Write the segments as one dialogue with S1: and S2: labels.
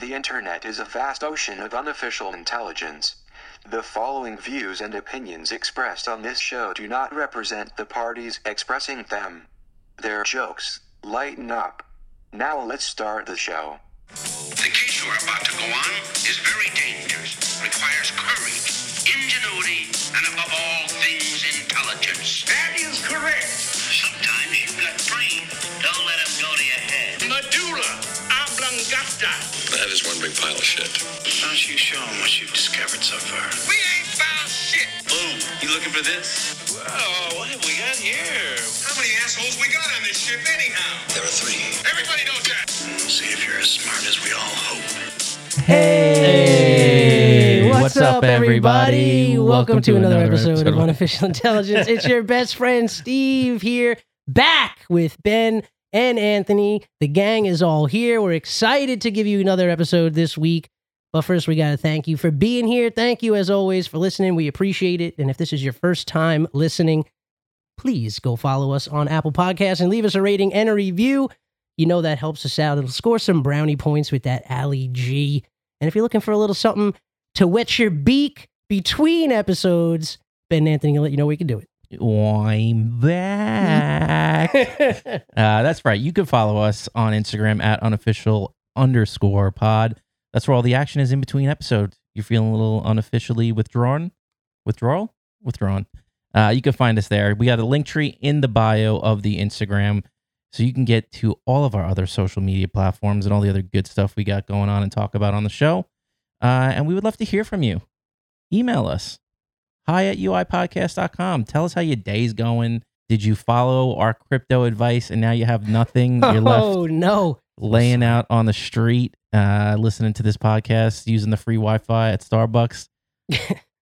S1: The internet is a vast ocean of unofficial intelligence. The following views and opinions expressed on this show do not represent the parties expressing them. They're jokes. Lighten up. Now let's start the show.
S2: The case you are about to go on is very dangerous, requires courage, ingenuity, and above all things, intelligence. That is correct. Sometimes you've got brains. Don't let them go to your head. Medulla oblongata.
S3: That is one big pile of shit.
S2: Why don't you show them what you've discovered so far? We ain't found shit.
S3: Boom. You looking for this? Whoa, what have we got here?
S2: How many assholes we got on this ship anyhow?
S3: There are three.
S2: Everybody knows that. See if you're as smart as we all hope.
S4: Hey,
S5: what's up, everybody?
S4: Welcome, to another, episode, of Unofficial Intelligence. It's your best friend Steve here, back with Ben and Anthony. The gang is all here. We're excited to give you another episode this week. But first, we got to thank you for being here. Thank you, as always, for listening. We appreciate it. And if this is your first time listening, please go follow us on Apple Podcasts and leave us a rating and a review. You know that helps us out. It'll score some brownie points with that Alley G. And if you're looking for a little something to wet your beak between episodes, Ben and Anthony will let you know we can do it.
S5: I'm back.
S4: Mm-hmm.
S5: uh, that's right. You can follow us on Instagram at unofficial underscore pod. That's where all the action is in between episodes. You're feeling a little unofficially withdrawn? Withdrawal? Withdrawn. Uh, you can find us there. We got a link tree in the bio of the Instagram. So you can get to all of our other social media platforms and all the other good stuff we got going on and talk about on the show. Uh, and we would love to hear from you. Email us hi at uipodcast.com. Tell us how your day's going. Did you follow our crypto advice and now you have nothing? You're left
S4: Oh no.
S5: laying out on the street, uh, listening to this podcast, using the free Wi Fi at Starbucks.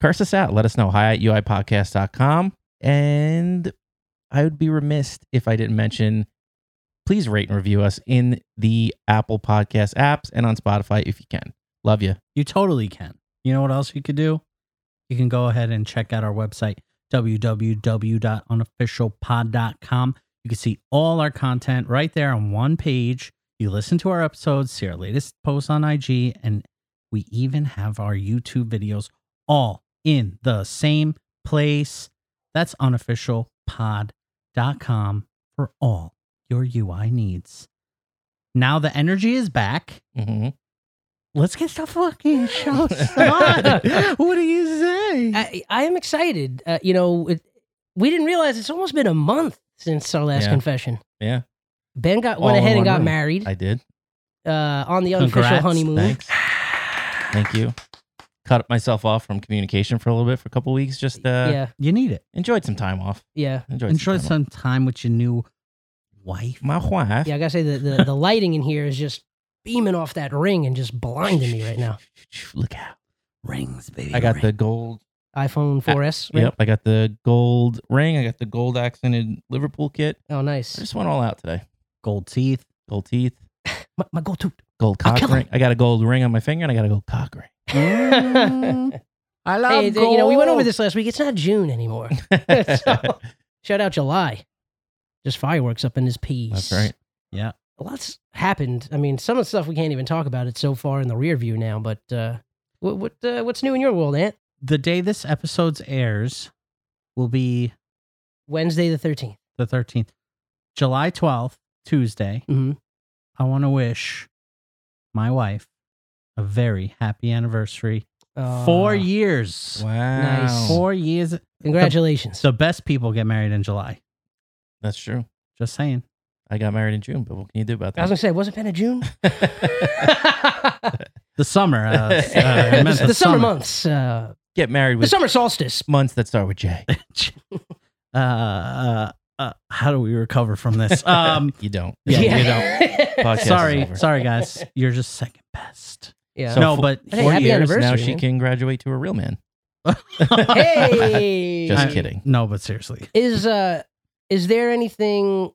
S5: Curse us out. Let us know. Hi at uipodcast.com. And I would be remiss if I didn't mention please rate and review us in the Apple Podcast apps and on Spotify if you can. Love you.
S6: You totally can. You know what else you could do? You can go ahead and check out our website, www.unofficialpod.com. You can see all our content right there on one page. You listen to our episodes, see our latest posts on IG, and we even have our YouTube videos all in the same place. That's unofficialpod.com for all your UI needs. Now the energy is back
S5: Mm-hmm.
S6: let's get the fucking show started. Oh, what do you say?
S4: I, I am excited. Uh, you know, it, we didn't realize it's almost been a month since our last
S5: Yeah.
S4: confession.
S5: Yeah.
S4: Ben got
S5: All
S4: went
S5: in
S4: ahead and
S5: one
S4: got
S5: room.
S4: married
S5: I did.
S4: uh, on the unofficial
S6: Congrats.
S4: honeymoon.
S5: Thanks. Thank you. Cut myself off from communication for a little bit for a couple weeks. Just uh,
S4: yeah,
S6: you need it.
S5: enjoyed some time off.
S4: yeah,
S5: Enjoyed
S6: Enjoy
S5: some time
S6: some time with your new wife.
S5: off. My wife.
S4: yeah. I gotta say the, the the lighting in here is just beaming off that ring and just blinding me right now.
S5: Look out.
S6: Rings, baby.
S5: I got
S6: ring.
S5: the gold.
S4: iPhone 4S. right?
S5: Uh, Yep. I got the gold ring. I got the gold accented Liverpool kit.
S4: Oh,
S5: I
S4: nice.
S5: just went all out today.
S6: gold teeth.
S5: Gold teeth,
S4: My, my go-to.
S5: gold
S6: Oh,
S4: I'll
S5: cock
S4: kill
S5: ring. I got a gold ring on my finger and I got a gold cock ring.
S6: Mm, I love
S4: Hey,
S6: gold.
S4: you know, we went over this last week. It's not June anymore. So- Shout out July. Just fireworks up in his piece.
S5: That's right.
S4: A lot's happened. I mean, some of the stuff we can't even talk about. It's so far in the rear view now. But uh, what, what uh, what's new in your world, Ant?
S6: The day this episode's airs will be
S4: Wednesday the 13th
S6: the 13th, July 12th, Tuesday.
S4: Mm-hmm.
S6: I want to wish my wife a very happy anniversary.
S4: Uh,
S6: Four years.
S5: Wow.
S4: Nice.
S6: Four years.
S4: Congratulations.
S6: The best people get married in July.
S5: That's true.
S6: Just saying.
S5: I got married in June, but what can you do about
S4: I was
S5: that?
S4: gonna say, wasn't it a June?
S6: The summer. Uh, uh, I meant
S4: the,
S6: the,
S4: summer months. Uh,
S5: Get married
S4: the
S5: with
S4: summer solstice.
S5: months that start with J.
S6: Uh, uh, uh, how do we recover from this? Um,
S5: you don't.
S6: yeah, you
S5: Podcast is
S6: sorry,
S5: over.
S6: sorry, guys. You're just second best.
S4: yeah.
S5: So
S6: no,
S5: fo-
S6: but
S4: Hey,
S6: four
S4: happy
S6: years.
S4: anniversary,
S5: now she
S4: man.
S5: can graduate to a real man.
S4: hey.
S5: Just
S6: I-
S5: kidding.
S6: No, but seriously,
S4: is uh is there anything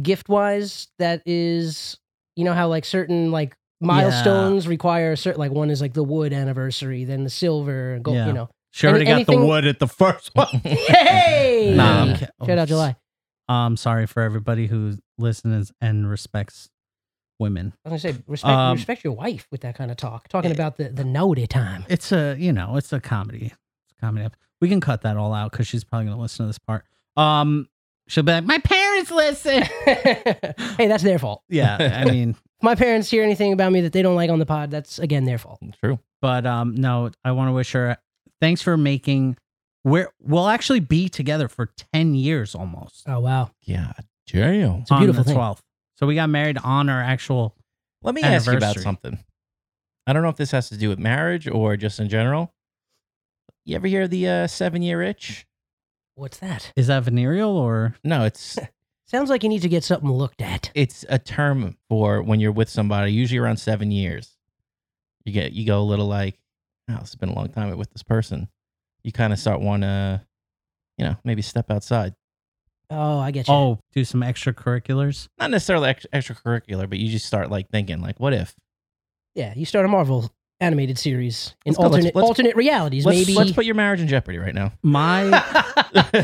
S4: gift wise that is you know how like certain like milestones require a certain like one is like the wood anniversary then the silver gold
S6: Yeah.
S4: you know
S6: she already
S4: Any-
S6: got the
S4: anything-
S6: wood at the first one.
S4: hey
S6: Nah, I'm
S5: Yeah.
S6: ki-
S4: shout out july
S6: Um, I'm sorry for everybody who listens and respects women.
S4: I was gonna say respect
S6: Um, eh
S4: respect your wife with that kind of talk. Talking about the the naughty time.
S6: It's a you know, it's a comedy. It's a comedy. ep- We can cut that all out because she's probably gonna listen to this part. Um, she'll be like, my parents listen.
S4: hey, that's their fault.
S6: yeah, I mean,
S4: If my parents hear anything about me that they don't like on the pod, that's again their fault.
S5: True.
S6: but um, no, I want to wish her thanks for making. We're we'll actually be together for ten years almost.
S4: Oh wow.
S5: Yeah. Damn.
S4: It's a
S6: on
S4: beautiful
S6: the
S4: thing.
S6: 12th. So we got married on our actual.
S5: Let me ask you about
S6: Anniversary.
S5: something. I don't know if this has to do with marriage or just in general. You ever hear the uh, seven year itch?
S4: What's that?
S6: Is that venereal or
S5: No, it's
S4: Sounds like you need to get something looked at.
S5: it's a term for when you're with somebody, usually around seven years. You get you go a little like, oh, it's been a long time with this person. You kind of start want to, you know, maybe step outside.
S4: Oh, I get you.
S6: oh, do some extracurriculars?
S5: Not necessarily ex- extracurricular, but you just start like thinking, like, what if?
S4: yeah. You start a Marvel animated series in
S5: Let's go, let's-
S4: alternate
S5: let's-
S4: alternate realities.
S5: Let's,
S4: maybe
S5: let's put your marriage in jeopardy right now.
S6: My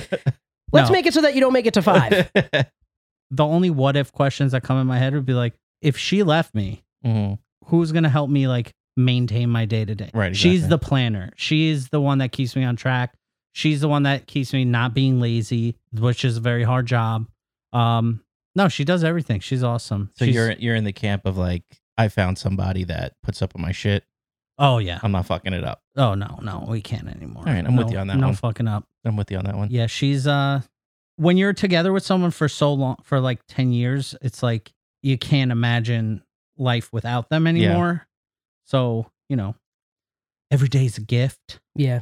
S4: Let's
S6: no.
S4: make it so that you don't make it to five.
S6: the only what if questions that come in my head would be like, if she left me,
S5: Mhm.
S6: who's gonna help me like maintain my day to day?
S5: Right,
S6: She's
S5: exactly.
S6: the planner. She's the one that keeps me on track. She's the one that keeps me not being lazy, which is a very hard job. Um, no, she does everything. She's awesome.
S5: So
S6: She's-
S5: you're you're in the camp of like, I found somebody that puts up with my shit.
S6: oh yeah.
S5: I'm not fucking it up.
S6: Oh no, no, we can't anymore.
S5: All right, I'm with
S6: No-
S5: you on that
S6: no
S5: one. Mm-hmm.
S6: fucking up.
S5: I'm with you on that one.
S6: Yeah, she's uh when you're together with someone for so long for like 10 years, it's like you can't imagine life without them anymore. So, you know, every day's a gift,
S4: yeah.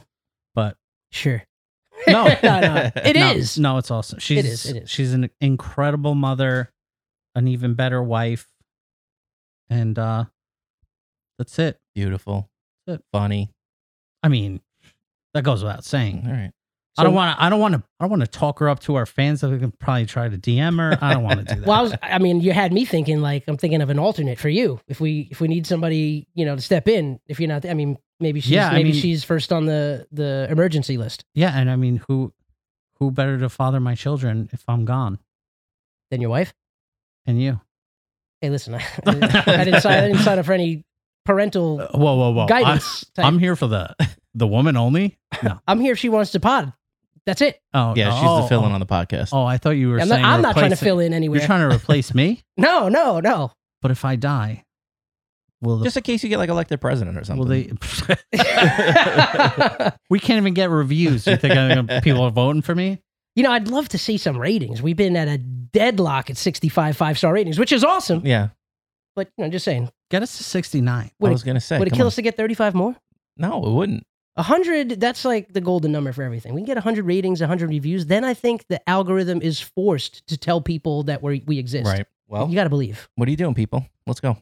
S6: but
S4: Sure.
S6: No.
S4: no, no. It is.
S6: no, No, it's awesome. She's
S4: is, it is.
S6: she's an incredible mother, an even better wife. And uh that's it.
S5: Beautiful,
S6: Good.
S5: funny.
S6: I mean, that goes without
S5: All
S6: saying.
S5: right.
S6: I
S4: Mm-hmm. So-
S6: don't want to. I don't want to. I want to talk her up to our fans that we can probably try to DM her. I don't want to do that.
S4: Well, I, was, I mean, you had me thinking like I'm thinking of an alternate for you. If we if we need somebody, you know, to step in. If you're not, I mean, maybe she's
S6: Yeah, I
S4: maybe
S6: mean-
S4: she's first on the the emergency list
S6: yeah, and I mean, who, who better to father my children if I'm gone
S4: than your wife.
S6: and you?
S4: Hey, listen, I, I didn't sign I didn't sign up for any parental
S6: Uh, whoa, whoa, whoa!
S4: guidance.
S6: I,
S4: type.
S6: I'm here for the the woman only.
S4: I'm here if she wants to pod. That's it.
S6: Oh
S5: Yeah, she's
S6: oh,
S5: the fill-in
S6: oh.
S5: on the podcast.
S6: Oh, I thought you were
S4: I'm not,
S6: saying.
S4: I'm not trying to
S6: replace-
S4: fill in anywhere.
S6: You're trying to replace me,
S4: no, no, no.
S6: but if I die, will the
S5: Just in case you get like elected president or something.
S6: will they? we can't even get reviews. You think I'm gonna, people are voting for me?
S4: you know, I'd love to see some ratings. We've been at a deadlock at 65 five star ratings, which is awesome.
S5: yeah,
S4: But you know, just saying,
S6: Get us to sixty nine.
S4: Would
S5: I
S4: it-
S5: was gonna say.
S4: would it
S5: come
S4: kill
S5: on.
S4: us to get 35 more?
S5: No, it wouldn't.
S4: 100 that's like the golden number for everything we can get 100 ratings 100 reviews then i think the algorithm is forced to tell people that we we exist
S5: Right. Well,
S4: you gotta believe
S5: what are you doing, people? Let's go.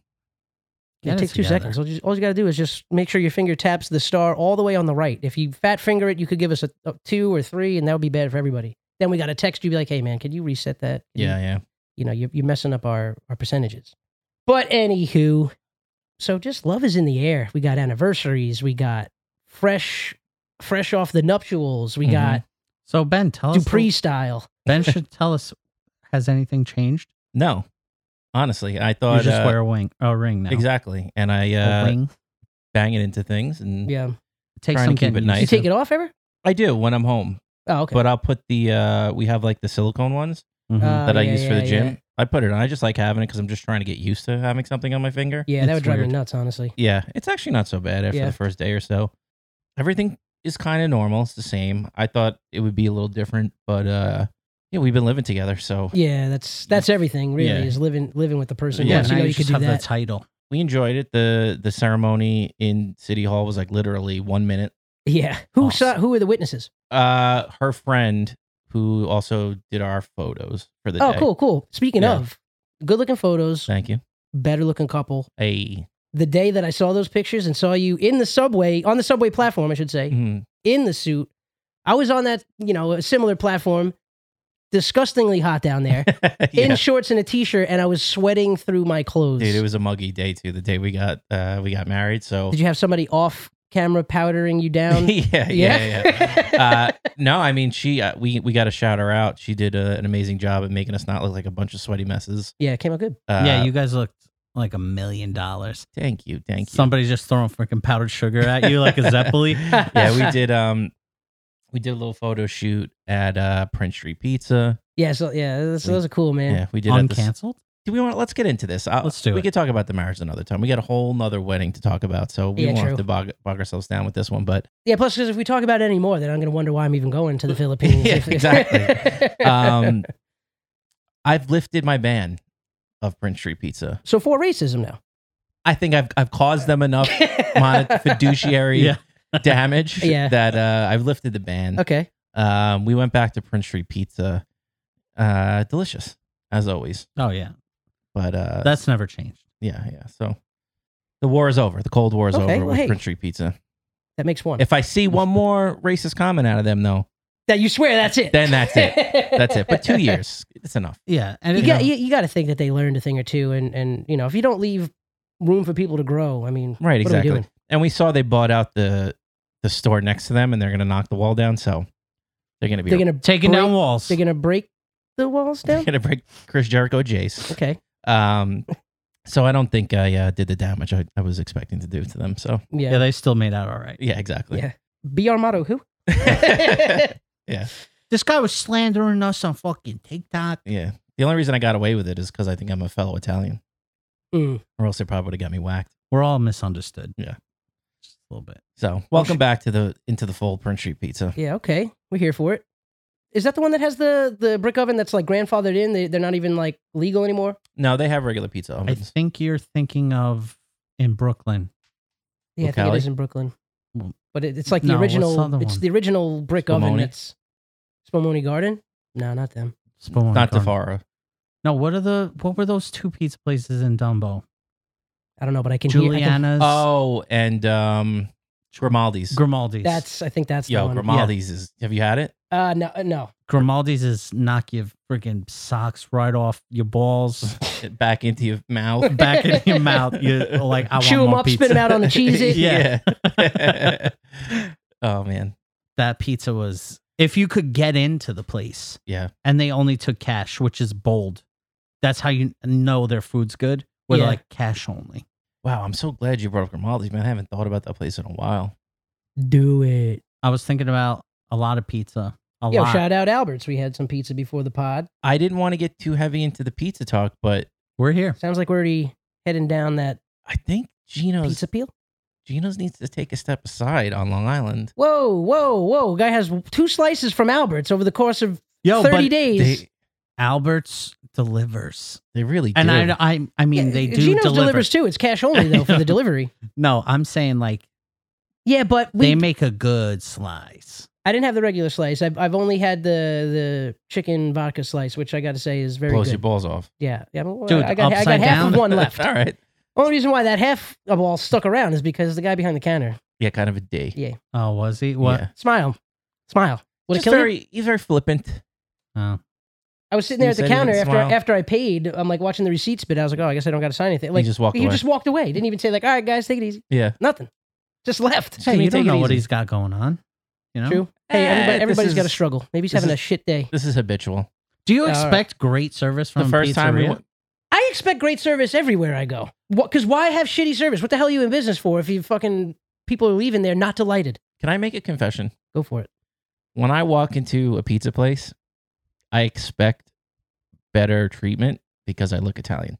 S4: it
S6: Get
S4: takes
S6: it
S4: two
S6: together.
S4: seconds all you, all you gotta do is just make sure your finger taps the star all the way on the right if you fat finger it you could give us a, a two or three and that would be bad for everybody then we gotta text you be like hey man can you reset that Can you-
S5: Yeah, yeah.
S4: you know, you're, you're messing up our, our percentages. But anywho, so just love is in the air. We got anniversaries. We got fresh, fresh off the nuptials.
S5: Mm-hmm.
S4: We got
S6: So Ben, tell us.
S4: Dupree style.
S6: Ben should tell us has anything changed?
S5: No, honestly, I
S6: You
S5: thought
S6: just
S5: uh,
S6: wear a wing, a ring now.
S5: exactly, and I
S6: A
S5: uh,
S6: ring.
S5: bang it into things, and
S4: Yeah. You
S6: It takes
S5: trying
S6: some
S5: to keep it
S6: getting
S5: nice.
S6: nice.
S4: take it off ever?
S5: I do when I'm home.
S4: Oh, okay.
S5: But I'll put the uh, we have like the silicone ones.
S4: Uh,
S5: that I
S4: yeah,
S5: use for the
S4: yeah,
S5: gym.
S4: yeah.
S5: I put it on. I just like having it because I'm just trying to get used to having something on my finger.
S4: Yeah, that
S6: It's
S4: would drive me
S6: weird.
S4: nuts, honestly.
S5: Yeah, it's actually not so bad after
S4: Yeah.
S5: the first day or so. Everything is kind of normal. It's the same. I thought it would be a little different, but uh, yeah, we've been living together, so
S4: Yeah, that's that's everything really
S5: Yeah.
S4: is living living with the person.
S5: Yeah,
S4: Once you
S6: now
S4: know you,
S6: you
S4: could
S6: just
S4: do
S6: have
S4: that.
S6: the title.
S5: we enjoyed it. the The ceremony in City Hall was like literally one minute.
S4: yeah. Who saw
S6: Awesome.
S4: who were the witnesses?
S5: Uh, her friend who also did our photos for the
S4: Oh,
S5: day.
S4: cool, cool. Speaking
S5: Yeah.
S4: of, good looking photos,
S5: Thank you.
S4: better looking couple.
S5: Hey,
S4: The day that I saw those pictures and saw you in the subway, on the subway platform, I should say.
S5: Mhm.
S4: in the suit. I was on that, you know, a similar platform, disgustingly hot down there,
S5: Yeah.
S4: in shorts and a t-shirt, and I was sweating through my clothes.
S5: dude, it was a muggy day too. The day we got uh, we got married, so
S4: Did you have somebody off camera powdering you down?
S5: yeah, yeah, yeah.
S4: yeah.
S5: uh, no, I mean she. Uh, we we got to shout her out. She did uh an amazing job at making us not look like a bunch of sweaty messes.
S4: yeah, it came out good.
S5: Uh,
S6: yeah, you guys looked like a million dollars.
S5: Thank you. Thank you.
S6: Somebody's just throwing freaking powdered sugar at you like a Zeppeli.
S5: yeah, we did um we did a little photo shoot at uh Prince Street Pizza.
S4: Yeah, so yeah, those,
S5: We-
S4: those are cool, man.
S5: Yeah, we did at the-
S6: Uncancelled?
S5: do we want let's get into this. I'll,
S6: Let's do
S5: we
S6: it.
S5: could talk about the marriage another time. We got a whole nother wedding to talk about, so we
S4: Yeah,
S5: won't
S4: true.
S5: have to bog, bog ourselves down with this one, but
S4: Yeah, plus because if we talk about it any more, then I'm going to wonder why I'm even going to the Philippines.
S5: Yeah,
S4: if-
S5: exactly. um I've lifted my ban of Prince Street Pizza.
S4: so for racism now.
S5: I think I've I've caused them enough mon- fiduciary
S6: Yeah.
S5: damage
S4: Yeah.
S5: that uh, I've lifted the ban.
S4: okay.
S5: Um, we went back to Prince Street Pizza. Uh, delicious as always.
S6: Oh yeah.
S5: But uh,
S6: That's never changed.
S5: yeah, yeah. So the war is over. The Cold War is
S4: Okay,
S5: over
S4: well,
S5: with
S4: hey.
S5: Prince Street Pizza.
S4: That makes one.
S5: If I see one more racist comment out of them, though,
S4: that you swear that's it.
S5: Then that's that's it. But two years, it's enough.
S6: Yeah. And
S4: You
S6: it-
S4: got you, you got to think that they learned a thing or two, and and you know if you don't leave room for people to grow, I mean,
S5: Right,
S4: What are we
S5: exactly.
S4: doing?
S5: And we saw they bought out the the store next to them, and they're going to knock the wall down. So they're going to be
S4: they're gonna
S6: taking
S4: break-
S6: down walls.
S4: They're gonna break the walls
S5: they're
S4: down.
S5: going to break Chris Jericho, Jace.
S4: Okay.
S5: Um, so I don't think I uh, did the damage I, I was expecting to do to them. So
S4: Yeah.
S6: yeah, they still made out all right.
S5: yeah, exactly.
S4: Yeah. Be our motto. Who?
S6: This guy was slandering us on fucking TikTok.
S5: Yeah. The only reason I got away with it is because I think I'm a fellow Italian,
S4: Mm.
S5: or else they probably would have got me whacked.
S6: We're all misunderstood.
S5: Yeah.
S6: Just a little bit.
S5: So welcome
S4: sh-
S5: back to the into the fold Prince Street Pizza.
S4: Yeah. Okay. We're here for it. Is that the one that has the the brick oven that's like grandfathered in? They, they're not even like legal anymore.
S5: No, they have regular pizza
S6: I
S5: ovens.
S6: think you're thinking of in Brooklyn.
S4: Yeah, I think
S5: Locale?
S4: it is in Brooklyn.
S5: Mm.
S6: Well,
S4: But it, it's like the
S6: no, what's the
S4: original.
S6: other
S4: it's
S6: one?
S4: the original brick oven
S5: Spumoni?
S4: that's Spumoni Garden. No, not them.
S6: Spoon
S5: Not
S6: Garden.
S5: DeFaro.
S6: No, what are the what were those two pizza places in Dumbo?
S4: I don't know, but I can hear. I can-
S6: Juliana's
S5: Oh, and um, Grimaldi's.
S6: Grimaldi's.
S4: Oh, that's. uh, I think that's
S5: Yo,
S4: the one.
S5: Grimaldi's is. Have you had it?
S4: Uh, no, uh, no.
S6: Grimaldi's is knock your freaking socks right off your balls
S5: It Back into your mouth.
S6: back in your mouth. You like I
S4: Chew
S6: want
S4: 'em
S6: more
S4: up, spit 'em
S6: pizza.
S4: out on the cheesy.
S6: yeah.
S5: Yeah. oh man.
S6: that pizza was if you could get into the place
S5: Yeah.
S6: and they only took cash, which is bold. That's how you know their food's good. Where they're
S4: Yeah.
S6: like cash only.
S5: Wow. I'm so glad you brought up Grimaldi's, man. I haven't thought about that place in a while.
S4: Do it.
S6: I was thinking about a lot of pizza. A
S4: Yo,
S6: lot.
S4: shout out Alberts. We had some pizza before the pod.
S5: I didn't want to get too heavy into the pizza talk, but
S6: We're here.
S4: Sounds like we're already heading down that
S5: I think Gino's
S4: pizza peel.
S5: Gino's needs to take a step aside on Long Island.
S4: Whoa, whoa, whoa! Guy has two slices from Alberts over the course of
S6: Yo,
S4: thirty
S6: but
S4: days.
S5: They
S6: Alberts delivers.
S5: they really
S6: And
S5: do.
S4: uh,
S6: I, I, I mean,
S4: Yeah,
S6: they do
S4: Geno's
S6: deliver.
S4: delivers too. It's cash only though for the delivery.
S6: No, I'm saying like
S4: Yeah, but we
S6: they make a good slice.
S4: I didn't have the regular slice. I've, I've only had the the chicken vodka slice, which I got to say is very
S5: blows
S4: good.
S5: your balls off.
S4: yeah, yeah. well,
S6: Dude,
S4: I got, I got
S6: upside
S4: half of
S6: down?
S4: one left.
S5: All right.
S4: Only reason why that half a ball stuck around is because the guy behind the counter.
S5: Yeah, kind of a D.
S4: Yeah.
S6: Oh, was he? What?
S5: Yeah.
S4: Smile, smile. Would it
S5: Just
S4: kill you?
S5: very, he's very flippant.
S6: Oh.
S4: I was sitting there
S5: you
S4: at the
S5: said you
S4: counter
S5: didn't
S4: after
S5: smile?
S4: after I paid. I'm like watching the receipts, but I was like, oh, I guess I don't got to sign anything.
S5: he
S4: Like
S5: just walked
S4: he
S5: away.
S4: just walked away. Didn't even say like, all right, guys, take it easy.
S5: yeah.
S4: Nothing. Just left.
S5: Can
S6: Hey,
S5: we
S6: you don't
S5: take it
S6: know what
S5: easy?
S6: he's got going on. You know?
S4: True. Hey,
S5: Eh,
S4: everybody,
S5: this
S4: everybody's got a
S5: is-
S4: struggle. Maybe he's
S5: this
S4: having
S5: is-
S4: a shit day.
S5: This is habitual.
S6: Do you
S4: All right.
S6: expect great service from
S5: the first
S6: a
S5: time we
S6: pizzeria?
S5: went,
S4: I expect great service everywhere I go. Because why have shitty service? What the hell are you in business for if you fucking people are leaving there not delighted?
S5: Can I make a confession?
S4: Go for it.
S5: When I walk into a pizza place, I expect better treatment because I look Italian.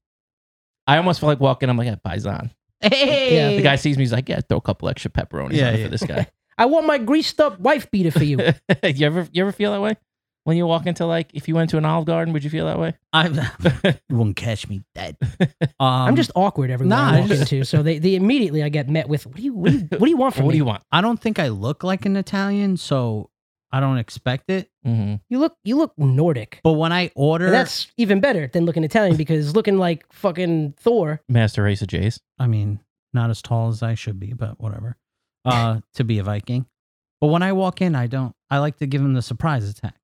S5: I almost feel like walking. I'm like, yeah, paisan.
S4: Yeah,
S5: The guy sees me. He's like, yeah, throw a couple extra pepperonis
S6: Yeah,
S5: on it
S6: yeah.
S5: for this guy.
S4: I want my greased up wife beater for
S5: Um,
S4: you.
S5: you ever you ever feel that way when you walk into like if you went to an Olive Garden, would you feel that way?
S6: I you won't catch me dead. Um,
S4: I'm just awkward everywhere
S6: nah,
S4: I
S6: I
S4: walk
S6: just-
S4: into. So they, they immediately I get met with what do you what do you, what do you want from
S5: what do
S4: me?
S5: you want?
S6: I don't think I look like an Italian, so I don't expect it.
S5: Mm-hmm.
S4: You look you look Nordic.
S6: But when I order,
S4: And that's even better than looking Italian because looking like fucking Thor.
S5: Master race of Jays.
S6: I mean, not as tall as I should be, but whatever. Uh, to be a Viking. But when I walk in, I don't. I like to give him the surprise attack.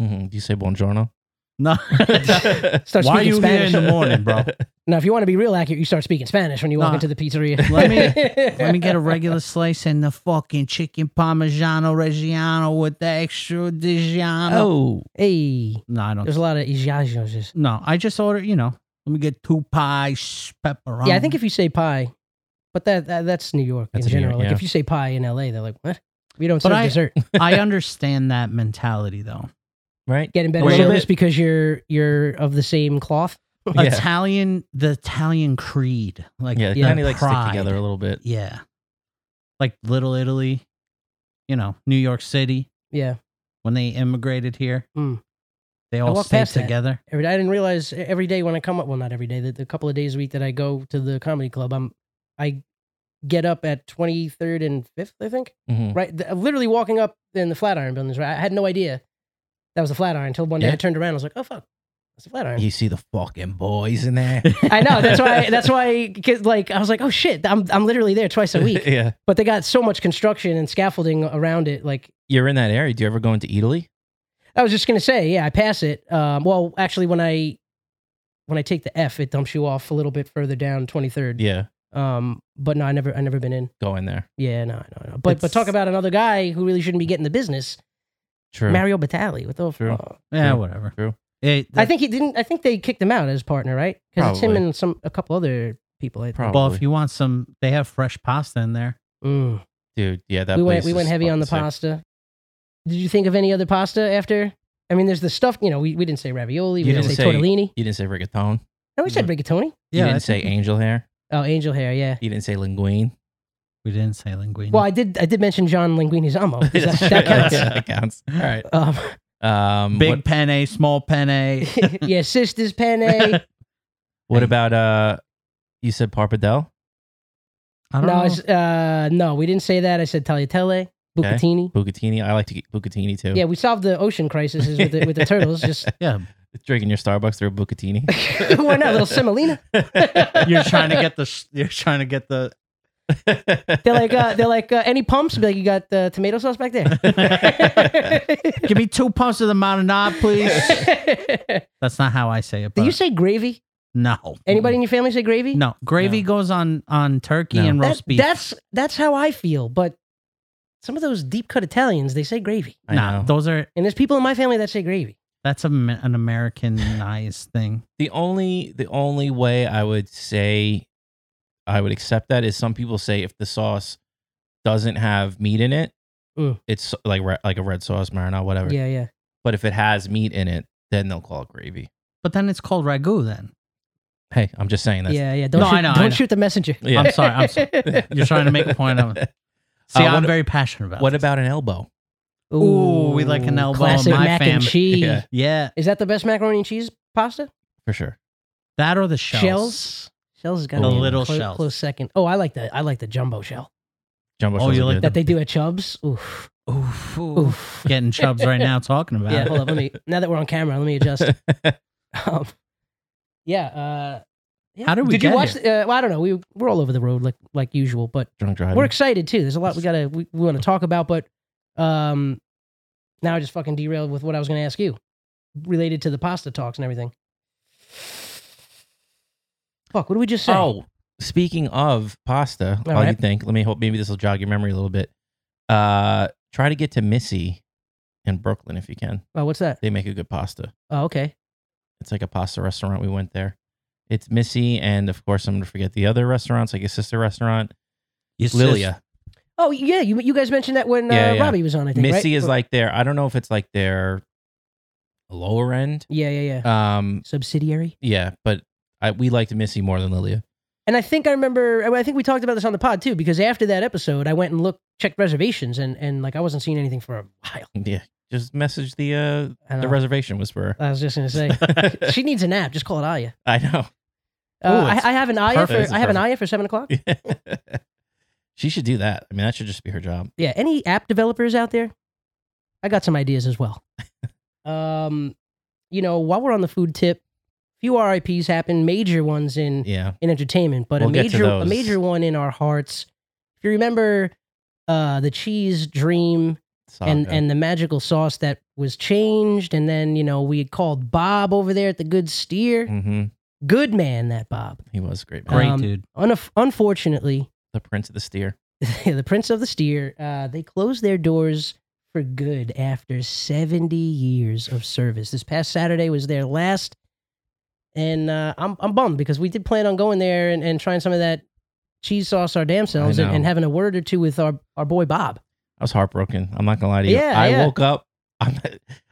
S5: Mm-hmm. Do you say buongiorno?
S6: No.
S4: Start
S6: Why are
S4: speaking
S6: you here
S4: Spanish.
S6: in the morning, bro?
S4: Now, if you want to be real accurate, you start speaking Spanish when you walk
S6: Nah.
S4: into the pizzeria.
S6: Let Let me get a regular slice and the fucking chicken parmigiano reggiano with the extra Digiano.
S5: Oh,
S4: Hey,
S6: No, I don't.
S4: there's a lot of Igiagios.
S6: No, I just order, you know, Let me get two pies, pepperoni.
S4: Yeah, I think if you say pie, but that, that that's New York
S5: That's
S4: in
S5: in New
S4: general.
S5: York,
S4: Like
S5: yeah.
S4: if you say pie in LA, they're like, "What? We don't
S6: But
S4: serve
S6: I-
S4: dessert."
S6: I understand that mentality though.
S5: right?
S4: Getting better
S6: Wait a
S4: deals
S5: bit.
S4: because you're you're of the same cloth.
S5: Yeah.
S6: Italian, the Italian creed, like
S5: yeah, they
S4: yeah,
S5: kind of like stick
S6: pride.
S5: together a little bit.
S6: yeah, like Little Italy, you know, New York City
S4: Yeah,
S6: when they immigrated here,
S4: Mm.
S6: they all
S4: walked
S6: stayed
S4: past that.
S6: together.
S4: every, I didn't realize e, every day when I come up. Well, not every day. The, the couple of days a week that I go to the comedy club, I'm I get up at 23rd and 5th, I think.
S5: Mhm.
S4: Right, the, literally walking up in the Flatiron buildings. Right, I had no idea that was the Flatiron until one day
S5: Yeah.
S4: I turned around. I was like, "Oh fuck, that's the Flatiron."
S5: You see the fucking boys in there.
S4: I know. That's why. That's why. Cause like, I was like, "Oh shit!" I'm I'm literally there twice a week.
S5: yeah,
S4: but they got so much construction and scaffolding around it. Like
S5: you're in that area. Do you ever go into Italy?
S4: I was just gonna say, yeah, I pass it. Um, well, actually, when I when I take the F, it dumps you off a little bit further down, twenty third.
S5: Yeah,
S4: Um, but no, I never, I never been in.
S5: go in there.
S4: Yeah, no, no, no. But but
S5: It's-
S4: talk about another guy who really shouldn't be getting the business,
S5: True.
S4: Mario Batali. What the
S5: True.
S4: fuck?
S6: Yeah,
S5: True.
S6: whatever.
S5: True.
S6: It,
S4: I think he didn't. I think they kicked him out as partner, right? Because it's him
S5: Probably.
S4: and some a couple other people. I think.
S5: Probably.
S6: well, if you want some, they have fresh pasta in there.
S4: Mm.
S5: Dude, yeah, that
S4: we
S5: place
S4: went we
S5: is
S4: went heavy on the
S5: fucking sick.
S4: pasta. Did you think of any other pasta after? I mean, there's the stuff you know. We, we didn't say ravioli. We
S5: You
S4: didn't,
S5: didn't
S4: say,
S5: say- Mm.
S4: tortellini.
S5: You didn't say rigatone.
S4: No, we said rigatoni.
S5: You
S6: Yeah, I
S5: didn't say
S6: think-
S5: angel hair.
S4: Oh, angel hair. Yeah.
S5: You didn't say linguine.
S6: We didn't say linguine.
S4: Well, I did. I did mention John Linguini's Amo. 'cause That, that counts.
S5: that counts. All right.
S4: Um,
S5: Um,
S6: big
S5: what,
S6: penne, small penne.
S4: yeah, sisters penne.
S5: what about uh? You said parpadel.
S6: I don't
S4: No,
S6: know.
S4: it's, uh, no, we didn't say that. I said tagliatelle, bucatini.
S5: Bucatini. I like to get bucatini too.
S4: Yeah, we solved the ocean crisis with the, with the turtles. Just
S6: yeah,
S5: Drinking your Starbucks through a bucatini.
S4: why not? Little semolina.
S6: you're trying to get the sh- you're trying to get the
S4: They're like uh, they're like uh, any pumps. Be like you got uh, tomato sauce back there.
S6: give me two pumps of the Marinade, please. That's not how I say it. But
S4: Did you say gravy?
S6: no?
S4: Anybody in your family say gravy?
S6: No, gravy goes on on turkey
S5: No.
S6: and
S4: That-
S6: roast beef.
S4: That's that's how I feel. But some of those deep cut Italians, they say gravy,
S5: I
S6: nah,
S5: know.
S6: those are
S4: and there's people in my family that say gravy.
S6: that's a, ma- an Americanized thing.
S5: the only the only way I would say I would accept that is some people say if the sauce doesn't have meat in it,
S4: Mm.
S5: it's like re- like a red sauce marinara, whatever.
S4: Yeah, yeah.
S5: But if it has meat in it, then they'll call it gravy.
S6: But then it's called ragu. Then
S5: Hey, I'm just saying that.
S4: yeah, yeah. Don't,
S6: No,
S4: shoot,
S6: I know, I
S4: don't
S6: know.
S4: shoot the messenger.
S5: Yeah.
S6: I'm sorry. I'm sorry. You're trying to make a point of it. See,
S5: Uh,
S6: I'm
S5: what-
S6: very passionate about.
S5: What
S6: this.
S5: about an elbow?
S6: Ooh, we like an elbow in
S4: Classic
S6: my
S4: mac and
S6: family.
S4: cheese.
S5: Yeah.
S6: yeah
S4: Is that the best macaroni and cheese pasta?
S5: For sure.
S6: that or the shells?
S4: Shells. Shells is got
S5: The
S4: to be
S6: little
S4: close,
S6: shells.
S4: close second. Oh, I like the I like the jumbo shell
S5: Jumbo
S6: Oh,
S5: shells
S6: you
S5: are
S6: like
S5: good.
S4: that they do at Chubb's. Oof,
S6: Oof, oof.
S4: oof.
S6: Getting chubs right now talking about
S4: Yeah,
S6: it.
S4: hold up. Let me. Now that we're on camera, let me adjust. um, yeah. Uh, yeah.
S6: How did we
S4: Did
S6: get
S4: you watch?
S6: here?
S4: the- Uh, well, I don't know. We we're all over the road like like usual, but
S5: Drunk driving.
S4: we're excited too. There's a lot we gotta we, we want to talk about, but um, now I just fucking derailed with what I was gonna ask you, related to the pasta talks and everything. Fuck! What did we just say?
S5: Oh, speaking of pasta,
S4: All
S5: while you
S4: right.
S5: think, let me hope maybe this will jog your memory a little bit. Uh, try to get to Missy in Brooklyn if you can.
S4: Oh, what's that?
S5: They make a good pasta.
S4: Oh, okay.
S5: It's like a pasta restaurant. We went there. It's Missy, and of course, I'm going to forget the other restaurants, like a sister restaurant,
S6: Your sis-
S5: Lilia.
S4: Oh yeah, you you guys mentioned that when
S5: Yeah,
S4: uh,
S5: yeah.
S4: Robbie was on. I think
S5: Missy
S4: right?
S5: is like their. I don't know if it's like their lower end.
S4: yeah yeah yeah
S5: Um,
S4: subsidiary.
S5: yeah, but I, we liked Missy more than Lilia.
S4: And I think I remember. I think we talked about this on the pod too, because after that episode, I went and looked, checked reservations, and and like I wasn't seeing anything for a while.
S5: Yeah, just message the uh
S4: And
S5: the
S4: I-
S5: reservation whisperer.
S4: I was just gonna say, she needs a nap. Just call it Aya.
S5: I know.
S4: Uh,
S5: Ooh,
S4: I,
S5: it's
S4: I have an Aya
S5: perfect. This
S4: for
S5: is
S4: I have an
S5: perfect.
S4: Aya for seven o'clock.
S5: she should do that. I mean, that should just be her job.
S4: Yeah. Any app developers out there? I got some ideas as well. um, you know, while we're on the food tip, few RIPS happen, major ones in
S5: Yeah.
S4: in entertainment, but a
S5: We'll get to
S4: major a
S5: those.
S4: major one in our hearts. If you remember, uh, the cheese dream
S5: Saga.
S4: and and the magical sauce that was changed and then you know we had called bob over there at the good steer
S5: Mhm.
S4: good man that bob
S5: he was a great. Man.
S6: Great
S4: Um,
S6: dude.
S4: Unaf unfortunately
S5: The prince of the steer.
S4: the prince of the steer uh, they closed their doors for good after 70 years of service this past saturday was their last and uh, I'm I'm bummed because we did plan on going there and, and trying some of that cheese sauce our damn selves and,
S5: know.
S4: and having a word or two with our, our boy Bob.
S5: I was heartbroken. I'm not gonna lie to you.
S4: Yeah,
S5: I
S4: yeah.
S5: woke up. I'm,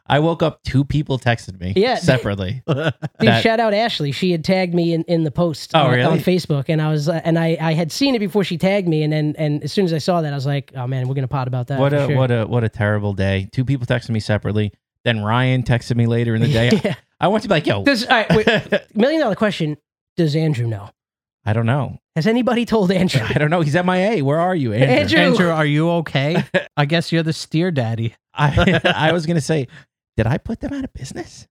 S5: I woke up. Two people texted me.
S4: Yeah.
S5: separately.
S4: Dude,
S5: That-
S4: shout out Ashley. She had tagged me in, in the post uh,
S5: Oh,
S4: on,
S5: really?
S4: on Facebook, and I was uh, and I, I had seen it before she tagged me, and then and as soon as I saw that, I was like, oh man, we're gonna pot about that.
S5: what
S4: for
S5: a
S4: sure.
S5: what a what a terrible day. Two people texted me separately. Then Ryan texted me later in the day.
S4: yeah.
S5: I went to be like, yo,
S4: Does all right, wait, million dollar question? Does Andrew know?
S5: I don't know. I
S4: Has anybody told Andrew?
S5: don't know. He's at my A. Where are you, Andrew?
S4: Andrew.
S6: Andrew, are you okay? I guess you're the steer daddy.
S5: I, I was gonna say, did I put them out of business?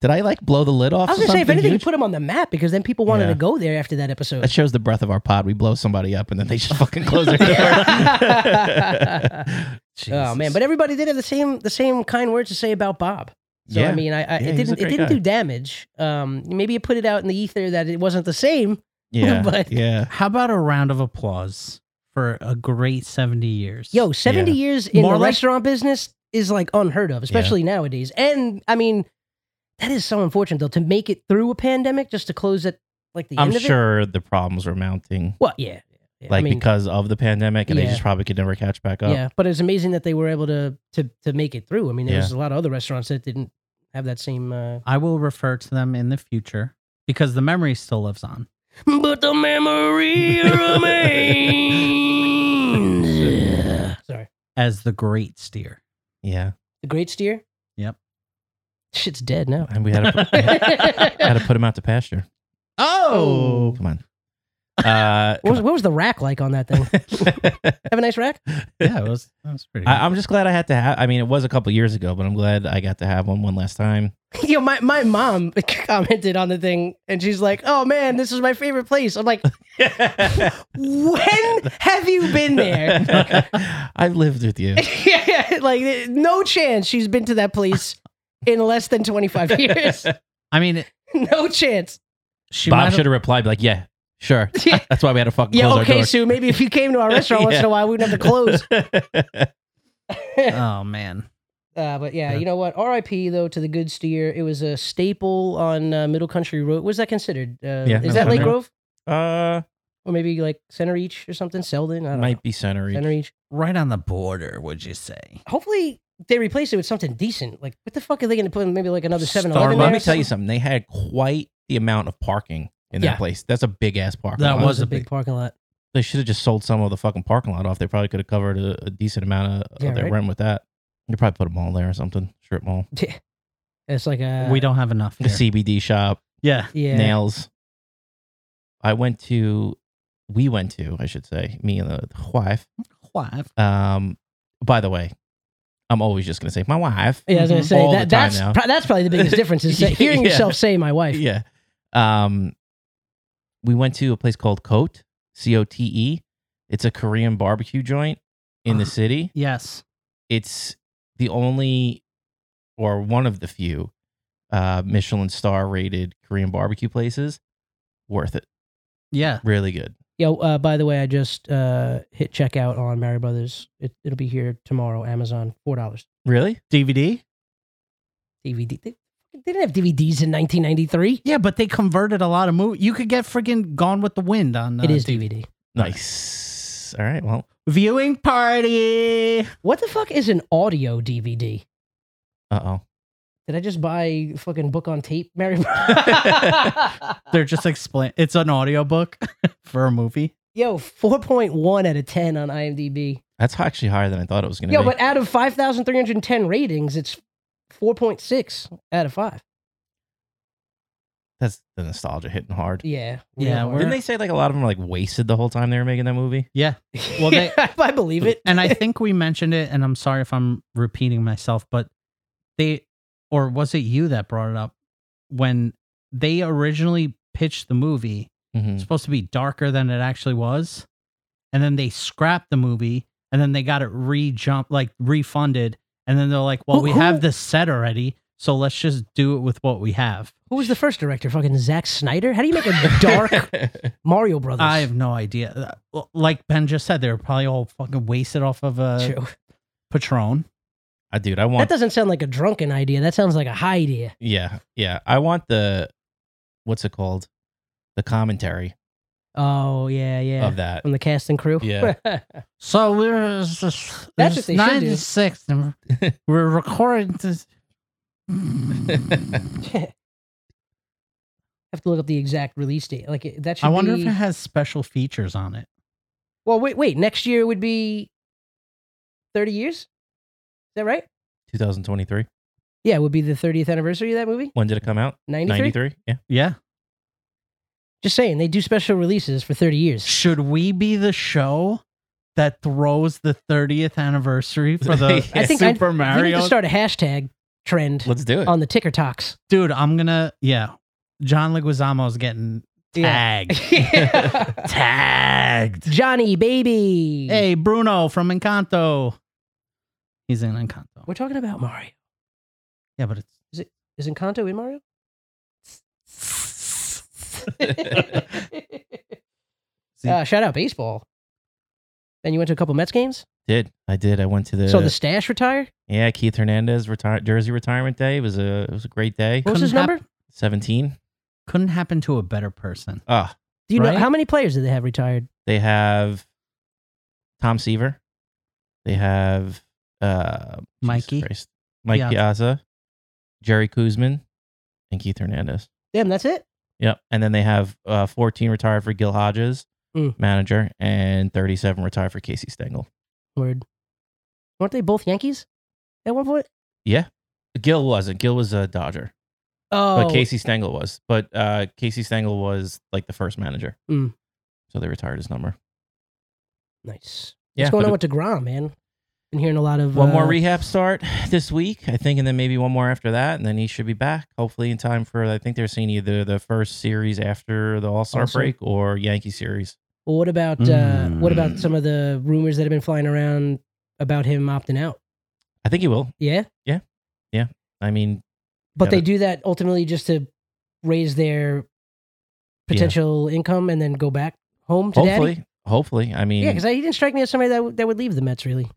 S5: Did I like blow the lid off?
S4: I was
S5: to
S4: gonna say, if
S5: something
S4: anything, you
S5: huge?
S4: put him on the map because then people wanted
S5: Yeah.
S4: to go there after that episode.
S5: that shows the breath of our pod. We blow somebody up and then they just fucking close their door.
S4: Yeah. Oh man,
S6: Jesus.
S4: but everybody did have the same the same kind words to say about Bob. So I mean, I, I
S5: Yeah,
S4: it
S5: he was a
S4: didn't it
S5: great
S4: didn't
S5: guy.
S4: do damage. Um, maybe it put it out in the ether that it wasn't the same.
S5: yeah,
S4: but-
S5: yeah.
S6: How about a round of applause for a great 70 years?
S4: Yo, seventy years in
S6: More
S4: the
S6: like-
S4: restaurant business is like unheard of, especially nowadays. And I mean, that is so unfortunate though to make it through a pandemic just to close at like the
S5: I'm
S4: end of it.
S5: sure the problems were mounting,
S4: Well, yeah, yeah.
S5: like
S4: I mean,
S5: because of the pandemic, and they
S4: Yeah.
S5: just probably could never catch back up.
S4: yeah, but it's amazing that they were able to to to make it through. I mean, there
S5: Yeah.
S4: was a lot of other restaurants that didn't have that same. Uh,
S6: I will refer to them in the future because the memory still lives on.
S4: but the memory remains. Sorry.
S6: as the great steer.
S5: Yeah.
S4: The Great Steer?
S6: Yep.
S4: Shit's dead now.
S5: and we had to, had to put him out to pasture.
S4: Oh.
S5: come on. Uh,
S4: What was, what was the rack like on that thing? Have a nice rack?
S6: Yeah, it was. That was pretty.
S5: I, I'm just glad I had to have. I mean, it was a couple years ago, but I'm glad I got to have one one last time.
S4: Yo, my, my mom commented on the thing and she's like, oh man, this is my favorite place. I'm like, when have you been there?
S5: I've lived with you.
S4: yeah, like, eh, no chance she's been to that place in less than 25 years.
S6: I mean,
S4: no chance.
S6: she
S5: Bob
S6: might
S5: should have replied like, "Yeah, sure."
S4: Yeah.
S5: That's why we had to fucking
S4: Yeah,
S5: close
S4: okay, Sue. Maybe if you came to our restaurant once in a
S5: Yeah.
S4: while, we wouldn't have to close.
S5: our door.
S6: Oh man,
S4: Uh, but yeah,
S5: Yeah.
S4: you know what? R.I.P. though to the good steer. It was a staple on uh, Middle Country Road. Was that considered? Uh,
S5: Yeah,
S4: is that
S5: Middle Country
S4: Lake
S5: Road.
S4: Grove
S5: uh,
S4: or maybe like Center Each or something? Selden, I don't
S5: might be center.
S4: know.
S5: each.
S4: Center Each.
S6: right on the border, would you say?
S4: Hopefully they replace it with something decent. Like what the fuck are they going to put? in Maybe like another Seven
S5: Let
S4: Eleven.
S6: Starbucks.
S5: me tell you something. They had quite the amount of parking in
S4: Yeah.
S5: that place. That's a big ass parking.
S6: That
S5: lot.
S6: was
S4: a
S6: a
S4: big,
S6: big-
S4: parking lot.
S5: They should have just sold some of the fucking parking lot off. They probably could have covered a, a decent amount of, of
S4: Yeah,
S5: their
S4: right?
S5: rent with that. They probably put a mall there or something. Strip mall,
S4: It's like a
S6: we don't have enough.
S5: the
S6: here.
S5: CBD shop,
S6: Yeah,
S4: yeah.
S5: nails. I went to, we went to, I should say, me and the wife.
S6: Why?
S5: Um, by the way, I'm always just gonna say my wife.
S4: Yeah, I was going
S6: Mhm.
S4: to say
S5: Mm-hmm. All the
S4: that,
S5: time
S4: that's
S5: now.
S4: pro- that's probably the biggest difference is that hearing
S5: Yeah.
S4: yourself say my wife.
S5: Yeah. Um, we went to a place called Cote, C O T E. It's a Korean barbecue joint in the city.
S6: Yes,
S5: It's the only or one of the few uh, Michelin star rated Korean barbecue places. Worth it.
S6: yeah.
S5: Really good.
S4: Yo, uh, by the way, I just uh, hit checkout on Mary Brothers. It, it'll be here tomorrow. Amazon, four dollars.
S5: Really?
S6: DVD.
S4: DVD. They, they didn't have DVDs in 1993.
S6: Yeah, but they converted a lot of movies. You could get freaking Gone with the Wind on. Uh,
S4: it is
S6: D-
S4: DVD.
S5: Nice. All right. Well,
S6: Viewing party.
S4: What the fuck is an audio DVD?
S5: uh oh.
S4: Did I just buy fucking book on tape, Mary?
S6: They're just explain. It's an audiobook for a movie.
S4: Yo, 4.1 out of 10 on IMDb.
S5: That's actually higher than I thought it was going to
S4: Yo,
S5: be.
S4: but out of 5,310 ratings, it's 4.6 out of 5.
S5: That's the nostalgia hitting hard.
S4: Yeah.
S6: Yeah,
S4: real
S6: we're-
S5: Didn't they say like a lot of them were like wasted the whole time they were making that movie?
S6: Yeah.
S4: hard.
S6: well, they-
S4: I believe it.
S6: and I think we mentioned it, and I'm sorry if I'm repeating myself, but they, or was it you that brought it up when they originally pitched the movie?
S5: Mm-hmm.
S4: Mm.
S6: It's supposed to be darker than it actually was, and then they scrapped the movie, and then they got it re jump like refunded, and then they're like, "Well,
S4: Who-
S6: we
S4: who-
S6: have this set already, so let's just do it with what we have."
S4: Who was the first director? Fucking Zack Snyder? How do you make a dark
S5: Uh,
S4: Mario Brothers?
S6: I have no idea. Uh, Like Ben just said, they were probably all fucking wasted off of a
S4: True.
S6: Patron.
S5: I dude, I want
S4: That doesn't sound like a drunken idea. That sounds like a high idea.
S5: yeah, yeah. I want the what's it called? The commentary
S4: Oh yeah, yeah.
S5: of that.
S4: From the cast and crew.
S5: Yeah.
S6: So we're it's just-
S4: That's
S6: it's
S4: what they should do.
S6: 96 and we're recording this.
S4: Have to look up the exact release date. Like it- that should.
S6: I wonder
S4: be-
S6: if it has special features on it.
S4: Well, wait, wait. Next year would be thirty years. Is that right?
S5: 2023.
S4: Yeah, it would be the thirtieth anniversary of that movie.
S5: When did it come out?
S4: Ninety three.
S5: 93? Yeah.
S6: Yeah.
S4: Just saying, they do special releases for thirty years.
S6: Should we be the show that throws the 30th anniversary for the
S5: I
S4: think I-
S6: Super
S4: We need
S6: Mario?
S4: to start a hashtag trend
S5: Let's do it.
S4: on the ticker talks.
S6: Dude, I'm going to, yeah. John Leguizamo's getting tagged. tagged.
S4: Johnny, baby.
S6: Hey, Bruno from Encanto. He's in Encanto.
S4: we're talking about Mario.
S6: Yeah, but it's
S4: Is Encanto in Mario? uh, shout out baseball. And you went to a couple Mets games.
S5: did. I did. I went to the,
S4: Saw the stash retire.
S5: Yeah, Keith Hernandez retire jersey retirement day. It was a it was a great day.
S4: What was his
S6: Couldn't hap-
S4: number?
S5: 17.
S6: couldn't happen to a better person.
S5: Ah,
S4: Do you know
S6: right?
S4: how many players did they have retired?
S5: they have Tom Seaver. They have uh Jesus
S6: Mikey.
S5: Christ. Mike
S6: Piazza.
S5: Piazza, Jerry Kuzman, and Keith Hernandez.
S4: Damn, that's it.
S5: Yep. And then they have uh, 14 retired for Gil Hodges,
S4: Mm.
S5: manager, and 37 retired for Casey Stengel.
S4: Word. Weren't they both Yankees at one point?
S5: Yeah. Gil wasn't. Gil was a Dodger,
S4: Oh,
S5: but Casey Stengel was. But uh, Casey Stengel was like the first manager.
S4: Mm.
S5: So they retired his number.
S4: nice.
S5: Yeah.
S4: What's going
S5: but
S4: on with Degrom, man? Been hearing a lot of
S5: one
S4: uh,
S5: more rehab start this week, I think, and then maybe one more after that, and then he should be back hopefully in time for. I think they're seeing either the first series after the All Star
S4: Awesome.
S5: break or Yankee series.
S4: Well, what about uh,
S6: Mm.
S4: what about some of the rumors that have been flying around about him opting out?
S5: I think he will.
S4: Yeah,
S5: I mean,
S4: but
S5: Yeah,
S4: they
S5: that-
S4: do that ultimately just to raise their potential income and then go back home to
S5: hopefully,
S4: daddy.
S5: hopefully. I mean,
S4: Yeah, because he didn't strike me as somebody that w- that would leave the Mets really.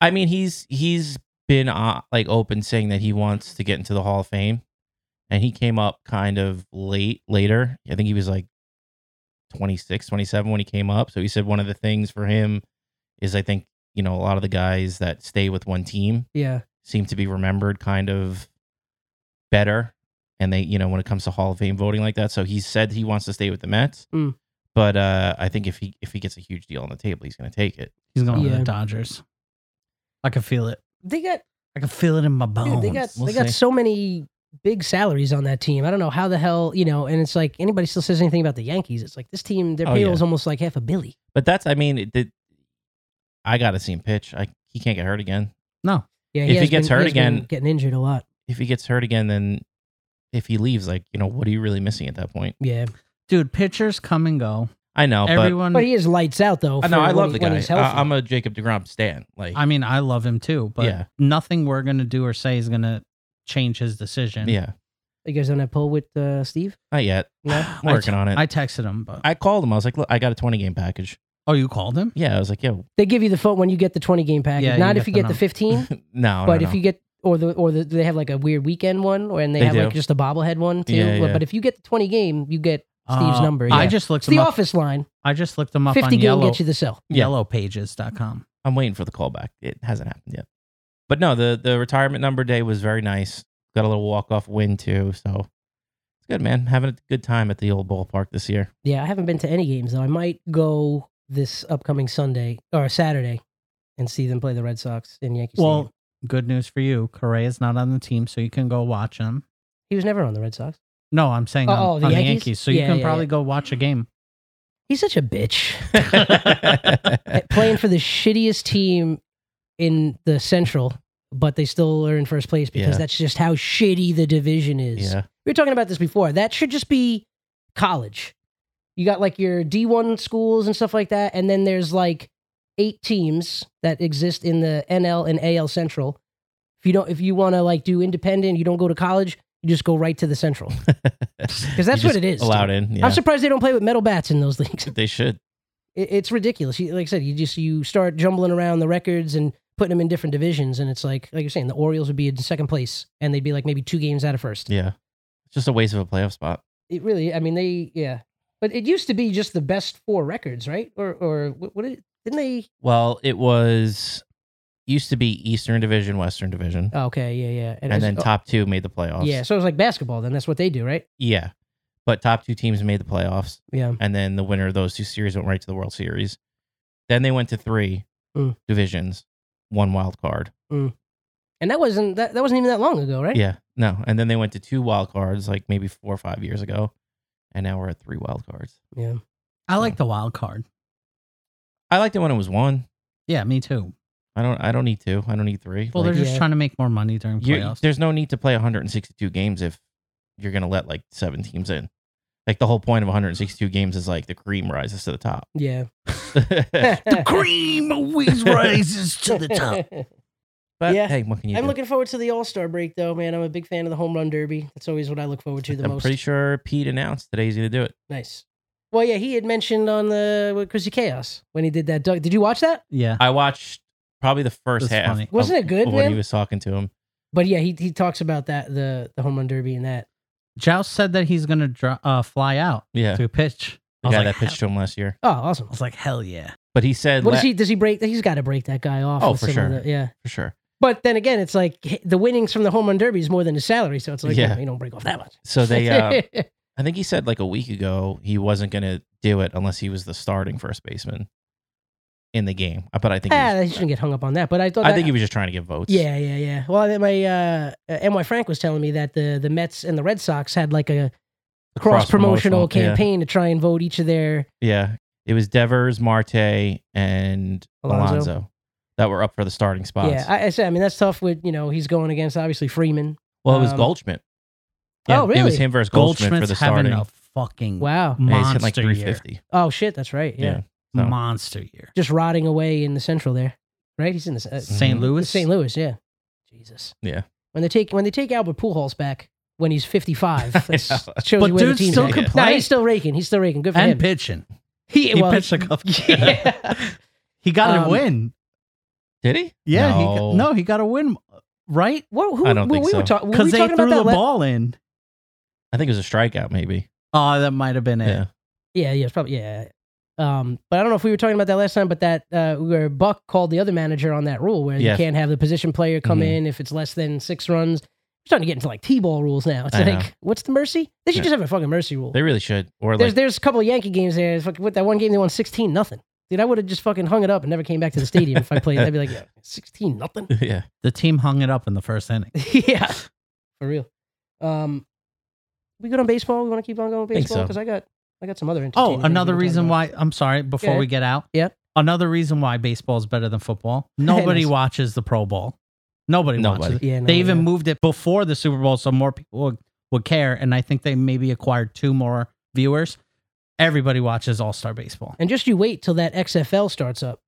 S5: I mean, he's he's been uh, like open saying that he wants to get into the Hall of Fame, and he came up kind of late later. I think he was like 26, 27 when he came up. So he said one of the things for him is I think you know a lot of the guys that stay with one team
S4: Yeah,
S5: seem to be remembered kind of better, and they you know when it comes to Hall of Fame voting like that. So he said he wants to stay with the Mets.
S4: Mm.
S5: But uh, I think if he if he gets a huge deal on the table, he's going to take it.
S6: He's going to
S4: Yeah.
S6: the Dodgers. I can feel it.
S4: they got
S6: I can feel it in my
S4: dude,
S6: bones.
S4: they got
S5: Oh, We'll
S4: they got
S5: see.
S4: so many big salaries on that team. I don't know how the hell you know. And it's like anybody still says anything about the Yankees, it's like this team their
S5: Oh,
S4: payroll
S5: yeah.
S4: is almost like half a billy.
S5: But that's, I mean, it, it- I got to see him pitch. I, he can't get hurt again.
S6: no,
S4: Yeah,
S5: If he
S4: has
S5: gets
S4: been-
S5: hurt
S4: has been
S5: again-
S4: getting injured a lot.
S5: If he gets hurt again, then if he leaves, like, you know, what are you really missing at that point?
S4: Yeah,
S6: dude, pitchers come and go.
S5: I know,
S6: Everyone,
S4: but he is lights out though.
S5: but Mm. I know
S4: for
S5: I
S4: when
S5: love
S4: he-
S5: the
S4: when
S5: guy.
S4: he's healthy.
S5: I, am a Jacob DeGrom stan. Like,
S6: I mean, I love him too, but
S5: Yeah.
S6: nothing we're going to do or say is going to change his decision.
S5: yeah,
S4: you guys on that poll with uh, Steve?
S5: not yet.
S4: No.
S5: I'm working
S6: I
S5: on it.
S6: I texted him, but.
S5: I, called him. I was like, look, I got a 20 game package.
S6: oh, you called him?
S5: Yeah. I was like, yo,
S4: They give you the phone when you get the twenty game package.
S6: Yeah, you
S4: Not
S6: get
S4: if you get
S6: the
S4: the
S6: number.
S4: fifteen,
S5: no.
S4: but
S5: no,
S4: if
S5: no.
S4: you get or the or the they have like a weird weekend one, or and they,
S5: They
S4: have like
S5: do.
S4: just a bobblehead one too.
S5: Yeah,
S4: but,
S5: yeah.
S4: but if you get the twenty game, you get Steve's
S6: Uh,
S4: number.
S6: I
S4: yeah.
S6: just looked
S4: it's the
S6: him up.
S4: office line.
S6: I just looked him up
S4: Fifty
S6: on
S4: game
S6: yellow,
S4: gets you the cell.
S5: Yeah.
S6: yellowpages.com.
S5: I'm waiting for the callback. It hasn't happened yet. But no, the, the retirement number day was very nice. Got a little walk off win too. So it's good, man. Having a good time at the old ballpark this year.
S4: Yeah, I haven't been to any games though. I might go this upcoming Sunday or Saturday and see them play the Red Sox in Yankee Stadium.
S6: Well, good news for you. Correa's not on the team, so you can go watch him.
S4: He was never on the Red Sox.
S6: No, I'm saying
S4: Oh,
S6: on,
S4: oh, the
S6: on the
S4: Yankees?
S6: Yankees. So
S4: Yeah,
S6: you can
S4: yeah,
S6: probably
S4: yeah.
S6: go watch a game.
S4: He's such a bitch. Playing for the shittiest team in the Central, but they still are in first place because
S5: Yeah.
S4: that's just how shitty the division is.
S5: yeah.
S4: We were talking about this before. That should just be college. You got like your D1 schools and stuff like that. And then there's like eight teams that exist in the NL and AL Central. If you don't, if you want to like do independent, you don't go to college, you just go right to the Central.
S5: Because
S4: that's what it is,
S5: Allowed in. Yeah.
S4: I'm surprised they don't play with metal bats in those leagues.
S5: they should.
S4: It, it's ridiculous. You, like I said, you just, you start jumbling around the records and putting them in different divisions. And it's like, like you're saying, the Orioles would be in second place and they'd be like maybe two games out of first.
S5: Yeah. It's just a waste of a playoff spot.
S4: it really. I mean, they yeah. But it used to be just the best four records, right? Or or what? what did, didn't they?
S5: Well, it was used to be Eastern Division, Western Division,
S4: Oh, okay, yeah, yeah. it
S5: and,
S4: was-
S5: then
S4: oh,
S5: top two made the playoffs.
S4: Yeah, so it was like basketball. Then that's what they do, right?
S5: yeah, but top two teams made the playoffs,
S4: Yeah.
S5: and then the winner of those two series went right to the World Series. Then they went to three
S4: Mm.
S5: divisions, one wild card.
S4: And that wasn't that, that wasn't even that long ago, right?
S5: Yeah, no, and then they went to two wild cards, like maybe four or five years ago, and now we're at three wild cards.
S4: Yeah.
S6: I like the wild card.
S5: I liked it when it was one.
S6: Yeah, me too.
S5: I don't. I don't need two. I don't need three.
S6: Well,
S5: Like,
S6: they're just
S4: Yeah.
S6: trying to make more money during
S5: you're-
S6: playoffs.
S5: there's no need to play 162 games if you're going to let like seven teams in. Like the whole point of 162 games is like the cream rises to the top.
S4: Yeah.
S5: but
S6: cream always rises to the top.
S4: Yeah.
S5: hey, what can you
S4: I'm
S5: do?
S4: looking forward to the All Star break, though, man. I'm a big fan of the home run derby. That's always what I look forward to the
S5: I'm
S4: most.
S5: pretty sure Pete announced today he's going to do it.
S4: Nice. Well, yeah, he had mentioned on the with Chrissy Chaos when he did that. Doug, did you watch that?
S6: Yeah.
S5: I watched probably the first
S6: That's
S5: half.
S6: funny.
S5: of-
S4: Wasn't it good,
S5: of Oh, when he
S4: man?
S5: was talking to him.
S4: But yeah, he he talks about that the the home run derby and that.
S6: Joust said that he's going to dr- uh, fly out
S5: Yeah,
S6: to pitch.
S5: the
S6: I was
S5: guy
S6: like,
S5: that pitched
S6: "Hell-"
S5: to him last year.
S4: Oh, awesome.
S6: I was like, hell yeah.
S5: But he said,
S4: What
S5: la-
S4: does he does he break? He's got to break that guy off.
S5: Oh,
S4: with
S5: for
S4: some of
S5: sure.
S4: the- yeah.
S5: for sure.
S4: But then again, it's like h- the winnings from the home run derby is more than his salary, so it's like
S5: Yeah.
S4: you, know, you don't break off that much.
S5: So they, uh, I think he said like a week ago he wasn't going to do it unless he was the starting first baseman in the game. Uh, But I think he was
S4: ah, they shouldn't get hung up on that. But I thought
S5: I
S4: that-
S5: think he was just trying to get votes.
S4: Yeah, yeah, yeah. Well, then my uh, uh, my Frank was telling me that the the Mets and the Red Sox had like a cross promotional
S5: Cross-promotional, yeah.
S4: campaign to try and vote each of their.
S5: Yeah. It was Devers, Marte, and
S4: Alonso.
S5: Alonso, that were up for the starting spots.
S4: Yeah, I, I said. I mean, that's tough. With you know, he's going against obviously Freeman.
S5: well, it was
S4: um,
S5: Goldschmidt.
S4: oh,
S5: It was
S4: really?
S5: him versus Goldschmidt for
S6: Goldschmidt's
S5: the
S6: having
S5: starting.
S6: a fucking
S4: Wow.
S5: And he's hitting like
S6: monster year.
S5: 350.
S4: Oh shit, that's right. Yeah,
S5: Yeah. so.
S6: Monster year.
S4: just rotting away in the Central there, right? He's in the uh,
S6: St.
S5: Mhm.
S6: Louis?
S4: St. Louis. Yeah. Jesus.
S5: Yeah.
S4: When they take when they take Albert Pujols back when he's fifty five,
S5: I
S4: shows
S5: know.
S4: you
S6: But
S4: where the
S6: dude
S4: team's
S6: still
S4: at.
S6: can
S4: Nah,
S6: play.
S4: he's still raking. He's still raking. Good for
S6: And
S4: him.
S6: pitching. He
S4: well,
S6: pitched a couple.
S4: Yeah.
S6: He got
S4: Um,
S6: a win.
S5: Did he?
S6: Yeah.
S5: No.
S6: He got, no, he got a win, right?
S4: What? Who?
S5: I don't
S4: well,
S5: think
S4: we were
S5: so.
S4: talking. Were
S6: Because
S4: we
S6: they
S4: talking
S6: threw
S4: about
S6: the
S4: that? la-
S6: ball in.
S5: I think it was a strikeout, maybe.
S6: Oh, that might have been it.
S5: Yeah.
S4: yeah, yeah, it's probably yeah. Um, but I don't know if we were talking about that last time, but that uh, where Buck called the other manager on that rule where
S5: Yes.
S4: you can't have the position player come
S5: Mhm.
S4: in if it's less than six runs. We're starting to get into like t-ball rules now. It's
S5: I
S4: like,
S5: know.
S4: what's the mercy? They should
S5: Yeah.
S4: just have a fucking mercy rule.
S5: They really should. Or
S4: there's
S5: like,
S4: there's a couple of Yankee games there. It's like, with that one game, they won sixteen nothing. Dude, I would have just fucking hung it up and never came back to the stadium if I played. I'd be like, yeah, sixteen nothing.
S5: yeah.
S6: The team hung it up in the first inning.
S4: yeah, for real. Um, we good on baseball? We want to keep on going with
S5: Think
S4: baseball
S5: so.
S4: because I got I got some other. entertaining
S6: Oh,
S4: things we
S6: another
S4: can talk
S6: reason
S4: about.
S6: why I'm sorry, before
S4: Yeah.
S6: we get out.
S4: Yep.
S6: Another reason why baseball is better than football. Nobody
S4: Nice.
S6: watches the Pro Bowl. Nobody,
S5: Nobody.
S6: watches it.
S4: Yeah, no,
S6: They even
S4: yeah.
S6: moved it before the Super Bowl so more people would, would care. And I think they maybe acquired two more viewers. Everybody watches All Star Baseball.
S4: And just you wait till that XFL starts up.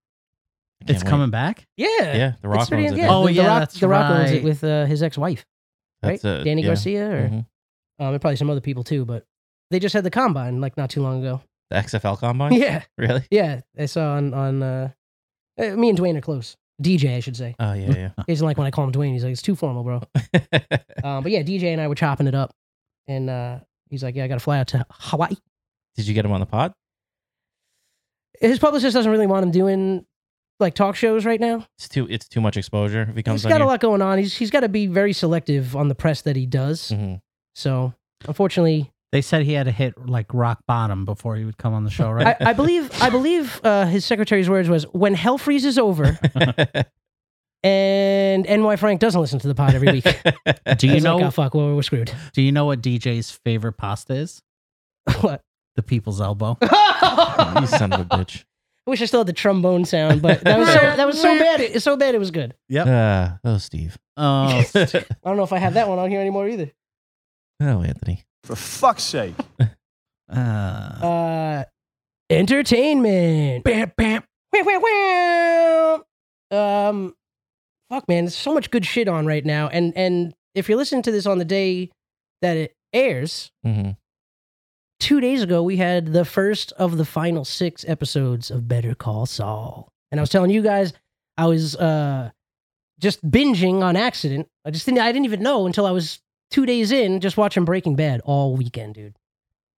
S5: I can't
S6: It's
S5: wait.
S6: coming back.
S4: Yeah.
S5: Yeah. The Rock
S4: pretty-
S5: owns it.
S4: yeah,
S5: now.
S6: Oh,
S4: the, the
S6: yeah,
S4: Rock,
S6: that's
S4: the Rock owns it
S6: right.
S4: with uh, his ex-wife, right?
S5: That's a-
S4: Danny
S5: yeah.
S4: Garcia, or
S5: Mhm.
S4: um, and probably some other people too. But they just had the combine like not too long ago.
S5: The XFL combine?
S4: Yeah,
S5: Really?
S4: yeah. I saw on on uh, uh, me and Dwayne are close. DJ, I should say.
S5: Oh, yeah,
S4: He doesn't like when I call him Dwayne. He's like, it's too formal, bro.
S5: yeah.
S4: Um, but yeah, DJ and I were chopping it up, and uh, he's like, yeah, I got to fly out to Hawaii.
S5: Did you get him on the pod?
S4: His publicist doesn't really want him doing like talk shows right now.
S5: It's too it's too much exposure if he comes
S4: he's
S5: on
S4: got a
S5: here.
S4: lot going on. He's he's got to be very selective on the press that he does.
S6: Mm.
S5: Mhm.
S4: So unfortunately,
S6: They said he had to hit like rock bottom before he would come on the show, right?
S4: I, I believe I believe uh, his secretary's words was when hell freezes over
S5: Mm-hmm.
S4: and NY Frank doesn't listen to the pod every week.
S6: Do
S4: He's
S6: you know
S4: like, oh fuck, well we're screwed.
S6: do you know what DJ's favorite pasta is?
S4: what?
S6: The people's elbow.
S5: you
S4: I
S5: son of a bitch.
S4: wish I still had the trombone sound, but that was so that was so bad. It, so bad it was good.
S5: Ah, oh, Steve.
S6: Oh,
S4: I don't know if I have that one on here anymore either.
S5: Oh, Anthony.
S7: For fuck's sake.
S6: uh,
S4: Uh, entertainment.
S6: bam, bam.
S4: Wah, wah, wah. Um, fuck, man, there's so much good shit on right now, and and if you're listening to this on the day that it airs,
S5: hmm
S4: two days ago we had the first of the final six episodes of Better Call Saul, and I was telling you guys I was uh just binging on accident. I just didn't I didn't even know until I was two days in just watching Breaking Bad all weekend, dude.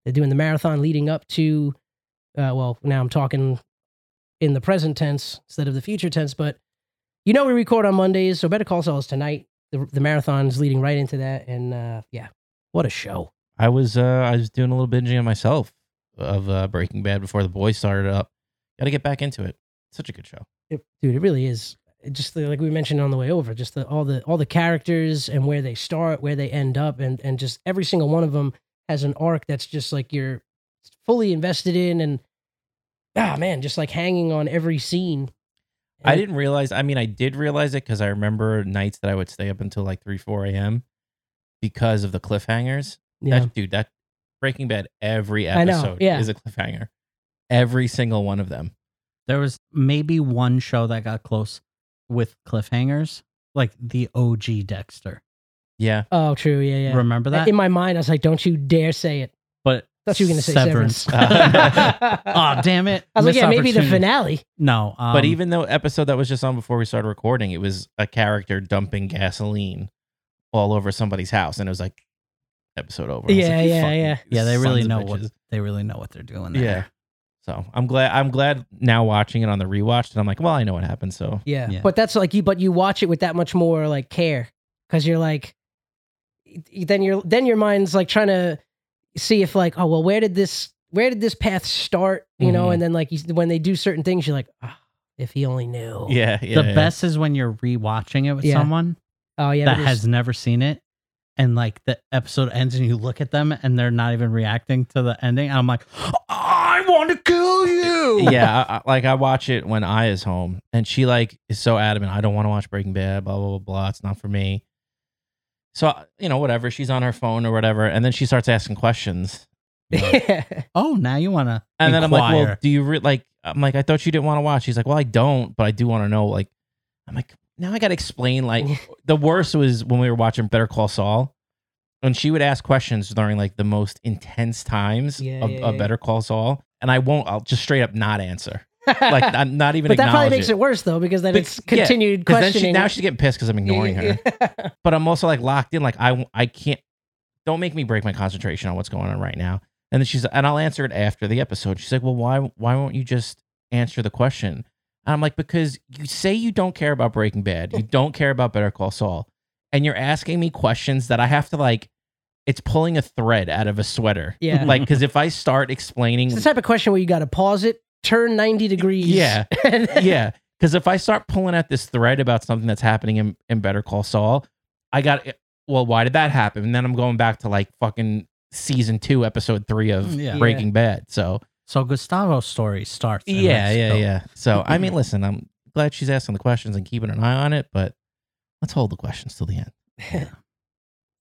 S4: They're doing the marathon leading up to, uh, well, now I'm talking in the present tense instead of the future tense, but you know we record on Mondays, so Better Call Saul is tonight. The, the marathon's leading right into that, and uh, yeah, what a show!
S5: I was uh, I was doing a little binging on myself of uh, Breaking Bad before the boys started up. Got to get back into it. Such a good show.
S4: It- dude, it really is. It just the- like we mentioned on the way over, just the, all the all the characters and where they start, where they end up, and and just every single one of them has an arc that's just like you're fully invested in, and ah man, just like hanging on every scene.
S5: I didn't realize. I mean, I did realize it because I remember nights that I would stay up until like three, four a.m. because of the cliffhangers.
S4: Yeah.
S5: That dude, that Breaking Bad every
S4: I know,
S5: episode
S4: yeah.
S5: is a cliffhanger. Every single one of them.
S6: There was maybe one show that got close with cliffhangers, like the OG Dexter.
S5: Yeah,
S4: Oh, true. Yeah, yeah.
S6: Remember that?
S4: In my mind, I was like, "Don't you dare say it."
S6: but
S4: Thought you were going to say Severance.
S6: oh, damn it.
S4: I was like,
S6: Missed
S4: "Yeah, maybe the
S6: opportunity.
S4: finale."
S6: No. Um,
S5: but even though episode that was just on before we started recording, it was a character dumping gasoline all over somebody's house, and it was like episode over. I was
S4: Yeah,
S5: like, "You
S4: yeah,
S5: fucking
S4: yeah.
S6: Yeah, they
S5: sons
S6: really
S5: of
S6: know
S5: bitches."
S6: what they really know what they're doing there.
S5: Yeah. So I'm glad. I'm glad now watching it on the rewatch, and I'm like, well, I know what happened. So
S4: Yeah.
S6: Yeah.
S4: But that's like you but you watch it with that much more like care cuz you're like then your then your mind's like trying to see if like oh well where did this where did this path start, you know,
S5: Mhm.
S4: and then like you, when they do certain things you're like ah, if he only knew.
S5: yeah, yeah
S6: the
S5: yeah.
S6: best is when you're rewatching it with
S4: Yeah.
S6: someone
S4: Oh yeah.
S6: that
S4: but
S6: has
S4: it's-
S6: never seen it, and like the episode ends, and you look at them, and they're not even reacting to the ending. I'm like, I want to kill you.
S5: yeah, I, I- like I watch it when I is home, and she like is so adamant. I don't want to watch Breaking Bad. Blah blah blah blah. It's not for me. So uh, you know, whatever. She's on her phone or whatever, and then she starts asking questions, you know.
S6: Oh, now you want to?
S5: and then I'm like, well, do you re-? like? I'm like, I thought you didn't want to watch. She's like, well, I don't, but I do want to know. Like, I'm like, now I got to explain. Like, the worst was when we were watching Better Call Saul. And she would ask questions during like the most intense times
S4: Yeah,
S5: of,
S4: yeah,
S5: of
S4: yeah.
S5: Better Call Saul, and I won't. I'll just straight up not answer. like I'm not even.
S4: But that probably
S5: acknowledge
S4: makes it. worse though because then
S5: But-
S4: it's
S5: yeah,
S4: continued
S5: 'Cause then she,
S4: questioning.
S5: now she's getting pissed because I'm ignoring her. But I'm also like locked in. Like I I can't. Don't make me break my concentration on what's going on right now. And then she's and I'll answer it after the episode. She's like, well, why why won't you just answer the question? And I'm like, because you say you don't care about Breaking Bad, you don't care about Better Call Saul, and you're asking me questions that I have to like. It's pulling a thread out of a sweater.
S4: Yeah.
S5: Like, because if I start explaining
S4: It's the type of question where you got to pause it, turn 90 degrees.
S5: Yeah.
S4: and then-
S5: yeah. Because if I start pulling at this thread about something that's happening in, in Better Call Saul, I got, eh, well, why did that happen? And then I'm going back to like fucking season two, episode three of
S6: Yeah.
S5: Breaking Bad. So,
S6: so Gustavo's story starts. in
S5: yeah, yeah,
S6: Mexico.
S5: yeah. So, I mean, listen, I'm glad she's asking the questions and keeping an eye on it, but let's hold the questions till the end.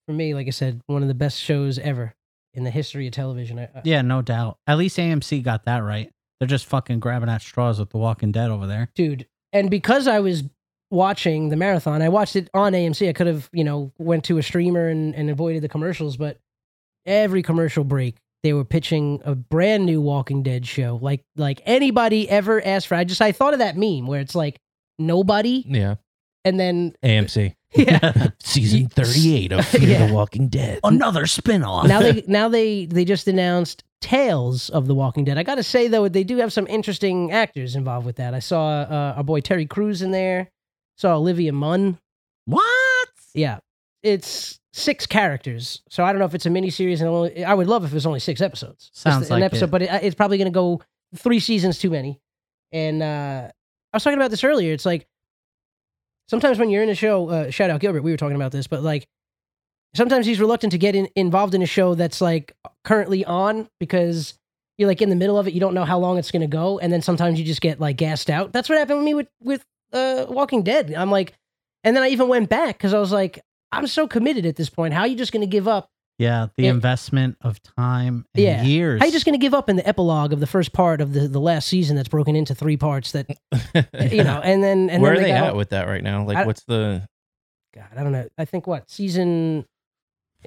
S4: For me, like I said, one of the best shows ever in the history of television. I, I-
S6: Yeah, no doubt. At least AMC got that right. They're just fucking grabbing at straws with The Walking Dead over there.
S4: dude. And because I was watching the marathon, I watched it on AMC. I could have, you know, went to a streamer and, and avoided the commercials, but every commercial break, they were pitching a brand new Walking Dead show. Like like anybody ever asked for. I just I thought of that meme where it's like nobody
S5: Yeah.
S4: and then
S5: AMC.
S4: yeah.
S5: season 38 of Fear
S4: Yeah.
S5: the Walking Dead.
S6: Another spinoff.
S4: now they now they they just announced Tales of the Walking Dead. I gotta say though, they do have some interesting actors involved with that. I saw uh, our boy Terry Crews in there. Saw Olivia Munn.
S6: what?
S4: Yeah, it's six characters, so I don't know if it's a miniseries. And only, I would love if it was only six episodes. Just
S6: Sounds
S4: an
S6: like
S4: episode,
S6: it.
S4: but it, uh, it's probably gonna go three seasons too many. And uh, I was talking about this earlier. It's like sometimes when you're in a show, uh, shout out Gilbert, we were talking about this, but like sometimes he's reluctant to get in, involved in a show that's like currently on because you're like in the middle of it, you don't know how long it's gonna go, and then sometimes you just get like gassed out. That's what happened with me with with uh, Walking Dead. I'm like, and then I even went back because I was like, I'm so committed at this point. How are you just gonna give up?
S6: Yeah, the
S4: It-
S6: investment of time and
S4: Yeah.
S6: years.
S4: How are you just gonna give up in the epilogue of the first part of the the last season that's broken into three parts that you know, and then and
S5: Where
S4: then
S5: are they
S4: got all-
S5: at with that right now? Like,
S4: I-
S5: what's the.
S4: God, I don't know. I think what season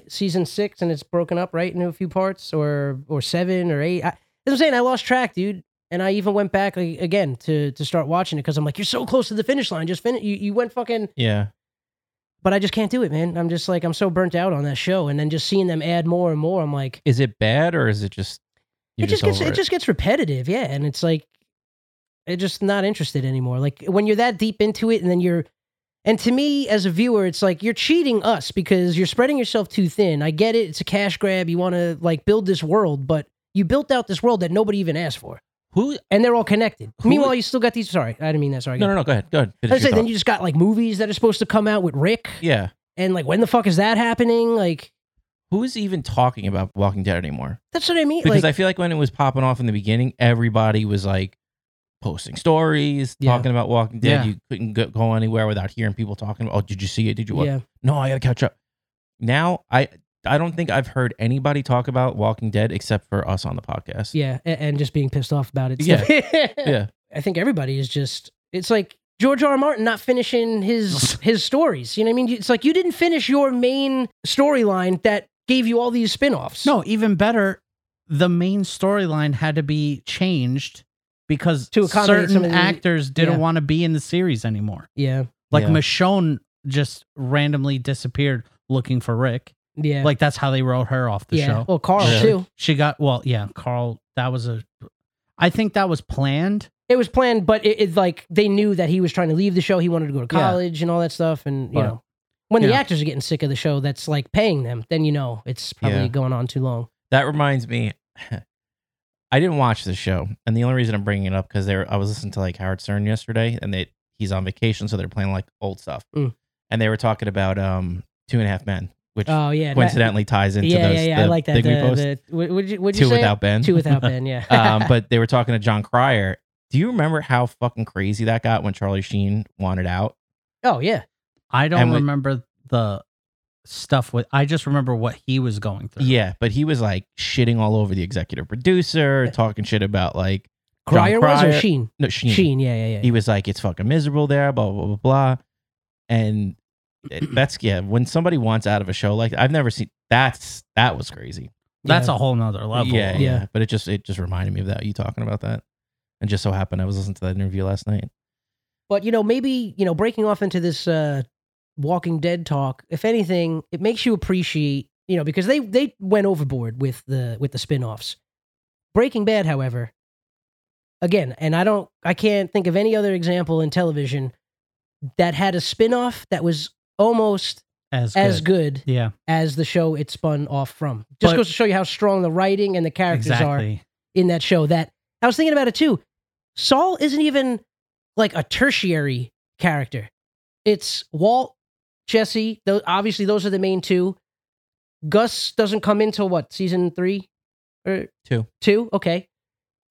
S4: season six, and it's broken up right into a few parts, or or seven or eight. I, that's what I'm saying. I lost track, dude. And I even went back like, again to to start watching it because I'm like, you're so close to the finish line. Just finish. You you went fucking.
S5: Yeah.
S4: but I just can't do it, man. I'm just like I'm so burnt out on that show, and then just seeing them add more and more, I'm like,
S5: Is it bad or is it just you
S4: it just gets
S5: over
S4: it just gets repetitive, yeah, and it's like it's just not interested anymore. Like when you're that deep into it, and then you're, and to me as a viewer, it's like you're cheating us because you're spreading yourself too thin. I get it; it's a cash grab. You want to like build this world, but you built out this world that nobody even asked for,
S5: who?
S4: and they're all connected.
S5: Who-
S4: Meanwhile, you still got these. Sorry, I didn't mean that. Sorry.
S5: No, no, no. Go ahead. Go ahead.
S4: I was
S5: Finish your
S4: saying, then
S5: thought.
S4: you just got like movies that are supposed to come out with Rick,
S5: yeah.
S4: and like when the fuck is that happening? Like
S5: Who is even talking about Walking Dead anymore?
S4: that's what I mean.
S5: Because
S4: like,
S5: I feel like when it was popping off in the beginning, everybody was like posting stories,
S4: Yeah.
S5: talking about Walking Dead.
S6: Yeah.
S5: You couldn't go, go anywhere without hearing people talking about, "Oh, did you see it? Did you watch?"
S4: yeah,
S5: No, I gotta catch up. Now I I don't think I've heard anybody talk about Walking Dead except for us on the podcast.
S4: yeah, a- and, just being pissed off about it.
S5: Yeah.
S4: yeah.
S5: Yeah.
S4: I think everybody is just. It's like George R. R. Martin not finishing his his stories. You know what I mean? It's like you didn't finish your main storyline that gave you all these spin-offs.
S6: No, even better, the main storyline had to be changed because
S4: To accommodate some
S6: certain
S4: of the-
S6: actors didn't
S4: yeah.
S6: want to be in the series anymore.
S4: Yeah.
S6: Like
S5: Yeah.
S6: Michonne just randomly disappeared looking for Rick.
S4: Yeah.
S6: Like that's how they wrote her off the
S4: yeah.
S6: show.
S4: Well, Carl
S5: Yeah.
S4: too.
S6: She got well, yeah, Carl, that was a I think that was planned.
S4: It was planned, but it, it like they knew that he was trying to leave the show. He wanted to go to
S6: Yeah.
S4: college and all that stuff. And you
S6: But-
S4: know, when the
S6: yeah.
S4: actors are getting sick of the show, that's like paying them. Then you know it's probably
S5: Yeah.
S4: going on too long.
S5: That reminds me, I didn't watch the show, and the only reason I'm bringing it up because there I was listening to like Howard Stern yesterday, and they he's on vacation, so they're playing like old stuff,
S4: Mm.
S5: and they were talking about um Two and a Half Men, which
S4: Oh yeah. that-
S5: coincidentally ties into
S4: yeah,
S5: those,
S4: yeah, yeah.
S5: the
S4: I like that.
S5: thing we
S4: The-
S5: post,
S4: the- what- what'd you, what'd you
S5: Two
S4: say?
S5: Without Ben,
S4: Two without Ben. Yeah.
S5: um, but they were talking to John Cryer. Do you remember how fucking crazy that got when Charlie Sheen wanted out?
S4: oh yeah.
S6: I don't
S5: And we-
S6: remember the stuff with I just remember what he was going through.
S5: Yeah, but he was like shitting all over the executive producer, talking shit about like John
S4: Cryer was or
S5: Cryer-
S4: Sheen?
S5: no Sheen.
S4: Sheen, yeah, yeah, yeah.
S5: He was like, "It's fucking miserable there," blah blah blah blah, blah. and it- that's yeah. When somebody wants out of a show like I've never seen that's that was crazy.
S6: That's
S4: yeah.
S6: a whole nother level.
S5: Yeah, yeah,
S4: Yeah.
S5: But it just it just reminded me of that you talking about that, and just so happened I was listening to that interview last night.
S4: But you know, maybe you know, breaking off into this uh, Walking Dead talk, if anything, it makes you appreciate you know because they they went overboard with the with the spin-offs. Breaking Bad, however, again, and I don't, I can't think of any other example in television that had a spin-off that was almost
S6: As good.
S4: as good
S6: Yeah.
S4: as the show it spun off from. Just
S6: But-
S4: goes to show you how strong the writing and the characters are.
S6: Exactly.
S4: in that show that I was thinking about it too. Saul isn't even like a tertiary character. It's Walt, Jesse, those obviously those are the main two. Gus doesn't come into what, season 3 or
S5: Two.
S4: 2, okay.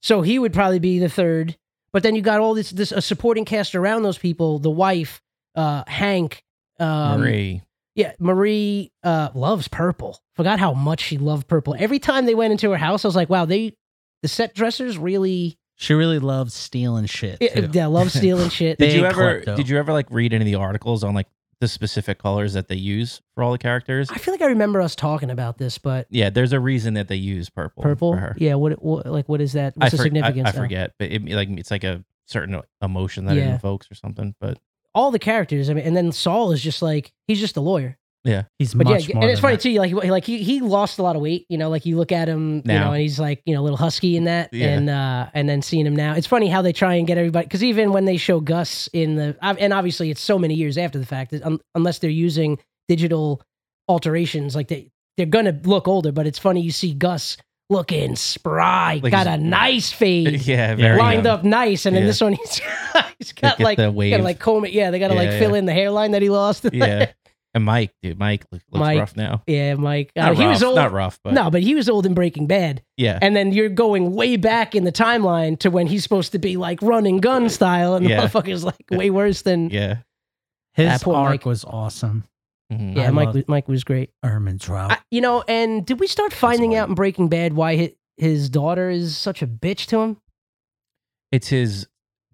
S4: So he would probably be the third. But then you got all this this a supporting cast around those people, the wife, uh Hank, um
S5: Marie,
S4: yeah, Marie uh, loves purple. Forgot how much she loved purple. Every time they went into her house, I was like, wow, they the set dressers really
S6: She really loves stealing shit.
S4: it-
S6: too.
S4: they love stealing shit.
S5: did
S6: big
S5: you ever
S6: klepto.
S5: did you ever like read any of the articles on like the specific colors that they use for all the characters?
S4: I feel like I remember us talking about this, but
S5: yeah, there's a reason that they use purple.
S4: purple.
S5: For her.
S4: Yeah, what, what like what is that?
S5: I,
S4: What's the
S5: for- I-
S4: significance?
S5: I,
S4: now?
S5: forget, but it, like it's like a certain emotion that it
S4: Yeah.
S5: invokes or something. But
S4: All the characters. I mean, and then Saul is just like he's just a lawyer.
S6: He's
S4: But
S6: much
S4: yeah,
S6: more.
S4: and it's
S6: than
S4: funny
S6: that.
S4: too. Like he- like he he lost a lot of weight. You know, like you look at him, you
S5: Now.
S4: know, and he's like you know a little husky in that,
S5: Yeah.
S4: and uh and then seeing him now, it's funny how they try and get everybody because even when they show Gus in the ob- and obviously it's so many years after the fact that un, unless they're using digital alterations, like they they're gonna look older. But it's funny you see Gus looking spry,
S5: Like
S4: got a
S5: he's-
S4: nice fade.
S5: yeah,
S4: Lined up nice, and then
S5: Yeah.
S4: this one he's, he's got
S5: get
S4: like
S5: the
S4: gotta
S5: wave.
S4: like comb it. Yeah, they gotta
S5: Yeah,
S4: like
S5: yeah.
S4: fill in the hairline that he lost.
S5: yeah. And Mike, dude, Mike look- looks
S4: Mike,
S5: rough now.
S4: yeah, Mike. Uh,
S5: Not
S4: he
S5: rough,
S4: was old.
S5: not rough, but
S4: no, but he was old in Breaking Bad,
S5: yeah,
S4: and then you're going way back in the timeline to when he's supposed to be like run and gun style, and
S5: Yeah.
S4: the motherfucker's like way worse than yeah.
S5: yeah.
S6: His
S4: That poor
S6: arc
S4: Mike.
S6: was awesome.
S5: Mhm.
S6: I
S4: Mike,
S6: love-
S4: was, Mike was great.
S6: Ermin's
S5: Oh.
S6: route.
S4: I, you know, and did we start finding
S5: Mike.
S4: out in Breaking Bad why his, his daughter is such a bitch to him?
S5: It's his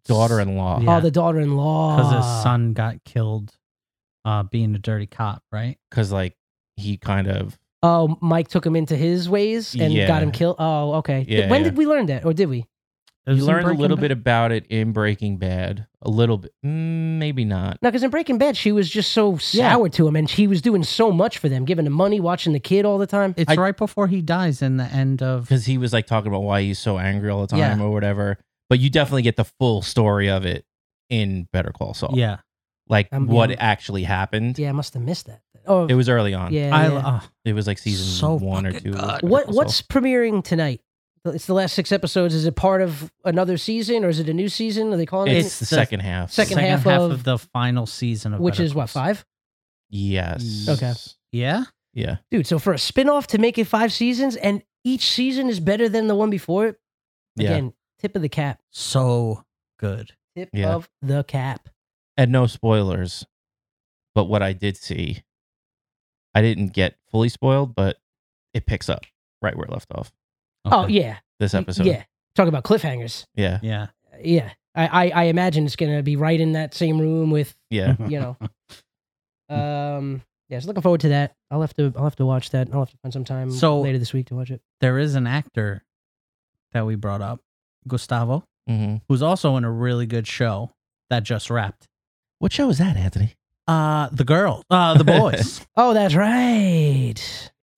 S5: daughter-in-law.
S6: Yeah.
S4: Oh, the daughter-in-law.
S6: because his son got killed uh, being a dirty cop, right?
S5: because like he kind of
S4: Oh, Mike took him into his ways and
S5: Yeah.
S4: got him killed. Oh, okay.
S5: Yeah,
S4: when
S5: yeah.
S4: did we learn that, or did we?
S5: You learned a little bit about it in Breaking Bad. A little bit, Mm, maybe not.
S4: No, because in Breaking Bad, she was just so sour to him, and she was doing so much for them, giving them money, watching the kid all the time.
S6: It's
S5: I-
S6: right before he dies in the end of.
S5: because he was like talking about why he's so angry all the
S6: Yeah.
S5: time or whatever. But you definitely get the full story of it in Better Call Saul.
S6: Yeah,
S5: like
S4: Um,
S5: what
S4: yeah.
S5: actually happened.
S4: Yeah, I must have missed that. Oh,
S5: It was early on.
S4: yeah.
S6: I,
S4: yeah.
S6: oh,
S5: it was like season
S6: So
S5: one or
S6: fucking
S5: two. of
S6: good.
S5: Better
S4: what
S5: Call
S4: what's
S5: Saul.
S4: premiering tonight? It's the last six episodes. Is it part of another season, or is it a new season? Are they calling it?
S5: It's the
S6: the
S5: second half.
S4: second half of-
S6: the final season of
S4: Which
S6: Better
S4: is what
S6: Call Saul.
S4: five,
S5: Yes.
S4: Okay.
S6: Yeah,
S5: Yeah.
S4: dude. So for a spinoff to make it five seasons, and each season is better than the one before it.
S5: Yeah.
S4: Again, tip of the cap.
S6: so good.
S4: Tip
S5: Yeah.
S4: of the cap.
S5: And no spoilers. But what I did see, I didn't get fully spoiled, but it picks up right where it left off
S4: Oh
S6: Okay.
S4: yeah,
S5: this
S4: Y-
S5: episode.
S4: yeah. Talk about cliffhangers.
S5: Yeah.
S6: yeah,
S4: Yeah, I I, I imagine it's gonna be right in that same room with
S5: Yeah.
S4: you know. um. Yeah, so looking forward to that. I'll have to I'll have to watch that. I'll have to find some time
S6: So-
S4: later this week to watch it.
S6: there is an actor that we brought up, Gustavo,
S4: Mm.
S5: hmm
S6: who's also in a really good show that just wrapped.
S5: What show is that, Anthony?
S6: Uh, the girl, uh, the boys.
S4: Oh, that's right.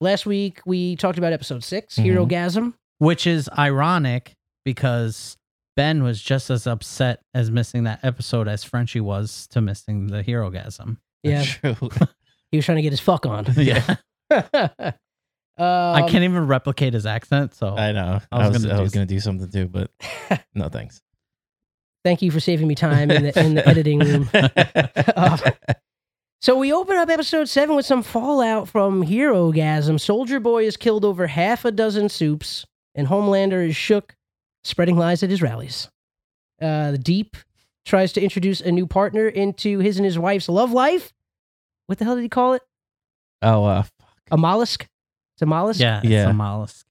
S4: Last week we talked about episode 6
S5: Mhm.
S4: Hero Gasm.
S6: which is ironic because Ben was just as upset as missing that episode as Frenchie was to missing the hero gasm.
S4: Yeah,
S5: True.
S4: he was trying to get his fuck on.
S5: yeah.
S4: um,
S6: I can't even replicate his accent, so
S5: I know.
S6: I
S5: I
S6: was
S5: was,
S6: gonna
S5: I
S6: do
S5: was going to do something too, but no thanks.
S4: Thank you for saving me time in the in the editing room. Uh, So we open up episode seven with some fallout from Hero Gasm. Soldier Boy has killed over half a dozen soups, and Homelander is shook, spreading lies at his rallies. Uh, the Deep tries to introduce a new partner into his and his wife's love life. What the hell did he call it?
S5: oh, uh,
S4: A mollusk? It's a mollusk?
S6: yeah, it's
S5: Yeah.
S6: a mollusk.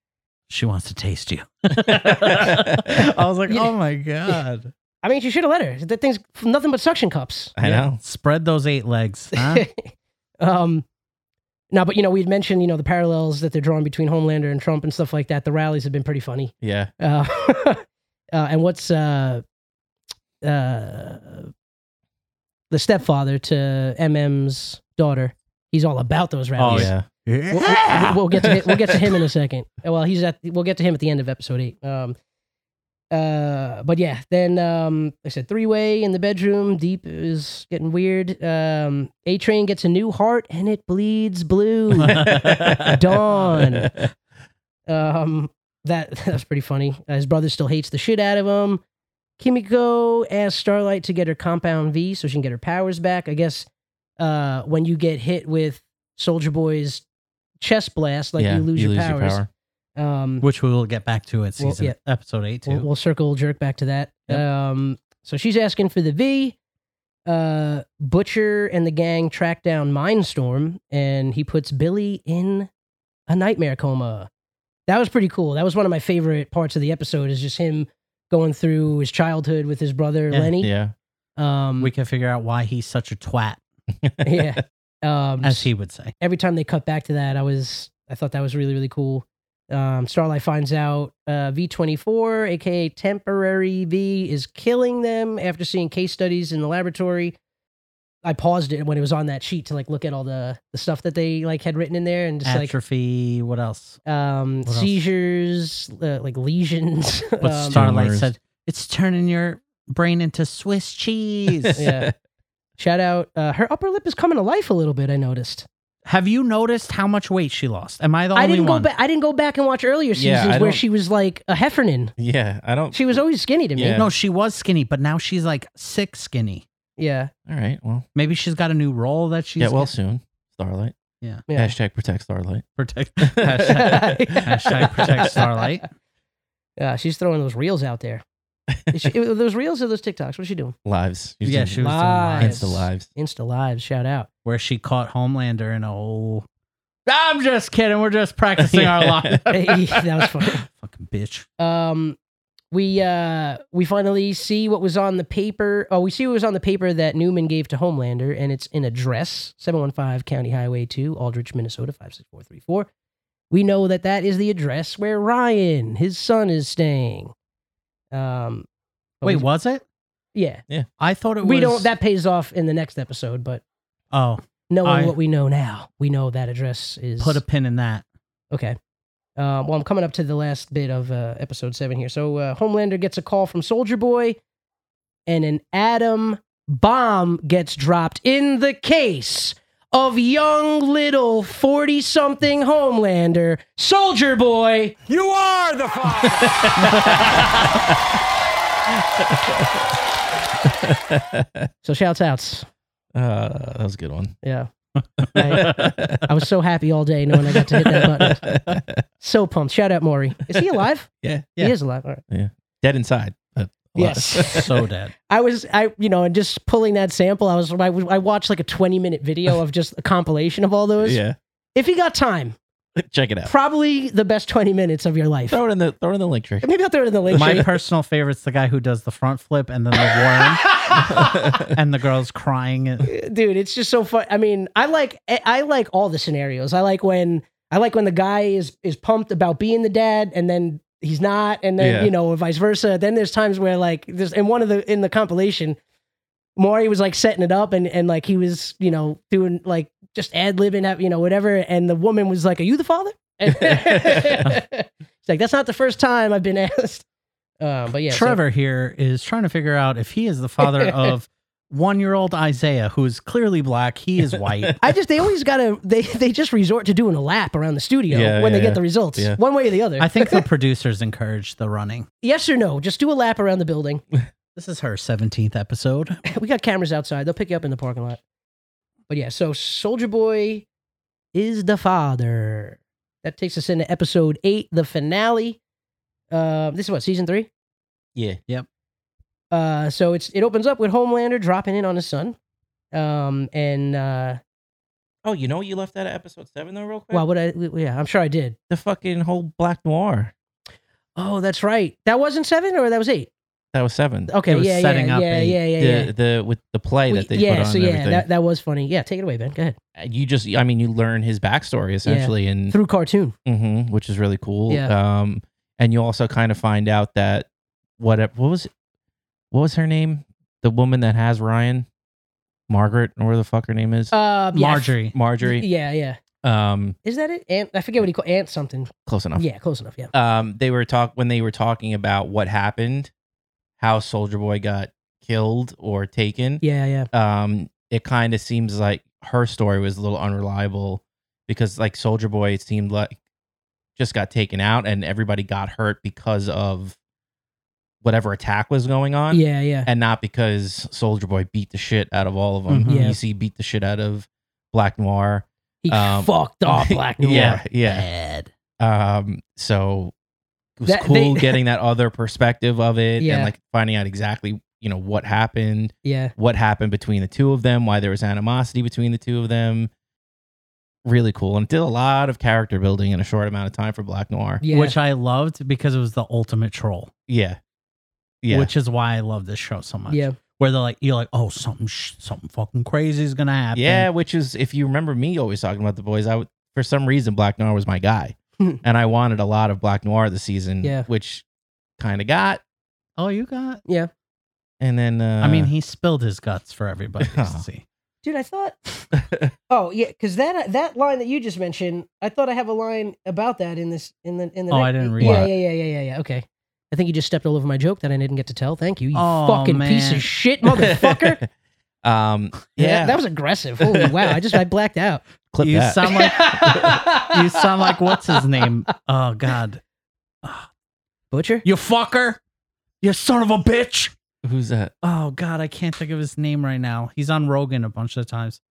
S6: She wants to taste you. I was like, oh my god!
S4: I mean, she should have let her. That thing's nothing but suction cups.
S5: I
S6: Yeah.
S5: know.
S6: Spread those eight legs. Huh?
S4: um, no, but you know, we'd mentioned, you know, the parallels that they're drawing between Homelander and Trump and stuff like that. The rallies have been pretty funny.
S5: Yeah.
S4: Uh, uh, and what's uh, uh, the stepfather to MM's daughter? He's all about those
S5: Oh,
S4: rallies.
S5: yeah.
S4: We'll- We'll, we'll get to hi- we'll get to him in a second. Uh, Well, he's at we'll get to him at the end of episode eight. Um, uh, but yeah, then um, like I said three way in the bedroom. Deep is getting weird. Um, a train gets a new heart and it bleeds blue. Dawn. Um, that that's pretty funny. Uh, His brother still hates the shit out of him. Kimiko asks Starlight to get her compound V so she can get her powers back. I guess uh, when you get hit with Soldier Boy's chest blast, like
S5: Yeah,
S4: you lose, your, powers.
S5: power.
S4: Um,
S6: Which we will get back to at
S4: Well,
S6: season
S4: yeah.
S6: episode eight too.
S4: we'll, we'll circle jerk back to that.
S6: Yep.
S4: Um, so she's asking for the V. Uh, Butcher and the gang track down Mindstorm, and he puts Billy in a nightmare coma. That was pretty cool. That was one of my favorite parts of the episode. Is just him going through his childhood with his brother
S6: Yeah.
S4: Lenny.
S5: Yeah.
S4: Um,
S6: we can figure out why he's such a twat,
S4: yeah. Um,
S6: as he would say.
S4: every time they cut back to that, I was I thought that was really really cool. Um, Starlight finds out uh, V24, aka Temporary V, is killing them after seeing case studies in the laboratory. I paused it when it was on that sheet to like look at all the the stuff that they like had written in there and just
S6: Atrophy. what else?
S4: like um
S6: else?
S4: seizures, uh, like lesions.
S6: But
S4: um,
S6: Starlight
S5: Tumors.
S6: said, "It's turning your brain into Swiss cheese."
S4: yeah. Shout out. Uh, her upper lip is coming to life a little bit. I noticed.
S6: Have you noticed how much weight she lost? Am I the
S4: I
S6: only
S4: didn't
S6: one?
S4: go back. I didn't go back and watch earlier
S5: Yeah,
S4: seasons
S5: I
S4: where
S5: don't-
S4: she was like a Heffernan.
S5: Yeah. I don't.
S4: She was always skinny to me.
S5: Yeah.
S6: No, she was skinny, but now she's like six skinny.
S4: Yeah.
S5: All right. Well,
S6: Maybe she's got a new role that she's
S5: get well soon. Starlight.
S4: Yeah.
S5: Hashtag protect Starlight.
S6: protect. hashtag, hashtag protect Starlight.
S4: Yeah, she's throwing those reels out there. Is she- those reels or those TikToks? What's she doing?
S5: Lives. You're
S6: yeah,
S5: doing
S6: she was doing
S4: Lies.
S6: lives,
S5: Insta lives.
S4: Insta lives. Shout out.
S6: where she caught Homelander in a whole. I'm just kidding. We're just practicing our line.
S4: Hey, that was funny.
S6: Fucking bitch.
S4: Um, we uh we finally see what was on the paper. Oh, we see what was on the paper that Newman gave to Homelander, and it's an address: seven one five County Highway two, Aldrich, Minnesota five six four three four. We know that that is the address where Ryan, his son, is staying. Um, but
S6: Wait,
S4: we-
S6: was it?
S4: Yeah,
S6: I thought it was.
S4: we don't. That pays off in the next episode, but
S6: Oh,
S4: knowing
S6: I-
S4: what we know now, we know that address is
S6: put a pin in that.
S4: Okay. Uh, well, I'm coming up to the last bit of uh, episode seven here. So uh, Homelander gets a call from Soldier Boy, and an atom bomb gets dropped in the case of young little 40 something Homelander, Soldier Boy.
S7: You are the father.
S4: So shouts outs.
S5: Uh, that was a good one.
S4: Yeah. I, I was so happy all day knowing I got to hit that button. So pumped. Shout out Maury. Is he alive?
S5: yeah,
S4: He
S5: yeah.
S4: is alive. All right.
S5: Dead inside. Uh, But
S4: Yes.
S6: So dead.
S4: I was I you know and just pulling that sample I was I, was- I watched like a 20 minute video of just a compilation of all those.
S5: yeah.
S4: If you got time,
S5: Check it out.
S4: probably the best 20 minutes of your life.
S5: Throw it in the throw it in the link tree.
S4: Maybe I'll throw it in the link.
S6: My
S4: tree.
S6: personal favorite's the guy who does the front flip and then the worm, and the girl's crying. and-
S4: Dude, it's just so fun. I mean, I like I like all the scenarios. I like when I like when the guy is is pumped about being the dad and then he's not and then
S5: Yeah.
S4: you know or vice versa. Then there's times where like there's and one of the in the compilation Maury was like setting it up and and like he was, you know, doing like just ad libbing, you know, whatever. And the woman was like, Are you the father? She's like, That's not the first time I've been asked. Um, but yeah, so-
S6: Trevor here is trying to figure out if he is the father of one-year-old Isaiah, who is clearly black. He is white.
S4: I just they always gotta they they just resort to doing a lap around the studio
S5: Yeah,
S4: when
S5: yeah,
S4: they get
S5: yeah.
S4: the results,
S5: Yeah.
S4: one way or the other.
S6: I think the producers encourage the running.
S4: yes or no, just do a lap around the building.
S6: This is her 17th episode.
S4: we got cameras outside; they'll pick you up in the parking lot. But yeah, so Soldier Boy is the father. That takes us into episode eight, the finale. Uh, this is what season three.
S5: Yeah.
S4: Uh, so it's it opens up with Homelander dropping in on his son, um, and uh,
S5: Oh, you know what you left out of episode seven though, real quick?
S4: well, what I yeah, I'm sure I did.
S5: the fucking whole black noir.
S4: Oh, that's right. That wasn't seven, or that was eight.
S5: That was seven.
S4: Okay,
S6: It was
S4: yeah,
S6: setting
S4: yeah,
S6: up
S4: yeah,
S6: a-
S4: Oh, yeah, yeah,
S5: the,
S4: yeah.
S5: the with the play
S4: We-
S5: that they
S4: yeah,
S5: put on
S4: so
S5: and
S4: yeah,
S5: everything.
S4: that, that was funny. Yeah, take it away, Ben. Go ahead.
S5: you just I mean you learn his backstory essentially and
S4: Through cartoon.
S5: Mhm, which is really cool.
S4: Yeah.
S5: Um, and you also kind of find out that what e-, what was what was her name? The woman that has Ryan, Margaret, or whatever the fuck her name is,
S4: Uh, yeah,
S6: Marjorie.
S5: Marjorie.
S4: Yeah, yeah.
S5: Um,
S4: Is that it? Ant? I forget what he called Ant something.
S5: close enough.
S4: Yeah, close enough. Yeah.
S5: Um, they were talk when they were talking about what happened, how Soldier Boy got killed or taken.
S4: Yeah, yeah.
S5: um, it kind of seems like her story was a little unreliable because like Soldier Boy it seemed like just got taken out and everybody got hurt because of whatever attack was going on
S4: Yeah, yeah.
S5: and not because Soldier Boy beat the shit out of all of them.
S6: Mhm.
S4: Mm-hmm. Yeah.
S5: EC beat the shit out of Black Noir.
S4: He
S5: um,
S4: fucked off Black Noir.
S5: yeah, yeah.
S6: Bad.
S5: Um, so it was
S4: That-
S5: cool
S4: they-
S5: getting that other perspective of it
S4: Yeah.
S5: and like finding out exactly, you know, what happened
S4: Yeah.
S5: what happened between the two of them, why there was animosity between the two of them. Really cool. And it did a lot of character building in a short amount of time for Black Noir.
S4: Yeah.
S6: Which I loved because it was the ultimate troll.
S5: Yeah. Yeah.
S6: Which is why I love this show so much.
S4: yeah.
S6: Where they're like, you're like, oh, something, sh- something fucking crazy is gonna happen.
S5: yeah, which is if you remember me always talking about the boys, I would for some reason Black Noir was my guy. and I wanted a lot of Black Noir this season,
S4: Yeah.
S5: which kind of got.
S6: Oh, you got.
S5: And then uh,
S6: I mean, he spilled his guts for everybody to
S5: Oh.
S6: see.
S4: Dude, I thought. oh yeah, because that that line that you just mentioned, I thought I have a line about that in this in the in the.
S6: Oh,
S4: next-
S6: I didn't read
S4: Yeah,
S6: it.
S4: yeah, yeah, yeah, yeah, yeah. Okay. I think you just stepped all over my joke that I didn't get to tell. Thank you, you
S6: Oh,
S4: fucking piece
S6: man.
S4: of shit, motherfucker.
S5: um yeah,
S4: that, that was aggressive. Holy wow! I just I blacked out.
S5: clip
S6: you
S5: that.
S6: sound like you sound like what's his name? Oh God,
S4: Butcher?
S6: you fucker, you son of a bitch.
S5: Who's that?
S6: Oh God, I can't think of his name right now. He's on Rogan a bunch of times.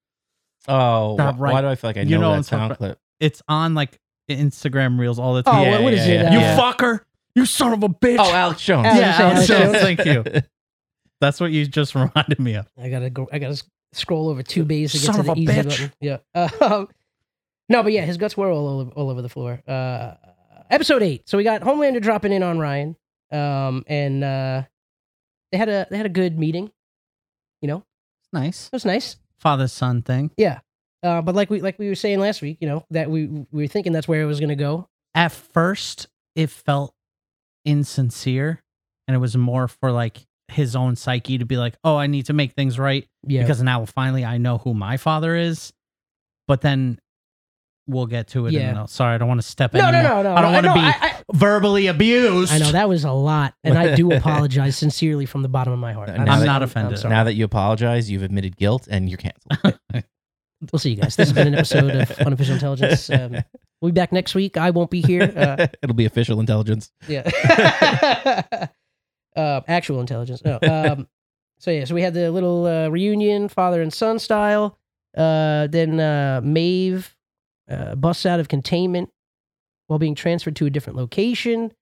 S5: Oh,
S6: Not
S5: wh-
S6: right.
S5: why do I feel like I know,
S6: You know what I'm
S5: that
S6: talking
S5: sound
S6: about.
S5: clip?
S6: It's on like Instagram Reels all the
S4: Oh,
S6: time.
S5: Yeah,
S4: what, what is
S5: yeah,
S4: it? Uh,
S5: yeah.
S6: you fucker, you son of a bitch.
S5: Oh, Alex Jones.
S4: Alex
S6: yeah,
S4: Jones,
S6: Alex
S4: Jones.
S6: Jones, thank you. That's what you just reminded me of.
S4: I gotta go. I gotta s- scroll over two bays to get
S6: Son
S4: to
S6: of
S4: the
S6: a
S4: easy
S6: bitch.
S4: button. Yeah. Uh, no, but yeah, his guts were all over, all over the floor. Uh, episode eight. So we got Homelander dropping in on Ryan, um, and uh, they had a they had a good meeting. You know, it
S6: Nice
S4: was nice.
S6: father son thing.
S4: Yeah. Uh, but like we like we were saying last week, you know that we we were thinking that's where it was gonna go.
S6: At first, it felt insincere, and it was more for like his own psyche to be like, oh, I need to make things right
S4: Yeah.
S6: because now finally I know who my father is. But then we'll get to it.
S4: Yeah.
S6: Yeah. sorry, I don't want to step in.
S4: no, no, no,
S6: anymore.
S4: no.
S6: I don't want
S4: no,
S6: to be
S4: I, I-
S6: verbally abused.
S4: I know that was a lot, and I do apologize sincerely from the bottom of my heart.
S5: I'm
S6: not offended.
S4: sorry.
S5: Now that you apologize, you've admitted guilt and you're canceled.
S4: we'll see you guys. This has been an episode of Unofficial Intelligence. Um, we'll be back next week. I won't be here. Uh,
S5: It'll be official intelligence.
S4: yeah. uh, actual intelligence. No. Um, so yeah, so we had the little uh, reunion, father and son style. Uh, then uh, Maeve uh, busts out of containment while being transferred to a different location.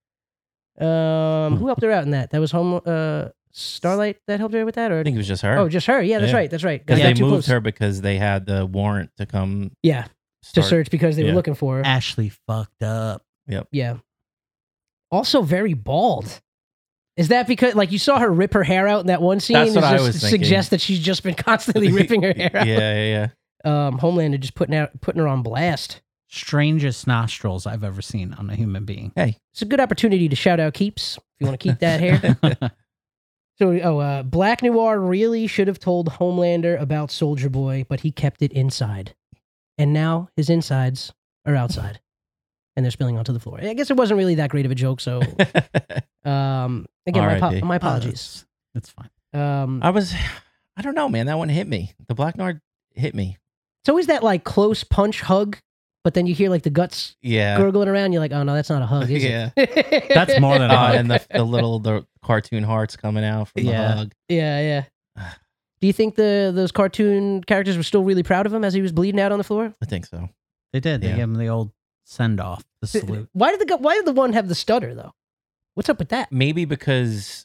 S4: Um, who helped her out in that? That was home. Uh, Starlight that helped her with that, or
S5: I think it was just her.
S4: oh, just her? Yeah, that's
S5: Yeah.
S4: right. That's right.
S5: because
S4: I got
S5: they
S4: too
S5: moved
S4: close.
S5: her because they had the warrant to come.
S4: Yeah, to
S5: start-
S4: search because they
S5: Yeah.
S4: were looking for her.
S6: Ashley fucked up.
S4: Yeah. Also, very bald. Is that because, like, you saw her rip her hair out in that one scene?
S5: That's what
S4: It
S5: I
S4: just
S5: was thinking.
S4: suggests that she's just been constantly ripping her hair
S5: Yeah,
S4: out.
S5: yeah, yeah.
S4: Um, Homelander just putting out putting her on blast.
S6: Strangest nostrils I've ever seen on a human being.
S5: Hey,
S4: It's a good opportunity to shout out keeps if you want to keep that hair. so, oh, uh, Black Noir really should have told Homelander about Soldier Boy, but he kept it inside, and now his insides are outside, and they're spilling onto the floor. I guess it wasn't really that great of a joke, so Um, again, my,
S5: R.I.P..
S4: apo- my
S6: Oh,
S4: apologies.
S6: that's- That's fine.
S4: Um,
S5: I was, I don't know, man. That one hit me. The Black Nard hit me.
S4: it's always that like close punch hug, but then you hear like the guts
S5: Yeah.
S4: gurgling around. You're like, oh no, that's not a hug, is
S5: Yeah.
S4: it?
S6: That's more than
S5: Uh,
S6: odd.
S5: and the, the little the cartoon hearts coming out from the
S6: Yeah.
S5: hug.
S4: yeah, yeah. Do you think the those cartoon characters were still really proud of him as he was bleeding out on the floor?
S5: I think so.
S6: They did. They
S5: Yeah.
S6: gave him the old send off, the salute.
S4: Why did the gu- why did the one have the stutter though? What's up with that?
S5: Maybe because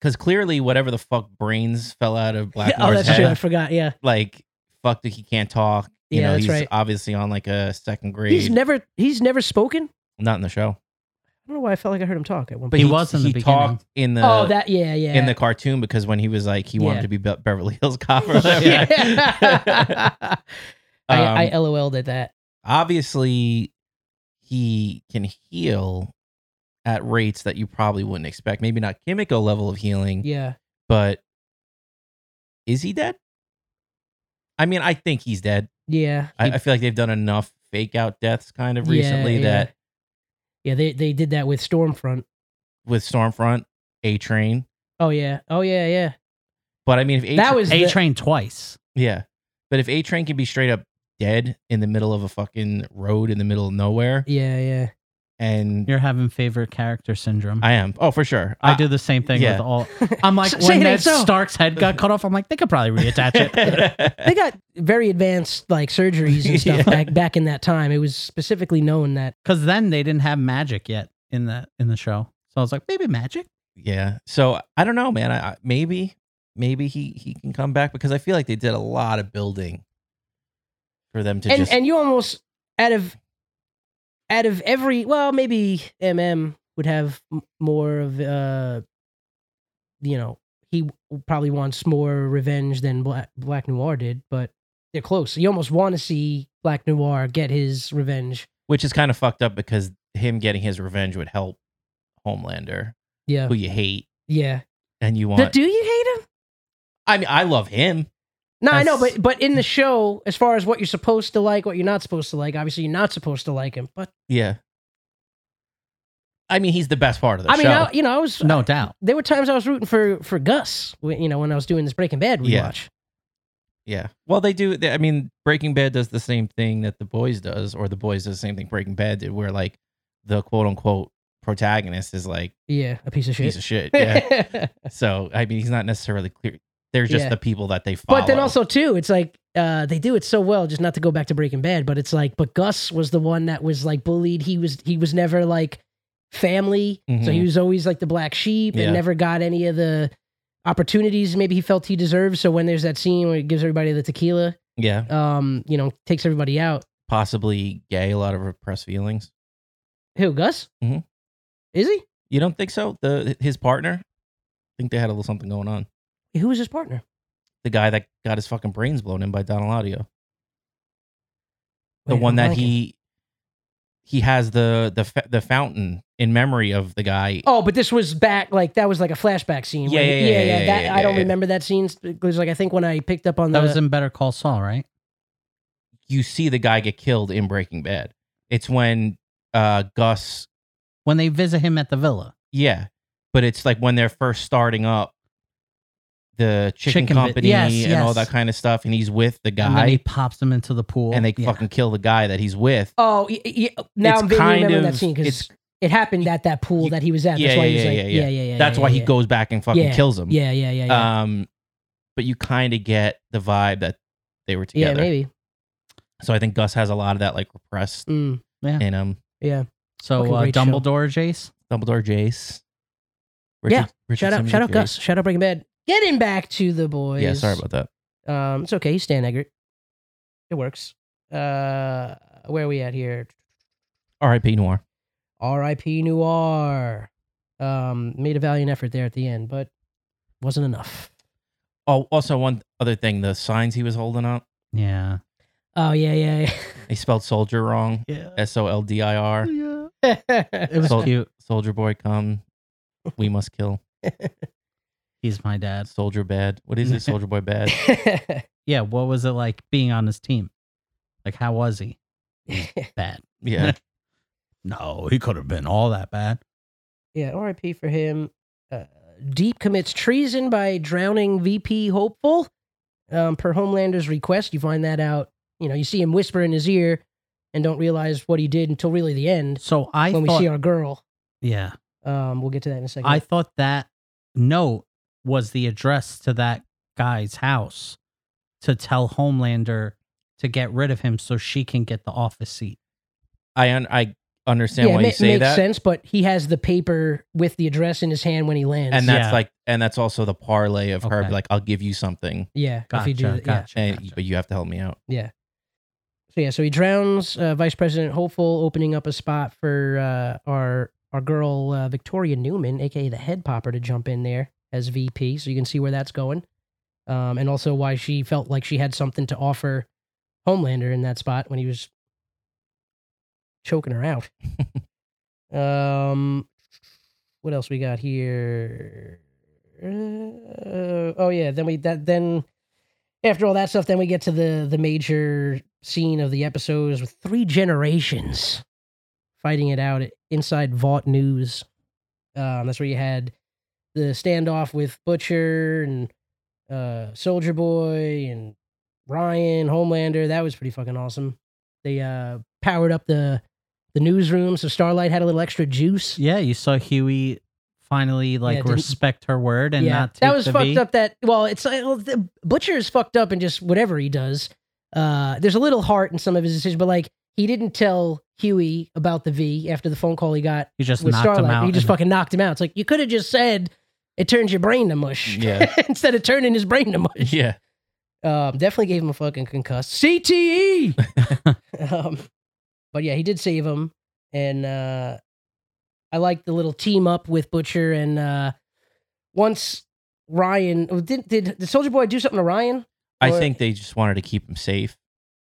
S5: because clearly whatever the fuck brains fell out of Black
S4: oh,
S5: Nard's
S4: that's
S5: head,
S4: true. I forgot. Yeah,
S5: like fuck that he can't talk. You
S4: Yeah,
S5: know,
S4: that's
S5: he's
S4: right.
S5: obviously on like a second grade.
S4: he's never he's never spoken.
S5: not in the show.
S4: I don't know why I felt like I heard him talk at one
S5: But
S4: point.
S5: he,
S6: He was in the
S5: he
S6: beginning.
S5: talked in the
S4: oh, that yeah, yeah.
S5: in the cartoon because when he was like he wanted
S4: Yeah.
S5: to be Be- Beverly Hills Cop or whatever.
S4: yeah.
S5: Um,
S4: I, I LOL'd at that.
S5: obviously he can heal at rates that you probably wouldn't expect. Maybe not Kimiko level of healing,
S4: Yeah.
S5: but is he dead? I mean, I think he's dead.
S4: Yeah.
S5: I, I feel like they've done enough fake out deaths kind of
S4: Yeah,
S5: recently
S4: yeah.
S5: that
S4: Yeah, they they did that with Stormfront.
S5: with Stormfront, A Train.
S4: Oh yeah. Oh yeah, yeah.
S5: But I mean, if A
S4: That
S5: Train-
S4: was
S6: A
S4: the-
S6: train twice.
S5: yeah, but if A Train can be straight up dead in the middle of a fucking road in the middle of nowhere,
S4: Yeah, yeah.
S5: and
S6: You're having favorite character syndrome. I,
S5: I am, oh for sure,
S6: do the same thing
S5: yeah.
S6: with all. I'm like,
S4: S- say
S6: when
S4: it
S6: Ned
S4: ain't so.
S6: Stark's head got cut off, I'm like, they could probably reattach it.
S5: it.
S4: They got very advanced like surgeries and stuff
S5: Yeah.
S4: back back in that time. It was specifically known that
S6: Because then they didn't have magic yet in the in the show. So I was like, maybe magic.
S5: Yeah. So I don't know, man. I, I maybe maybe he he can come back because I feel like they did a lot of building for them to
S4: and
S5: just
S4: and you almost out of out of every well, maybe MM would have m- more of uh you know, he w- probably wants more revenge than Black, Black Noir did, but they're close. You almost want to see Black Noir get his revenge.
S5: which is kind of fucked up because him getting his revenge would help Homelander,
S4: Yeah.
S5: who you hate
S4: Yeah.
S5: and you
S4: But
S5: want.
S4: do you hate him?
S5: I mean, I love him.
S4: No, I know,
S5: That's-
S4: but but in the show, as far as what you're supposed to like, what you're not supposed to like, obviously you're not supposed to like him. But
S5: Yeah. I mean, he's the best part of the
S4: I mean,
S5: show.
S4: I, you know, I was
S6: No doubt.
S4: there were times I was rooting for for Gus, when- you know, when I was doing this Breaking Bad rewatch.
S5: Yeah. yeah. Well, they do. They, I mean, Breaking Bad does the same thing that The Boys does, or The Boys does the same thing Breaking Bad did, where like the quote unquote protagonist is like
S4: Yeah, a piece of shit.
S5: piece of shit. Yeah.
S4: yeah.
S5: So I mean, he's not necessarily clear. They're just
S4: Yeah.
S5: the people that they follow.
S4: But then also too, it's like uh, they do it so well, just not to go back to Breaking Bad, but it's like, but Gus was the one that was like bullied. He was he was never like family, so he
S5: Mhm.
S4: was always like the black sheep
S5: Yeah.
S4: and never got any of the opportunities maybe he felt he deserved. So when there's that scene where he gives everybody the tequila,
S5: yeah,
S4: um, you know, takes everybody out.
S5: possibly gay, a lot of repressed feelings.
S4: Who Gus?
S5: Mhm.
S4: Is he?
S5: You don't think so? The his partner, I think they had a little something going on.
S4: Who was his partner?
S5: The guy that got his fucking brains blown in by Donald Audio, the
S4: Wait,
S5: one
S4: I'm
S5: that
S4: blanking.
S5: he he has the the fa- the fountain in memory of the guy.
S4: Oh, but this was back like that was like a flashback scene.
S5: Yeah,
S4: where-
S5: yeah, yeah, yeah, yeah,
S4: that,
S5: yeah,
S4: I don't
S5: yeah.
S4: remember that scene because like I think when I picked up on the
S6: That was in Better Call Saul, right?
S5: You see the guy get killed in Breaking Bad. It's when uh Gus,
S6: When they visit him at the villa.
S5: yeah, but it's like when they're first starting up the chicken,
S6: Chicken bit-
S5: company
S6: yes,
S5: and
S6: yes.
S5: all that kind of stuff, and he's with the
S6: And then he
S5: guy,
S6: pops them into the pool.
S5: and they
S6: Yeah.
S5: fucking kill the guy that he's with.
S4: oh y- y- y- now
S5: It's
S4: I'm vaguely
S5: kind
S4: remembering that
S5: of-
S4: scene because
S5: it's-
S4: it happened at that pool
S5: You-
S4: that he was at.
S5: yeah,
S4: That's why
S5: yeah,
S4: he's
S5: yeah,
S4: like
S5: yeah,
S4: yeah
S5: yeah.
S4: yeah yeah.
S5: That's
S4: yeah,
S5: why he
S4: yeah.
S5: goes back and fucking
S4: Yeah,
S5: kills him.
S4: Yeah yeah yeah yeah.
S5: Um, but you kind of get the vibe that they were
S4: yeah
S5: together.
S4: maybe.
S5: So I think Gus has a lot of that like repressed
S4: Mm,
S5: in him.
S4: yeah.
S6: So
S4: Fucking
S6: uh,
S4: great show.
S6: Dumbledore, Jace.
S5: Dumbledore, Jace.
S4: Yeah.
S5: Richard
S4: Shout out
S5: Simmons,
S4: shout out
S5: Jace.
S4: Gus. Shout out Breaking Bad. Getting back to the boys.
S5: Yeah, sorry about that.
S4: Um, it's okay. He's Stan Eggert. It works. Uh, where are we at here?
S5: R.I.P. Noir.
S4: R.I.P. Noir. Um, made a valiant effort there at the end, but wasn't enough.
S5: Oh, also one other thing: the signs he was holding up,
S6: Yeah.
S4: Oh yeah, yeah,
S5: he spelled soldier wrong.
S6: Yeah.
S5: S O L D I R.
S6: yeah.
S4: yeah.
S6: It was
S5: So-
S6: cute.
S5: Soldier boy, come. We must kill.
S6: He's my dad.
S5: Soldier bad. What is it? Soldier boy bad.
S6: Yeah. What was it like being on his team? Like, how was he? Bad.
S5: Yeah.
S6: No, he could have been all that bad.
S4: yeah, R.I.P. for him. Uh, Deep commits treason by drowning VP hopeful. Um, per Homelander's request, you find that out. You know, you see him whisper in his ear, and don't realize what he did until really the end
S6: So I
S4: when
S6: thought,
S4: we see our girl.
S6: yeah,
S4: Um, we'll get to that in a second.
S6: I thought that note was the address to that guy's house to tell Homelander to get rid of him so she can get the office seat.
S5: I un- I understand
S4: yeah,
S5: why
S4: it ma-
S5: you say
S4: makes
S5: that,
S4: sense, but he has the paper with the address in his hand when he lands.
S5: and that's
S6: Yeah.
S5: like, and that's also the parlay of her
S6: Okay.
S5: like, I'll give you something,
S4: yeah, if
S6: Gotcha,
S4: you do, that, yeah.
S6: gotcha,
S5: and,
S6: gotcha.
S5: but you have to help me out.
S4: So yeah, so he drowns uh, Vice President Hopeful, opening up a spot for uh, our our girl uh, Victoria Newman, aka the Head Popper, to jump in there as VP. So you can see where that's going, um, and also why she felt like she had something to offer Homelander in that spot when he was choking her out. um, what else we got here? Uh, oh yeah, then we that then after all that stuff, then we get to the the major scene of the episodes with three generations fighting it out at, inside Vought News. Um, that's where you had the standoff with Butcher and uh, Soldier Boy and Ryan Homelander. That was pretty fucking awesome. They uh, powered up the the newsroom, so Starlight had a little extra juice.
S6: Yeah, you saw Huey finally like
S4: didn't-
S6: respect her word and not take
S4: that was
S6: the
S4: fucked
S6: V.
S4: up. That well, it's like, well, the butcher is fucked up and just whatever he does. Uh, there's a little heart in some of his decisions, but like he didn't tell Huey about the V after the phone call he got
S6: He just
S4: with
S6: knocked him
S4: Starlight.
S6: out.
S4: He just
S6: and-
S4: fucking knocked him out. It's like you could have just said it turns your brain to mush
S5: Yeah.
S4: instead of turning his brain to mush.
S5: Yeah,
S4: Um, definitely gave him a fucking concuss.
S5: E!
S4: CTE. um, but yeah, he did save him, and uh, I liked the little team up with Butcher and uh, once Ryan oh, did did, did Soldier Boy do something to Ryan?
S5: I
S4: Or-
S5: think they just wanted to keep him safe.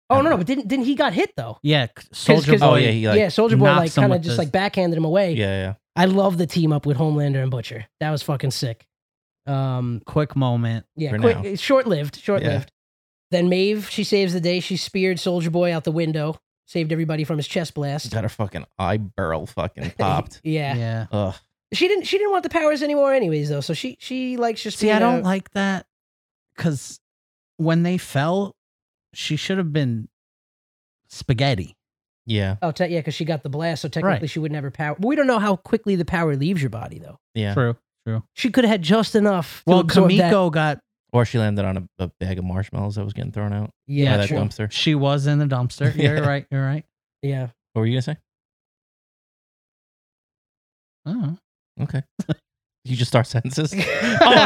S4: Oh no, no, but didn't didn't he got hit though?
S6: Yeah, Soldier
S4: 'cause-
S6: Boy.
S5: Oh yeah, he like,
S4: yeah,
S5: yeah,
S4: Soldier Boy like
S6: knocks him
S4: kind of
S6: with
S4: just
S6: this-
S4: like backhanded him away.
S5: yeah, yeah.
S4: I love the team up with Homelander and Butcher. That was fucking sick. Um,
S6: Quick moment.
S4: Yeah,
S5: for
S4: quick,
S5: now.
S4: it's short-lived, short-lived. Then Maeve, she saves the day. She speared Soldier Boy out the window, saved everybody from his chest blast.
S5: Got her fucking eye barrel fucking popped.
S4: Yeah.
S6: yeah.
S5: Ugh.
S4: she didn't. She didn't want the powers anymore, anyways. Though, so she she likes just.
S6: See,
S4: being
S6: I don't
S4: a-
S6: like that because when they fell, she should have been spaghetti.
S5: Yeah,
S4: Oh, te- yeah, because she got the blast, so technically
S6: Right.
S4: she wouldn't have her power. We don't know how quickly the power leaves your body, though.
S5: yeah.
S6: True, true.
S4: She could have had just enough. to
S6: Well,
S4: absorb that-
S6: Kamiko got
S5: Or she landed on a, a bag of marshmallows that was getting thrown out by
S4: Yeah,
S5: that
S4: true.
S5: dumpster.
S6: she was in the dumpster. You're
S5: Yeah.
S6: right. You're right.
S4: yeah.
S5: What were you gonna say?
S6: Oh.
S5: Okay. you just start sentences.
S6: Oh, no.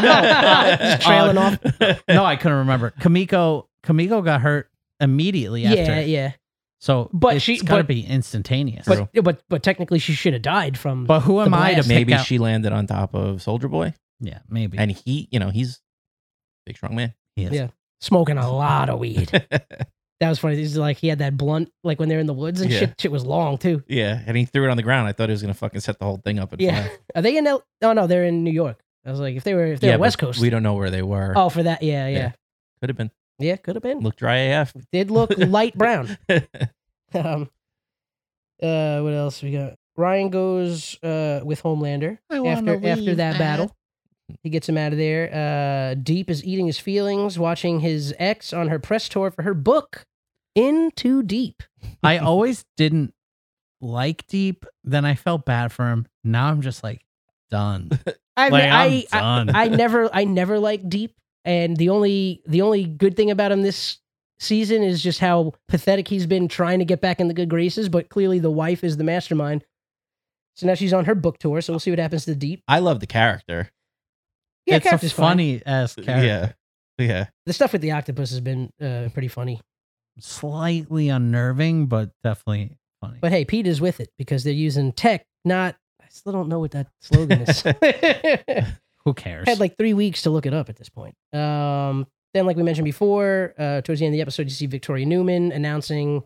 S4: Just trailing off.
S6: No, I couldn't remember. Kamiko Kamiko got hurt immediately after.
S4: Yeah, yeah.
S6: So
S4: But
S6: it's
S4: she-
S6: gotta
S4: but-
S6: be instantaneous.
S4: But but but technically she should have died from.
S6: But who am I to
S4: blast.
S6: pick
S5: Maybe
S6: out-
S5: she landed on top of Soldier Boy,
S6: Yeah, maybe.
S5: and he, you know, he's a big strong man.
S6: Yes.
S4: Yeah. smoking a lot of weed. That was funny. He's like he had that blunt like when they're in the woods and
S5: Yeah.
S4: shit. Shit was long too.
S5: Yeah, and he threw it on the ground. I thought he was gonna fucking set the whole thing up. And
S4: Yeah.
S5: fly.
S4: Are they in? L- oh no, they're in New York. I was like, if they were, if they're
S5: yeah. but
S4: West Coast.
S5: We don't know where they were.
S4: oh, for that, yeah, yeah,
S5: Yeah. Could have been.
S4: yeah. Could have been.
S5: Look dry AF.
S4: Did look light brown. Um, uh, what else we got? Ryan goes uh, with Homelander
S6: I wanna
S4: after after
S6: leave,
S4: that
S6: Dad.
S4: battle. He gets him out of there. Uh, Deep is eating his feelings, watching his ex on her press tour for her book, In Too Deep.
S6: I always didn't like Deep. Then I felt bad for him. Now I'm just like done.
S4: I,
S6: Like,
S4: mean,
S6: I'm
S4: I, I,
S6: done.
S4: I never I never liked Deep, and the only the only good thing about him this season is just how pathetic he's been trying to get back in the good graces. But clearly, the wife is the mastermind. So now she's on her book tour. So we'll see what happens to Deep.
S5: I love the character.
S4: Yeah,
S6: it's a
S4: character's fine.
S6: funny ass character.
S5: Yeah, yeah.
S4: The stuff with the octopus has been uh, pretty funny.
S6: Slightly unnerving, but definitely funny.
S4: But hey, Pete is with it because they're using tech, not. I still don't know what that slogan is.
S6: Who cares?
S4: had like three weeks to look it up at this point. Um, then, like we mentioned before, uh, towards the end of the episode, you see Victoria Newman announcing,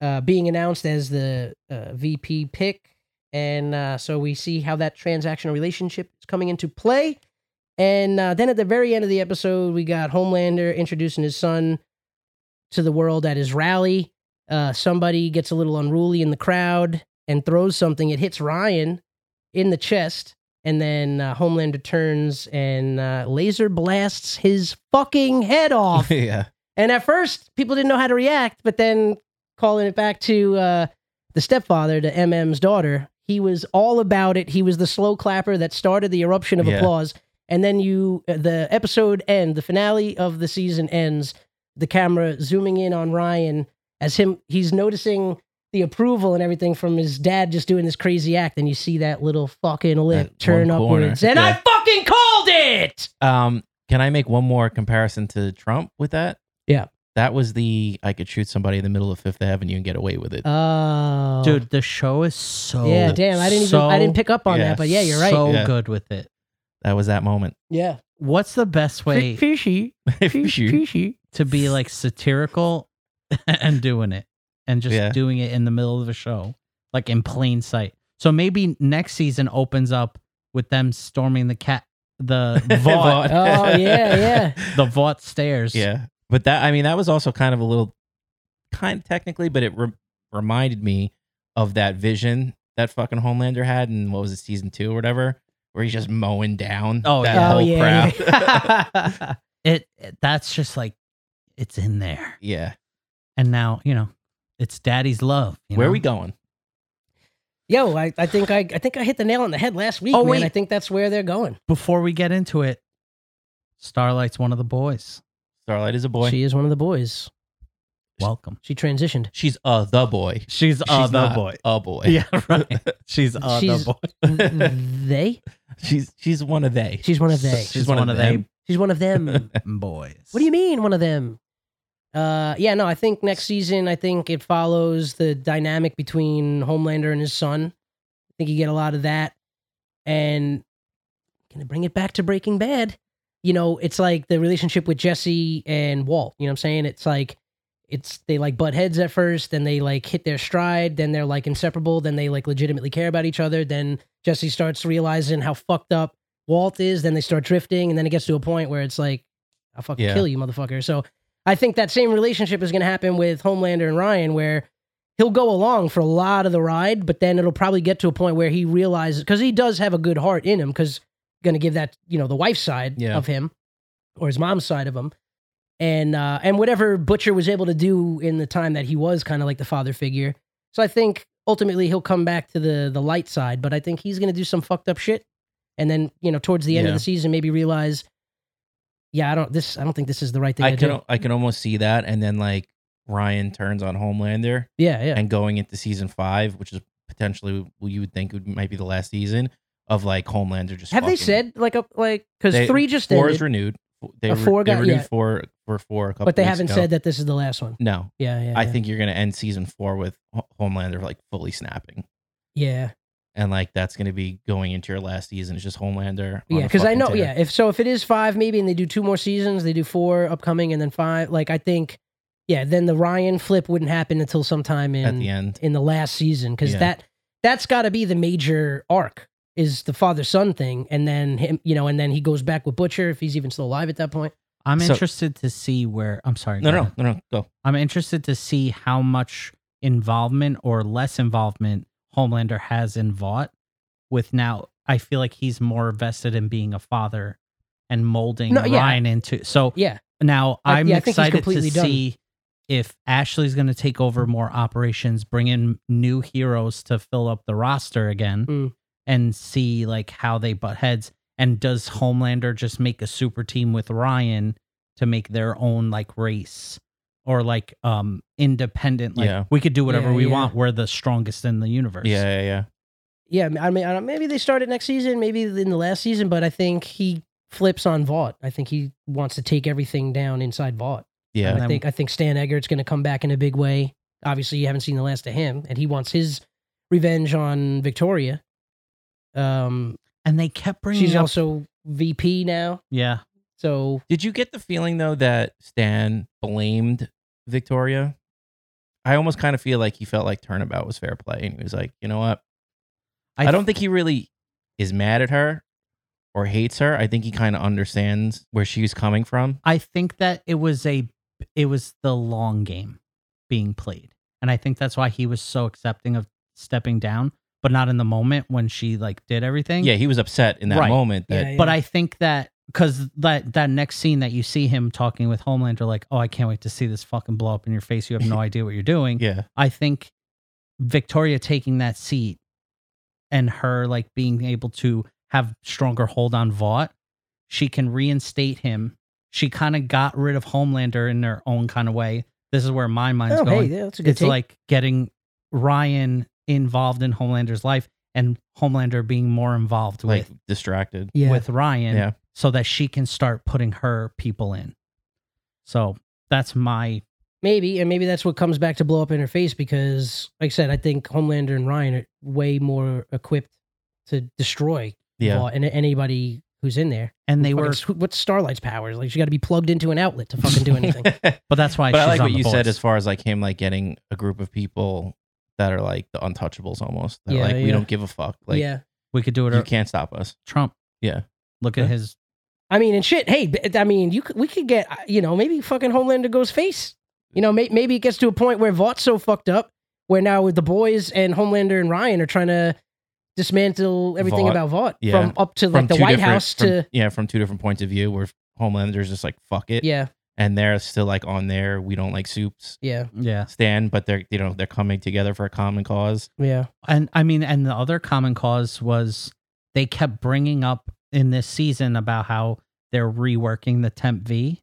S4: uh, being announced as the uh, VP pick. And uh, so we see how that transactional relationship is coming into play. And uh, then at the very end of the episode, we got Homelander introducing his son to the world at his rally. Uh, somebody gets a little unruly in the crowd and throws something. It hits Ryan in the chest. And then uh, Homelander turns and uh, laser blasts his fucking head off.
S5: yeah.
S4: and at first, people didn't know how to react, but then calling it back to uh, the stepfather, to MM's daughter, he was all about it. He was the slow clapper that started the eruption of
S5: Yeah.
S4: applause. And then you, uh, the episode end, the finale of the season ends. The camera zooming in on Ryan as him, he's noticing the approval and everything from his dad just doing this crazy act, and you see that little fucking lip
S5: That
S4: turn
S5: one corner,
S4: upwards, and I
S5: yeah.
S4: fucking called it.
S5: Um, can I make one more comparison to Trump with that?
S4: Yeah.
S5: That was the I could shoot somebody in the middle of Fifth Avenue and get away with it.
S4: Oh,
S6: Dude, the show is so
S4: yeah, damn, I didn't even I didn't pick up on
S5: yeah,
S4: that, but yeah, you're right.
S6: Oh, So
S5: Yeah.
S6: good with it.
S5: that was that moment.
S4: yeah,
S6: What's the best way
S4: fishy,
S5: If you shoot-
S6: to be like satirical and doing it and just
S5: Yeah.
S6: doing it in the middle of a show, like in plain sight. So maybe next season opens up with them storming the cat, the
S5: Vaught.
S6: vault,
S4: Oh, yeah, yeah.
S6: the vault stairs.
S5: Yeah. But that I mean that was also kind of a little kind technically, but it re- reminded me of that vision that fucking Homelander had in what was it season 2 or whatever where he's just mowing down
S6: Oh,
S5: that
S6: yeah.
S4: Oh
S5: whole
S4: yeah,
S5: crowd.
S4: yeah.
S6: It, it- that's just like it's in there,
S5: yeah.
S6: and now you know it's Daddy's love. you
S5: Where
S6: know?
S5: are we going?
S4: Yo, I, I think I, I think I hit the nail on the head last week.
S6: Oh,
S4: man.
S6: wait.
S4: I think that's where they're going.
S6: Before we get into it, Starlight's one of the boys.
S5: Starlight is a boy.
S4: She is one of the boys.
S6: Welcome.
S4: She transitioned.
S5: She's uh the boy.
S6: She's,
S5: She's not A boy.
S6: Yeah, right. She's uh,
S4: She's-
S6: the boy.
S4: they?
S5: She's she's one of they.
S4: She's one of they.
S5: She's, one, of them.
S4: She's one of them.
S6: them boys.
S4: What do you mean, one of them? Uh, yeah, no, I think next season, I think it follows the dynamic between Homelander and his son. I think you get a lot of that. And gonna bring it back to Breaking Bad. You know, it's like the relationship with Jesse and Walt. You know what I'm saying? It's like it's they like butt heads at first, then they like hit their stride, then they're like inseparable, then they like legitimately care about each other, then Jesse starts realizing how fucked up Walt is, then they start drifting, and then it gets to a point where it's like, I'll fucking
S5: Yeah.
S4: kill you, motherfucker. So I think that same relationship is gonna happen with Homelander and Ryan where he'll go along for a lot of the ride, but then it'll probably get to a point where he realizes because he does have a good heart in him because going to give that you know the wife's side
S5: Yeah.
S4: of him or his mom's side of him and uh and whatever butcher was able to do in the time that he was kind of like the father figure so i think ultimately he'll come back to the the light side but i think he's going to do some fucked up shit and then you know towards the end of
S5: Yeah.
S4: the season maybe realize yeah i don't this i don't think this is the right thing
S5: I
S4: to
S5: can
S4: do
S5: I can almost see that, and then like Ryan turns on Homelander,
S4: yeah yeah
S5: and going into season five, which is potentially what you would think would might be the last season of like Homelander. Just
S4: have they
S5: fucking-
S4: said like a like because
S5: They-
S4: three just
S5: four
S4: ended,
S5: is renewed? They,
S4: Uh,
S5: re-
S4: four
S5: they
S4: got-
S5: renewed
S4: yeah.
S5: four for four a couple,
S4: but they
S5: weeks
S4: haven't
S5: ago.
S4: said that this is the last one
S5: No,
S4: yeah yeah
S5: I
S4: yeah.
S5: think you're gonna end season four with Ho- Homelander like fully snapping,
S4: yeah
S5: and like that's gonna be going into your last season. It's just Homelander. on
S4: Yeah,
S5: a
S4: because I
S5: fucking
S4: know.
S5: tear.
S4: Yeah, if so, if it is five, maybe, and they do two more seasons, they do four upcoming, and then five. Like I think yeah, then the Ryan flip wouldn't happen until sometime in
S5: at the end.
S4: in the last season because
S5: Yeah.
S4: that that's got to be the major arc is the father son thing, and then him, you know, and then he goes back with Butcher if he's even still alive at that point.
S6: I'm
S5: So-
S6: interested to see where. I'm sorry.
S5: No,
S6: go
S5: no,
S6: ahead.
S5: no, no. Go.
S6: I'm interested to see how much involvement or less involvement Homelander has in Vought. With now, I feel like he's more vested in being a father and molding
S4: No, yeah.
S6: Ryan into. So
S4: Yeah,
S6: now
S4: I-
S6: I'm
S4: yeah, I think he's
S6: excited to
S4: completely done.
S6: see if Ashley's going to take over more operations, bring in new heroes to fill up the roster again,
S4: Mm.
S6: and see like how they butt heads. And does Homelander just make a super team with Ryan to make their own like race or like um independent? Like
S5: Yeah.
S6: we could do whatever
S4: Yeah,
S6: we
S4: yeah.
S6: want. We're the strongest in the universe.
S5: Yeah, yeah, yeah.
S4: yeah. I mean, I don't, maybe they started next season, maybe in the last season, but I think he flips on Vaught. I think he wants to take everything down inside Vaught.
S5: Yeah.
S6: And
S4: I
S6: then-
S4: think I think Stan Eggert's going to come back in a big way. Obviously, you haven't seen the last of him, and he wants his revenge on Victoria. Um,
S6: And they kept bringing.
S4: she's
S6: up-
S4: also VP now,
S6: yeah.
S4: so
S5: Did you get the feeling though that Stan blamed Victoria? I almost kind of feel like he felt like turnabout was fair play, and he was like, you know what? I, don't think he really is mad at her or hates her. I think he kind of understands where she's coming from.
S6: I think that it was a it was the long game being played. And I think that's why he was so accepting of stepping down, but not in the moment when she like did everything.
S5: Yeah, he was upset in that
S6: Right.
S5: moment that
S4: Yeah,
S6: But I think that cuz that that next scene that you see him talking with Homelander like, "Oh, I can't wait to see this fucking blow up in your face. You have no idea what you're doing."
S5: yeah.
S6: I think Victoria taking that seat and her like being able to have stronger hold on Vought, she can reinstate him. She kind of got rid of Homelander in her own kind of way. This is where my mind's
S4: oh hey,
S6: going.
S4: yeah, that's a good
S6: it's
S4: take.
S6: like getting Ryan involved in Homelander's life and Homelander being more involved
S5: like
S6: with
S5: distracted.
S4: yeah.
S6: with Ryan
S5: Yeah.
S6: so that she can start putting her people in. So that's my
S4: Maybe, and maybe that's what comes back to blow up in her face because, like I said, I think Homelander and Ryan are way more equipped to destroy
S5: Yeah.
S4: Vought and anybody who's in there.
S6: and they
S4: Fucking
S6: were
S4: s- what's Starlight's powers? Like she got to be plugged into an outlet to fucking do anything.
S6: but that's why
S5: but I
S6: she's
S5: like
S6: on
S5: what
S6: the
S5: you said
S6: boards.
S5: as far as like him like getting a group of people that are like the untouchables almost. They're
S4: Yeah,
S5: like we
S4: yeah.
S5: don't give a fuck. Like
S4: yeah,
S6: we could do it
S5: you
S6: or
S5: can't stop us.
S6: Trump.
S5: Yeah.
S6: Look at
S5: Yeah.
S6: his.
S4: I mean, and shit. Hey, b- I mean, you could, we could get uh, you know maybe fucking Homelander goes face. You know, may, maybe it gets to a point where Vaught's so fucked up where now the boys and Homelander and Ryan are trying to dismantle everything
S5: Vought.
S4: about Vaught
S5: Yeah.
S4: from up to like the
S5: two
S4: White
S5: different-
S4: House
S5: from-
S4: to
S5: yeah, from two different points of view where Homelander's just like fuck it.
S4: yeah,
S5: And they're still like on there. we don't like soups
S4: yeah,
S6: Yeah.
S5: stand, but they're you know, they're coming together for a common cause.
S4: yeah.
S6: And I mean, and the other common cause was they kept bringing up in this season about how they're reworking the Temp V,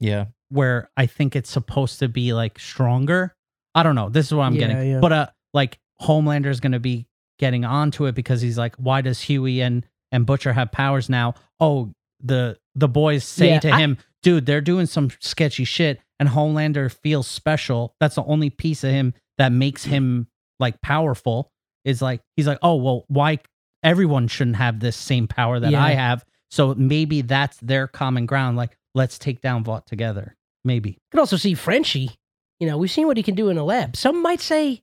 S5: Yeah.
S6: where I think it's supposed to be like stronger. I don't know. This is what I'm
S4: Yeah,
S6: getting.
S4: yeah.
S6: But uh, like Homelander is going to be getting onto it because he's like, why does Huey and and Butcher have powers now? Oh, the the boys say
S4: Yeah,
S6: to
S4: I-
S6: him, dude, they're doing some sketchy shit, and Homelander feels special. That's the only piece of him that makes him like powerful. Is like he's like, oh well, why everyone shouldn't have this same power that
S4: Yeah.
S6: I have? So maybe that's their common ground. Like, let's take down Vought together. Maybe.
S4: could also see Frenchie. You know, we've seen what he can do in a lab. Some might say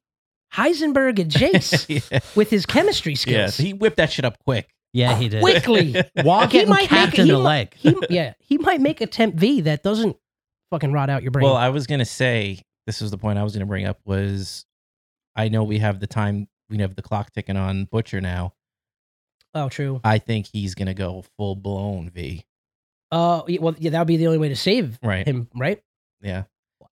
S4: Heisenberg and Jace
S5: yeah.
S4: with his chemistry skills.
S5: yeah. So he whipped that shit up quick.
S6: Yeah, he did.
S4: Quickly.
S6: While
S4: He
S6: getting
S4: might make-
S6: capped in
S4: he
S6: the
S4: mi-
S6: leg.
S4: he, yeah, he might make a temp V that doesn't fucking rot out your brain.
S5: Well, I was gonna say this was the point I was gonna bring up was I know we have the time we have the clock ticking on Butcher now.
S4: oh, true.
S5: I think he's gonna go full blown V.
S4: Oh, yeah, well, yeah, that would be the only way to save
S5: Right.
S4: him, right?
S5: Yeah.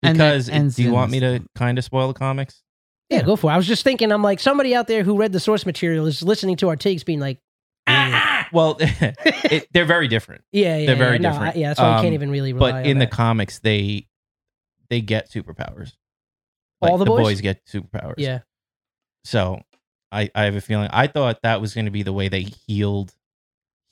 S6: And that
S5: Because
S6: ends
S5: do you
S6: in
S5: want me
S6: this-
S5: to kind of spoil the comics?
S4: Yeah, go for it. I was just thinking, I'm like, somebody out there who read the source material is listening to our takes being like, ah,
S5: Well, Mm. it, they're very different.
S4: ah. yeah, yeah.
S5: They're very
S4: yeah. No, I-
S5: different.
S4: yeah, that's why I
S5: Um,
S4: can't even really rely
S5: But
S4: on
S5: in the
S4: that.
S5: comics, they they get superpowers.
S4: All the boys?
S5: get superpowers.
S4: Yeah.
S5: So I I have a feeling I thought that was going to be the way they healed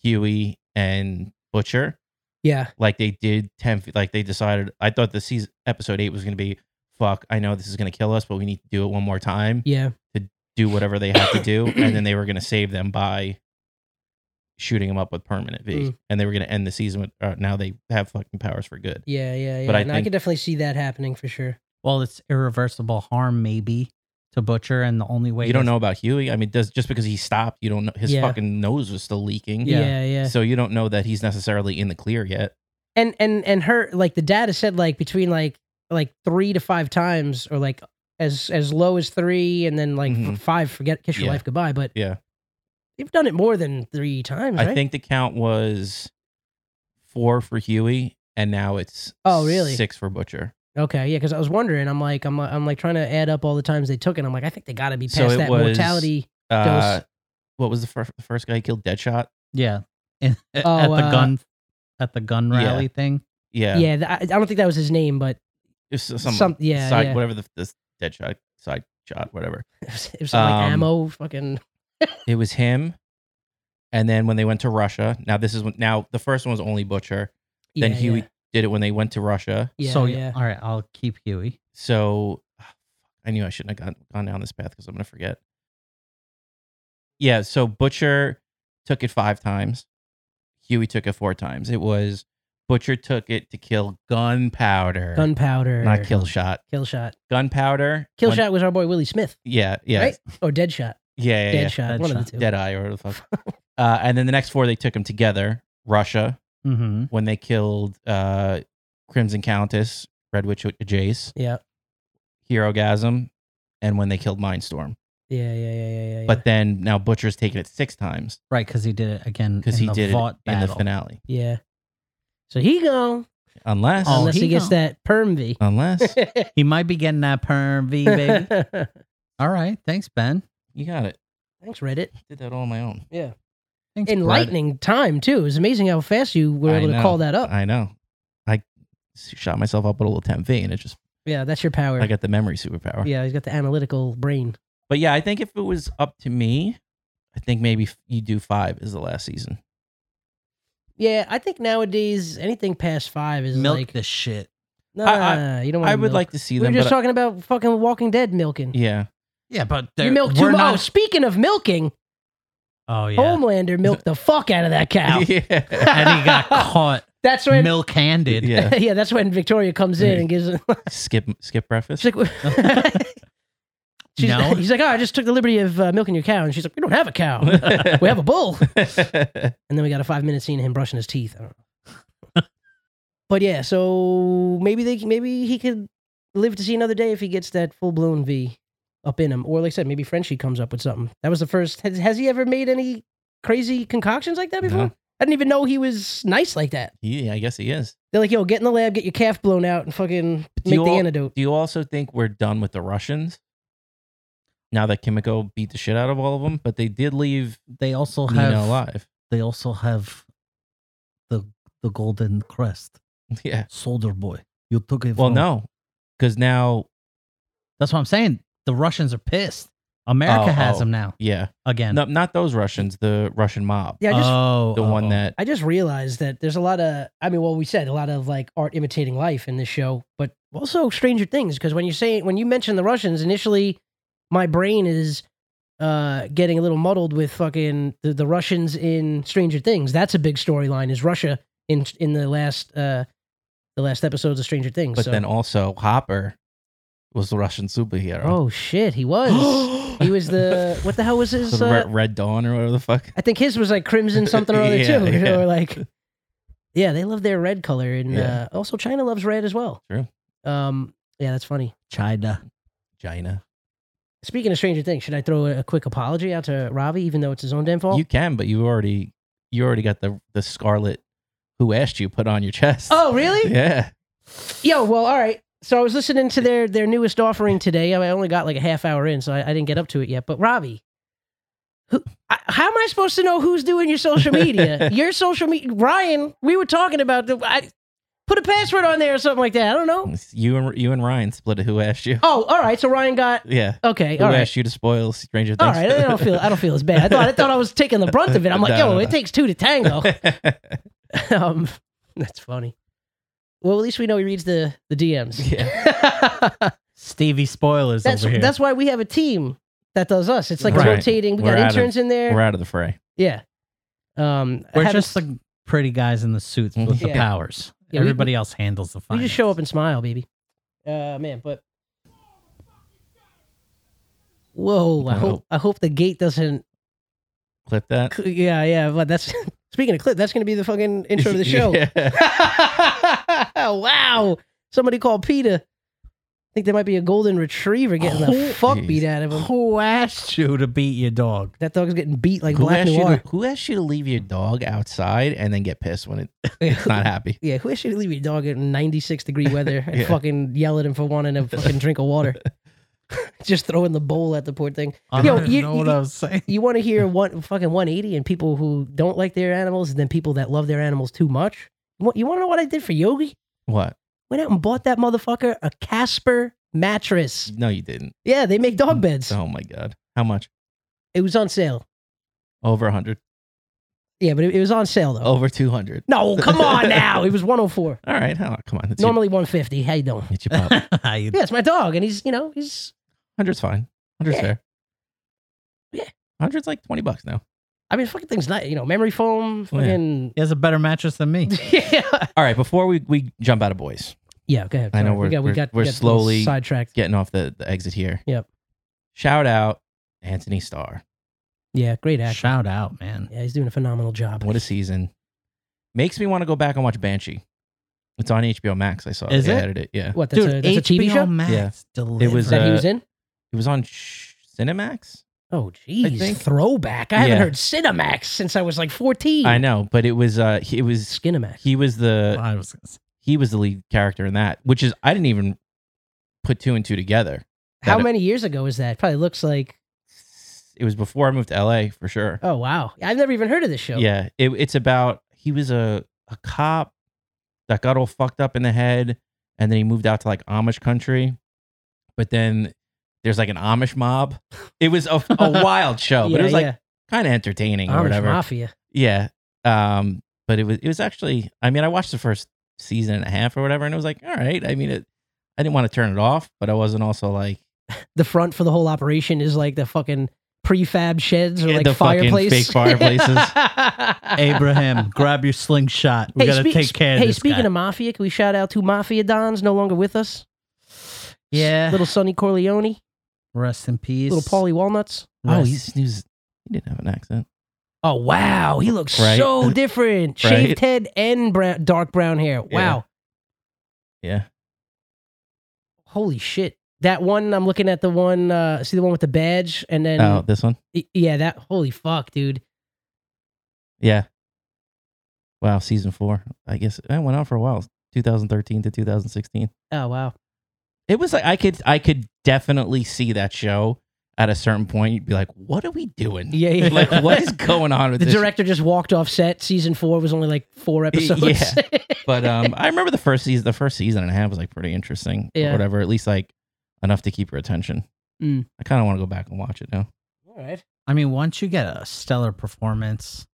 S5: Huey and Butcher.
S4: Yeah.
S5: like they did 10 feet like they decided i thought the season episode 8 was going to be fuck i know this is going to kill us but we need to do it one more time
S4: Yeah.
S5: do whatever they have to do and then they were going to save them by shooting him up with permanent V,
S4: Mm.
S5: and they were going to end the season with. Uh, now they have fucking powers for good.
S4: Yeah, yeah, yeah.
S5: But I
S4: and I
S5: think-
S4: could definitely see that happening for sure.
S6: Well, it's irreversible harm, maybe, to Butcher, and the only way
S5: you don't
S6: to-
S5: know about Huey. I mean, does just because he stopped, you don't know his
S4: Yeah.
S5: fucking nose was still leaking.
S4: Yeah,
S6: Yeah.
S4: yeah.
S5: So you don't know that he's necessarily in the clear yet.
S4: And and and her like the data said like between like like three to five times or like as as low as three and then like f-
S5: Mhm.
S4: five forget kiss your
S5: Yeah.
S4: life goodbye. But
S5: Yeah.
S4: you've done it more than three times.
S5: I
S4: right?
S5: think the count was four for Huey, and now it's
S4: Oh, really?
S5: six for Butcher.
S4: Okay, yeah, because I was wondering. I'm like, I'm, I'm like trying to add up all the times they took it. I'm like, I think they got to be past
S5: So it
S4: that
S5: was-
S4: mortality.
S5: Uh,
S4: Dose.
S5: what was the, fir- the first guy he killed? Deadshot.
S6: Yeah. In- at
S4: Oh,
S6: the
S4: uh,
S6: gun at the gun
S5: Yeah.
S6: rally thing.
S5: Yeah,
S4: Yeah, th- I, I don't think that was his name, but
S5: It was some,
S4: Some- yeah,
S5: side,
S4: yeah.
S5: whatever the this Deadshot side shot, whatever.
S4: it was, it was something like
S5: Um,
S4: ammo. Fucking
S5: It was him. And then when they went to Russia, now this is when, now the first one was only Butcher. Then
S4: yeah,
S5: Huey
S4: yeah,
S5: did it when they went to Russia.
S4: yeah,
S6: so
S4: yeah.
S6: all right, I'll keep Huey.
S5: So ah, I knew I shouldn't have gone, gone down this path because I'm going to forget. Yeah. So Butcher took it five times. Huey took it four times. It was Butcher took it to kill gunpowder,
S4: gunpowder,
S5: not kill shot.
S4: kill shot.
S5: Gunpowder.
S4: Kill
S5: when-
S4: shot was our boy Willie Smith,
S5: Yeah. Yeah.
S4: right? Or dead shot,
S5: Yeah. Yeah. yeah.
S4: dead shot,
S6: Dead
S4: one of
S6: shot.
S4: the two.
S5: Dead Eye or the fuck. uh, and then the next four they took them together. Russia
S6: Mm-hmm.
S5: when they killed uh, Crimson Countess, Red Witch Jace,
S4: Yeah,
S5: Hero Gasm, and when they killed Mindstorm.
S4: yeah, yeah, yeah, yeah, yeah. yeah.
S5: But then now Butcher's taken it six times
S6: Right, because he did it again
S5: because
S6: in
S5: he
S6: the
S5: did it
S6: Vought
S5: in the
S6: battle.
S5: finale.
S4: yeah, so he go
S5: Unless,
S6: Oh,
S4: unless he,
S6: he
S4: gets
S6: gone.
S4: that perm V.
S5: unless
S6: He might be getting that perm V, baby.
S4: Thanks,
S6: all right, thanks, Ben.
S5: you got it.
S4: Reddit.
S5: Did that all on my own.
S4: Yeah,
S6: Thanks, Brad.
S4: enlightening time too. It was amazing how fast you were
S5: I
S4: able to
S5: know.
S4: call that
S6: Oh.
S4: up.
S5: I know. I shot myself up with a little temp V, and it just
S4: Yeah, that's your power.
S5: I got the memory superpower.
S4: Yeah, he's got the analytical brain.
S5: But yeah, I think if it was up to me, I think maybe f- you do five is the last season.
S4: Yeah, I think nowadays anything past five is
S6: Milk
S4: like
S6: the shit.
S4: nah.
S5: I-
S4: you don't.
S5: I would
S4: milk.
S5: like to see
S4: We were
S5: them.
S4: just
S5: but
S4: talking about fucking Walking Dead milking.
S5: yeah,
S6: Yeah, but
S4: you
S6: they're-
S4: milk too
S6: we're
S4: much.
S6: not-
S4: Oh, speaking of milking,
S6: Oh yeah,
S4: Homelander milked the fuck out of that cow.
S5: yeah,
S6: and he got caught
S4: That's when.
S6: milk-handed.
S5: yeah.
S4: yeah, that's when Victoria comes in and gives. it-
S5: Skip skip breakfast.
S4: She's like, she's,
S6: No.
S4: he's like, oh, I just took the liberty of uh, milking your cow, and she's like, we don't have a cow, we have a bull. And then we got a five minute scene of him brushing his teeth. I don't know. but yeah, so maybe they maybe he could live to see another day if he gets that full blown V up in him. Or like I said, maybe Frenchie comes up with something. That was the first. Has, has he ever made any crazy concoctions like that before?
S5: No.
S4: I didn't even know he was nice like that.
S5: yeah, I guess he is.
S4: They're like, yo, get in the lab, get your calf blown out, and fucking
S5: Do
S4: make
S5: you
S4: the
S5: all-
S4: antidote.
S5: Do you also think we're done with the Russians? Now that Kimiko beat the shit out of all of them, but they did leave
S6: They also
S5: Nina
S6: have
S5: alive.
S6: they also have the the golden crest,
S5: Yeah.
S6: soldier boy. You took it.
S5: Well,
S6: from-
S5: no, because now,
S6: that's what I'm saying. The Russians are pissed. America
S5: Oh,
S6: has
S5: oh.
S6: them now
S5: yeah,
S6: again.
S5: no, not those Russians, the Russian mob,
S4: Yeah, I just
S6: oh,
S5: the
S6: one
S5: one that
S4: I just realized that there's a lot of, I mean, well, we said a lot of like art imitating life in this show, but also Stranger Things. Because when you say, when you mention the Russians, initially my brain is uh, getting a little muddled with fucking the, the Russians in Stranger Things. That's a big storyline is Russia in in the last uh, the last episodes of Stranger Things.
S5: but
S4: So-
S5: then also Hopper was the Russian superhero.
S4: oh shit, he was. Oh, he was the what the hell was his?
S5: the
S4: uh,
S5: Red, Red Dawn or whatever the fuck.
S4: I think his was like crimson something or other
S5: Yeah,
S4: too.
S5: yeah.
S4: Or like, yeah, they love their red color, and
S5: Yeah.
S4: uh, also China loves red as well.
S5: True.
S4: Um, yeah, that's funny.
S6: China.
S5: China.
S4: Speaking of Stranger Things, should I throw a quick apology out to Ravi, even though it's his own damn fault?
S5: You can, but you already you already got the the scarlet who asked you put on your chest.
S4: oh, really?
S5: yeah.
S4: Yo, well, all right. So I was listening to their their newest offering today. I only got like a half hour in, so I, I didn't get up to it yet. But Robbie, who, I, how am I supposed to know who's doing your social media? your social media, Ryan. We were talking about the, I put a password on there or something like that. I don't know.
S5: You and you and Ryan split it. Who asked you?
S4: Oh, all right. So Ryan got
S5: Yeah.
S4: okay.
S5: Who
S4: All right.
S5: asked you to spoil Stranger
S4: All
S5: Things?
S4: right, I don't feel I don't feel as bad. I thought I thought I was taking the brunt of it. I'm like,
S5: No,
S4: yo,
S5: no, no.
S4: it takes two to tango. um, that's funny. Well, at least we know he reads the the DMs.
S6: Stevie spoilers
S4: that's
S6: over here.
S4: that's why we have a team that does us. It's like
S5: Right.
S4: rotating. We
S5: We're
S4: got
S5: out of-
S4: interns in there.
S5: We're out of the fray.
S4: Yeah. Um, I
S6: We're
S4: had a
S6: just
S4: s-
S6: the pretty guys in the suits with the
S4: Yeah.
S6: powers.
S4: Yeah, we-
S6: Everybody else handles the
S4: we
S6: finance.
S4: just show up and smile, baby. Uh, man, but whoa! I hope
S5: Whoa.
S4: I hope the gate doesn't.
S5: Clip that.
S4: Yeah, yeah. But that's speaking of clip. That's gonna be the fucking intro to the show.
S5: Yeah.
S4: wow! Somebody called Peter. I think there might be a golden retriever getting the
S5: Who
S4: fuck
S5: is-
S4: beat out of him.
S6: Who asked you to beat your dog?
S4: That dog is getting beat like
S5: who,
S4: Black
S5: asked you
S4: Noir.
S5: to, who asked you to leave your dog outside and then get pissed when it, it's not happy?
S4: Yeah, who asked you to leave your dog in 96 degree weather and
S5: Yeah.
S4: fucking yell at him for wanting a fucking drink of water? Just throwing the bowl at the poor thing.
S5: Uh-huh.
S6: I
S4: Yo,
S6: don't
S4: you-
S6: know
S4: you-
S6: what I was saying.
S4: You want to hear one fucking 180 and people who don't like their animals and then people that love their animals too much? You want, you want to know what I did for Yogi?
S5: What?
S4: Went out and bought that motherfucker a Casper mattress.
S5: No, you didn't.
S4: Yeah, they make dog beds.
S5: Oh my god. How much?
S4: It was on sale.
S5: Over 100.
S4: Yeah, but it, it was on sale though.
S5: Over 200.
S4: No, come on now. It was 104.
S5: All right. Oh, come on. It's
S4: Normally 150. How you doing?
S5: your, it's your pup.
S6: How you-
S4: Yeah, it's my dog, and he's you know he's
S5: 100's fine. 100's
S4: Yeah.
S5: fair.
S4: Yeah.
S5: 100's like 20 bucks now.
S4: I mean, fucking things not, you know, memory foam,
S5: Oh, yeah.
S4: fucking.
S6: He has a better mattress than me.
S4: Yeah.
S5: All right. Before we, we jump out of boys,
S4: Yeah, go ahead.
S5: I know
S4: Sorry.
S5: we're- we're- we're
S4: a little
S5: slowly-
S4: sidetracked.
S5: getting off the, the exit here.
S4: Yep.
S5: Shout out Anthony Starr.
S4: Yeah, great action.
S6: Shout out, man.
S4: Yeah, he's doing a phenomenal job.
S5: What a season. Makes me want to go back and watch Banshee. It's on HBO Max. I saw
S6: Is
S5: they
S6: it?
S5: added it. Yeah.
S4: What, that's,
S6: Dude,
S4: a, that's a
S6: HBO
S4: TV show
S6: Max
S5: Yeah.
S6: delivered.
S5: It was,
S4: that he
S5: uh,
S4: was in?
S5: It was on Sh- Cinemax.
S4: Oh, jeez.
S5: think-
S4: Throwback. I haven't
S5: Yeah.
S4: heard Cinemax since I was like 14.
S5: I know, but it was uh he- it was
S4: Skinemax.
S5: he was the
S6: I was gonna say.
S5: he was the lead character in that, which is I didn't even put two and two together.
S4: How
S5: that-
S4: many years ago is that? Probably looks like,
S5: It was before I moved to LA for sure.
S4: oh, wow. I've never even heard of this show.
S5: Yeah, it, it's about he was a a cop that got all fucked up in the head, and then he moved out to like Amish country, but then there's like an Amish mob. It was a, a wild show, Oh, but it was like
S4: yeah.
S5: kind of entertaining or
S4: Amish
S5: whatever.
S4: Mafia.
S5: Yeah, um, but it was it was actually I mean I watched the first season and a half or whatever, and it was like all right. I mean it, I didn't want to turn it off, but I wasn't also like
S4: The front for the whole operation is like the fucking prefab sheds or
S5: Yeah,
S4: like
S5: the fucking
S4: fireplace.
S5: fake fireplaces.
S6: Abraham, grab your slingshot. We gotta
S4: spe-
S6: take care of
S4: hey,
S6: this
S4: speaking
S6: guy.
S4: of mafia, can we shout out two mafia dons no longer with us?
S6: yeah,
S4: Little Sonny Corleone,
S6: rest in peace,
S4: little Paulie Walnuts.
S5: oh
S6: Rest-
S5: he's he, was, he didn't have an accent.
S4: Oh wow, he looks
S5: Right.
S4: so different.
S5: Right.
S4: Shaved head and brown, dark brown hair. Wow,
S5: Yeah,
S4: holy shit. That one I'm looking at the one uh see the one with the badge and then
S5: oh this one.
S4: y- yeah, that holy fuck, dude.
S5: Yeah. Wow, season four. I guess it went on for a while, 2013 to 2016.
S4: Oh wow.
S5: It was like I could I could definitely see that show at a certain point. You'd be like, "What are we doing?
S4: Yeah, yeah.
S5: like, what is going on with
S4: The
S5: this?"
S4: director just walked off set. Season 4 was only like 4 episodes.
S5: yeah. but um, I remember the first season. The first season and a half was like pretty interesting.
S4: Yeah.
S5: Or whatever, at least like enough to keep your attention.
S4: Mm.
S5: I kind of want to go back and watch it now.
S4: All right.
S6: I mean, once you get a stellar performance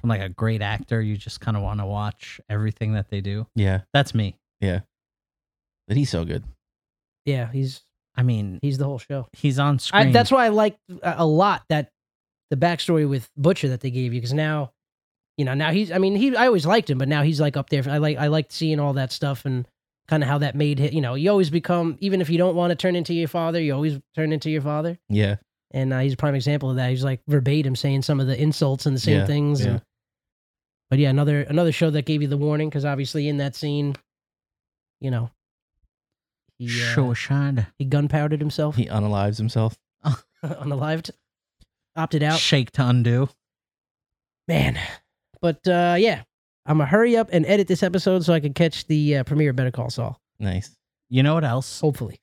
S6: from like a great actor, you just kind of want to watch everything that they do.
S5: Yeah,
S6: That's me.
S5: but he's so good.
S4: Yeah, he's
S6: I mean,
S4: he's the whole show.
S6: he's on screen.
S4: I, that's why I liked a a lot that the backstory with Butcher that they gave you because now, you know, now he's. I mean, he. I always liked him, but now he's like up there. I like. I liked seeing all that stuff and kind of how that made him. You know, you always become even if you don't want to turn into your father, you always turn into your father.
S5: Yeah,
S4: And uh, he's a prime example of that. He's like verbatim saying some of the insults and the same
S5: Yeah,
S4: things.
S5: yeah.
S4: And, but yeah, another another show that gave you the warning because obviously in that scene, you know, he uh,
S6: Sure, shine.
S4: he gunpowdered himself
S5: he unalives himself.
S4: on the live, t- opted out.
S6: Shake to undo.
S4: man but uh yeah i'm gonna hurry up and edit this episode so i can catch the uh, premiere of better call saul
S5: Nice.
S6: You know what else?
S4: hopefully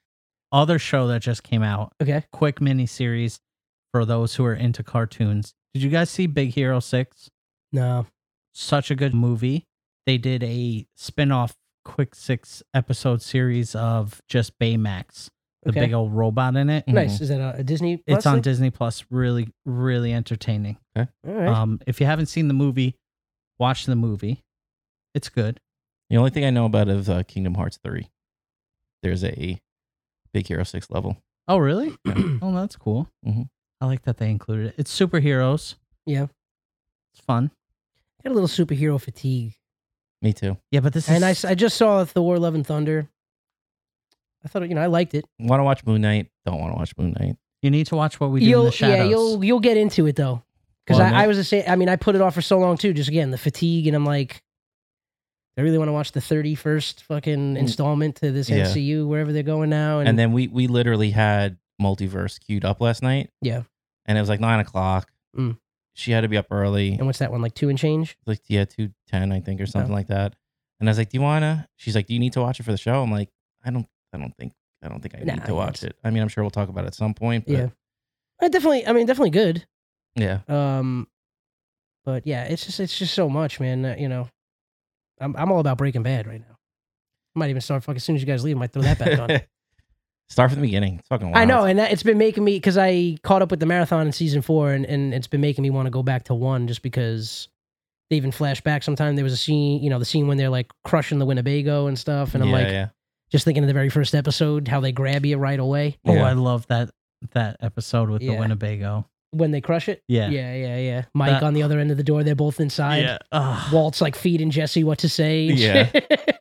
S6: Other show that just came out.
S4: okay
S6: Quick mini series for those who are into cartoons. Did you guys see Big Hero Six?
S4: no
S6: such a good movie. They did a spin-off quick six episode series of just Baymax, the
S4: Okay.
S6: big old robot in it.
S5: Mhm.
S4: nice is that a, a disney Plus
S6: It's on
S4: thing?
S6: Disney Plus. Really, really entertaining.
S4: all right
S6: Um, if you haven't seen the movie, watch the movie. It's good.
S5: The only thing I know about is uh, Kingdom Hearts 3. There's a Big Hero 6 level.
S6: Oh, really? oh, that's cool.
S5: Mhm.
S6: I like that they included it. It's superheroes.
S4: Mm-hmm. Yeah.
S6: It's fun.
S4: Got a little superhero fatigue.
S5: Me too.
S6: Yeah, but this
S4: And I,
S6: is
S4: s- I just saw Thor: Love and Thunder. I thought you know I liked it.
S5: Want to watch Moon Knight? Don't want to watch Moon Knight.
S6: you need to watch what we do in
S4: you'll
S6: the shadows.
S4: yeah you'll you'll get into it though because
S5: Well,
S4: I, I
S5: no.
S4: was the same. I mean I put it off for so long too. Just again the fatigue and I'm like, I really want to watch the 31st fucking installment to this
S5: Yeah.
S4: MCU wherever they're going now. And,
S5: And then we we literally had multiverse queued up last night.
S4: Yeah.
S5: And it was like nine o'clock.
S4: Mm.
S5: She had to be up early.
S4: and what's that one like two and change?
S5: like yeah, two ten, I think, or something like that. And I was like, "Do you wanna?" She's like, "Do you need to watch it for the show?" I'm like, "I don't, I don't think, I don't think I
S4: Nah,
S5: need to watch
S4: it's-
S5: it. I mean, I'm sure we'll talk about it at some point. But
S4: Yeah. I Uh, definitely. I mean definitely good.
S5: yeah,
S4: Um, but yeah, it's just it's just so much, man. that, you know, I'm I'm all about Breaking Bad right now. I might even start fucking as soon as you guys leave. I might throw that back on.
S5: Start from the beginning. It's fucking. Wild.
S4: I know, and that, it's been making me because I caught up with the marathon in season four, and, and it's been making me want to go back to one just because they even flash back. Sometimes there was a scene, you know, the scene when they're like crushing the Winnebago and stuff, and I'm
S5: yeah,
S4: like
S5: yeah.
S4: just thinking of the very first episode how they grab you right away
S6: Oh,
S5: Yeah.
S6: I love that that episode with
S4: Yeah.
S6: the Winnebago.
S4: when they crush it.
S6: Yeah.
S4: yeah, yeah, yeah. Mike
S6: That-
S4: on the other end of the door, they're both inside.
S6: Ugh.
S4: Walt's like feeding Jesse what to say. and
S5: Yeah.
S4: shit.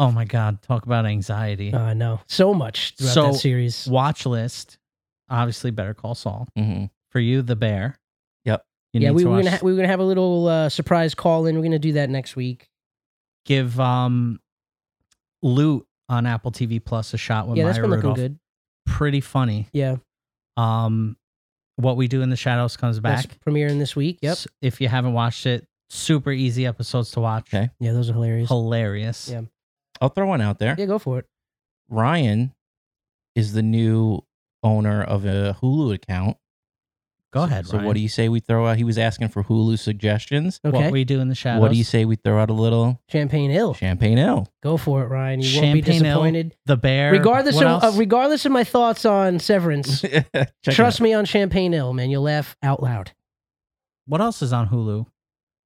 S6: oh my god, talk about anxiety.
S4: oh no, so much throughout
S6: So-
S4: that series.
S6: Watch list. Obviously Better Call Saul.
S5: hmm
S6: For you, The Bear.
S5: Yep.
S6: You
S4: yeah,
S6: need
S4: we
S6: to
S4: were
S6: watch,
S4: gonna ha- we were gonna have a little uh, surprise call in. We're gonna do that next week.
S6: give um Loot on Apple TV Plus a shot with
S4: yeah,
S6: Maya
S4: that's been looking
S6: Rudolph.
S4: good.
S6: Pretty funny.
S4: Yeah,
S6: Um What We Do in the Shadows comes back.
S4: that's premiering this week. Yep.
S6: S- If you haven't watched it, super easy episodes to watch.
S5: Okay.
S4: Yeah, those are hilarious.
S6: Hilarious.
S4: Yeah.
S5: I'll throw one out there.
S4: Yeah, go for it.
S5: Ryan is the new owner of a Hulu account.
S6: Go ahead.
S5: So what do you say we throw out? He was asking for Hulu suggestions.
S4: Okay.
S6: What We Do in the Shadows.
S5: What do you say we throw out a little
S4: Champagne ill.
S5: champagne ale?
S4: Go for it, Ryan. You won't be
S6: Champagne Ale,
S4: disappointed.
S6: The Bear.
S4: Regardless
S6: what
S4: of
S6: else?
S4: uh, regardless of my thoughts on Severance,
S5: Check it
S4: trust me on Champagne ill, man. You'll laugh out loud.
S6: what else is on Hulu?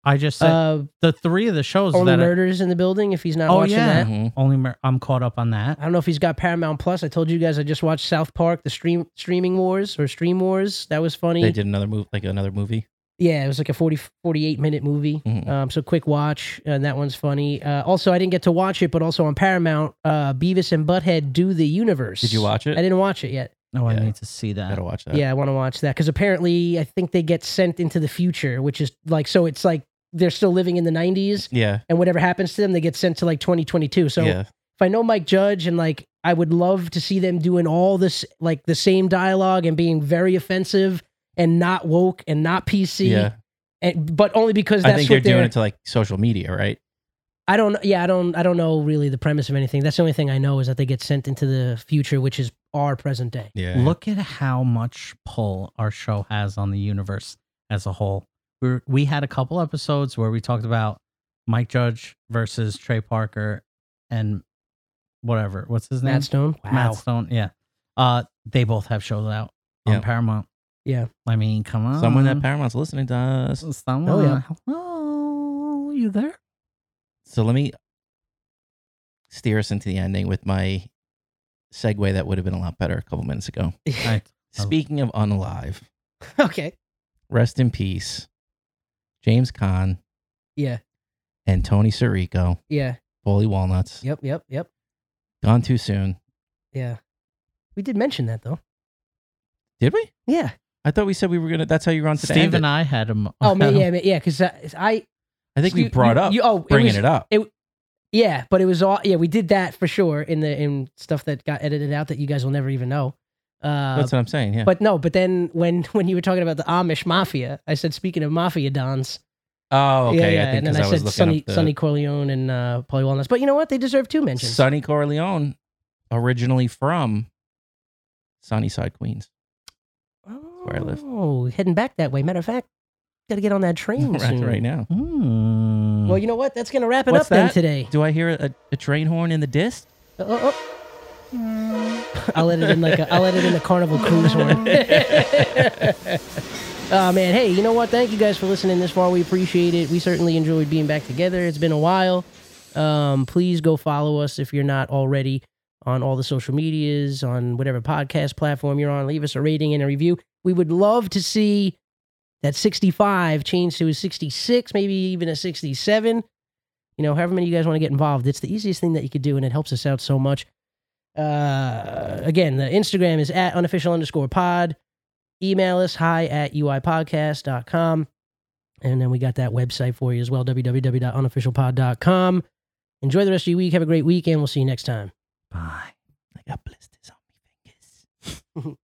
S6: I just said
S4: Uh,
S6: the three of the shows
S4: only
S6: that I-
S4: murders in the building. If he's not
S6: Oh,
S4: watching
S6: yeah.
S4: that,
S5: out. Mhm.
S6: only mur- I'm caught up on that.
S4: I don't know if he's got Paramount Plus. I told you guys I just watched South Park, the stream streaming wars or stream wars. That was funny.
S5: They did another move, like another movie.
S4: Yeah, it was like a 40, 48 minute movie.
S5: Mhm.
S4: Um, so quick watch, and that one's funny. Uh, also, I didn't get to watch it, but also on Paramount, uh, Beavis and Butthead do the universe.
S5: Did you watch it?
S4: I didn't watch it yet.
S6: No, Oh, I
S5: Yeah.
S6: need to see that.
S5: Gotta watch that.
S4: Yeah, I want to watch that because apparently, I think they get sent into the future, which is like so. It's like they're still living in the '90s,
S5: Yeah.
S4: and whatever happens to them, they get sent to like 2022. So
S5: yeah.
S4: if I know Mike Judge and like I would love to see them doing all this like the same dialogue and being very offensive and not woke and not PC.
S5: yeah.
S4: And, but only because that's
S5: I think
S4: what
S5: they're doing it to like social media, right?
S4: I don't. Yeah, I don't. I don't know really the premise of anything. That's the only thing I know is that they get sent into the future, which is our present day.
S5: Yeah.
S6: Look at how much pull our show has on the universe as a whole. We were, we had a couple episodes where we talked about Mike Judge versus Trey Parker and whatever. What's his name?
S4: Matt Stone. Wow.
S6: Matt Stone. Yeah. Uh, they both have shows out on
S5: Yeah.
S6: Paramount.
S4: Yeah.
S6: I mean, come on.
S5: Someone
S4: um,
S5: at Paramount's listening to us.
S6: Someone.
S4: Oh, yeah.
S6: Hello, Oh, you there?
S5: So let me steer us into the ending with my segue that would have been a lot better a couple minutes ago.
S6: I- Oh.
S5: Speaking of unalive,
S4: okay.
S5: rest in peace, James Caan
S4: Yeah.
S5: and Tony Sirico,
S4: Yeah.
S5: Bully Walnuts,
S4: Yep. Yep. Yep.
S5: gone too soon.
S4: Yeah. We did mention that though.
S5: Did we?
S4: Yeah.
S5: I thought we said we were gonna. That's how you were on today.
S6: Steve and I had him.
S4: Oh man. Yeah. man, Yeah. Because I, I
S5: I think we
S4: you-
S5: brought
S4: you-
S5: up
S4: you- oh, it
S5: bringing
S4: was-
S5: it up.
S4: Yeah, but it was all. Yeah, we did that for sure in the in stuff that got edited out that you guys will never even know. Uh,
S5: That's what I'm saying. Yeah.
S4: But no. But then when when you were talking about the Amish mafia, I said speaking of mafia dons.
S5: oh, okay.
S4: Yeah, yeah.
S5: I think
S4: and then
S5: 'cause
S4: I,
S5: was
S4: said
S5: looking
S4: Sonny,
S5: up the,
S4: Sonny Corleone and uh, Polly Walnuts. But you know what? They deserve two mentions.
S5: Sonny Corleone, originally from Sunnyside, Queens. where I live.
S4: Oh, heading back that way. Matter of fact, got to get on that train
S5: right,
S4: soon.
S5: right now.
S6: Hmm.
S4: Well, you know what? That's going to wrap it
S5: What's
S4: up
S5: that?
S4: then today.
S5: Do I hear a, a train horn in the disc?
S4: Oh, oh, oh. I'll let it in like a, I'll let it in the carnival cruise horn. oh man, hey, you know what? Thank you guys for listening this far. We appreciate it. We certainly enjoyed being back together. It's been a while. Um, please go follow us if you're not already on all the social medias, on whatever podcast platform you're on. Leave us a rating and a review. We would love to see that 65 changed to a 66, maybe even a 67. You know, however many you guys want to get involved, it's the easiest thing that you could do, and it helps us out so much. Uh, again, the Instagram is at unofficial underscore pod. Email us hi at uipodcast.com. And then we got that website for you as well, www.unofficialpod.com. Enjoy the rest of your week. Have a great week, and we'll see you next time.
S6: Bye.
S5: I got blisters on my fingers.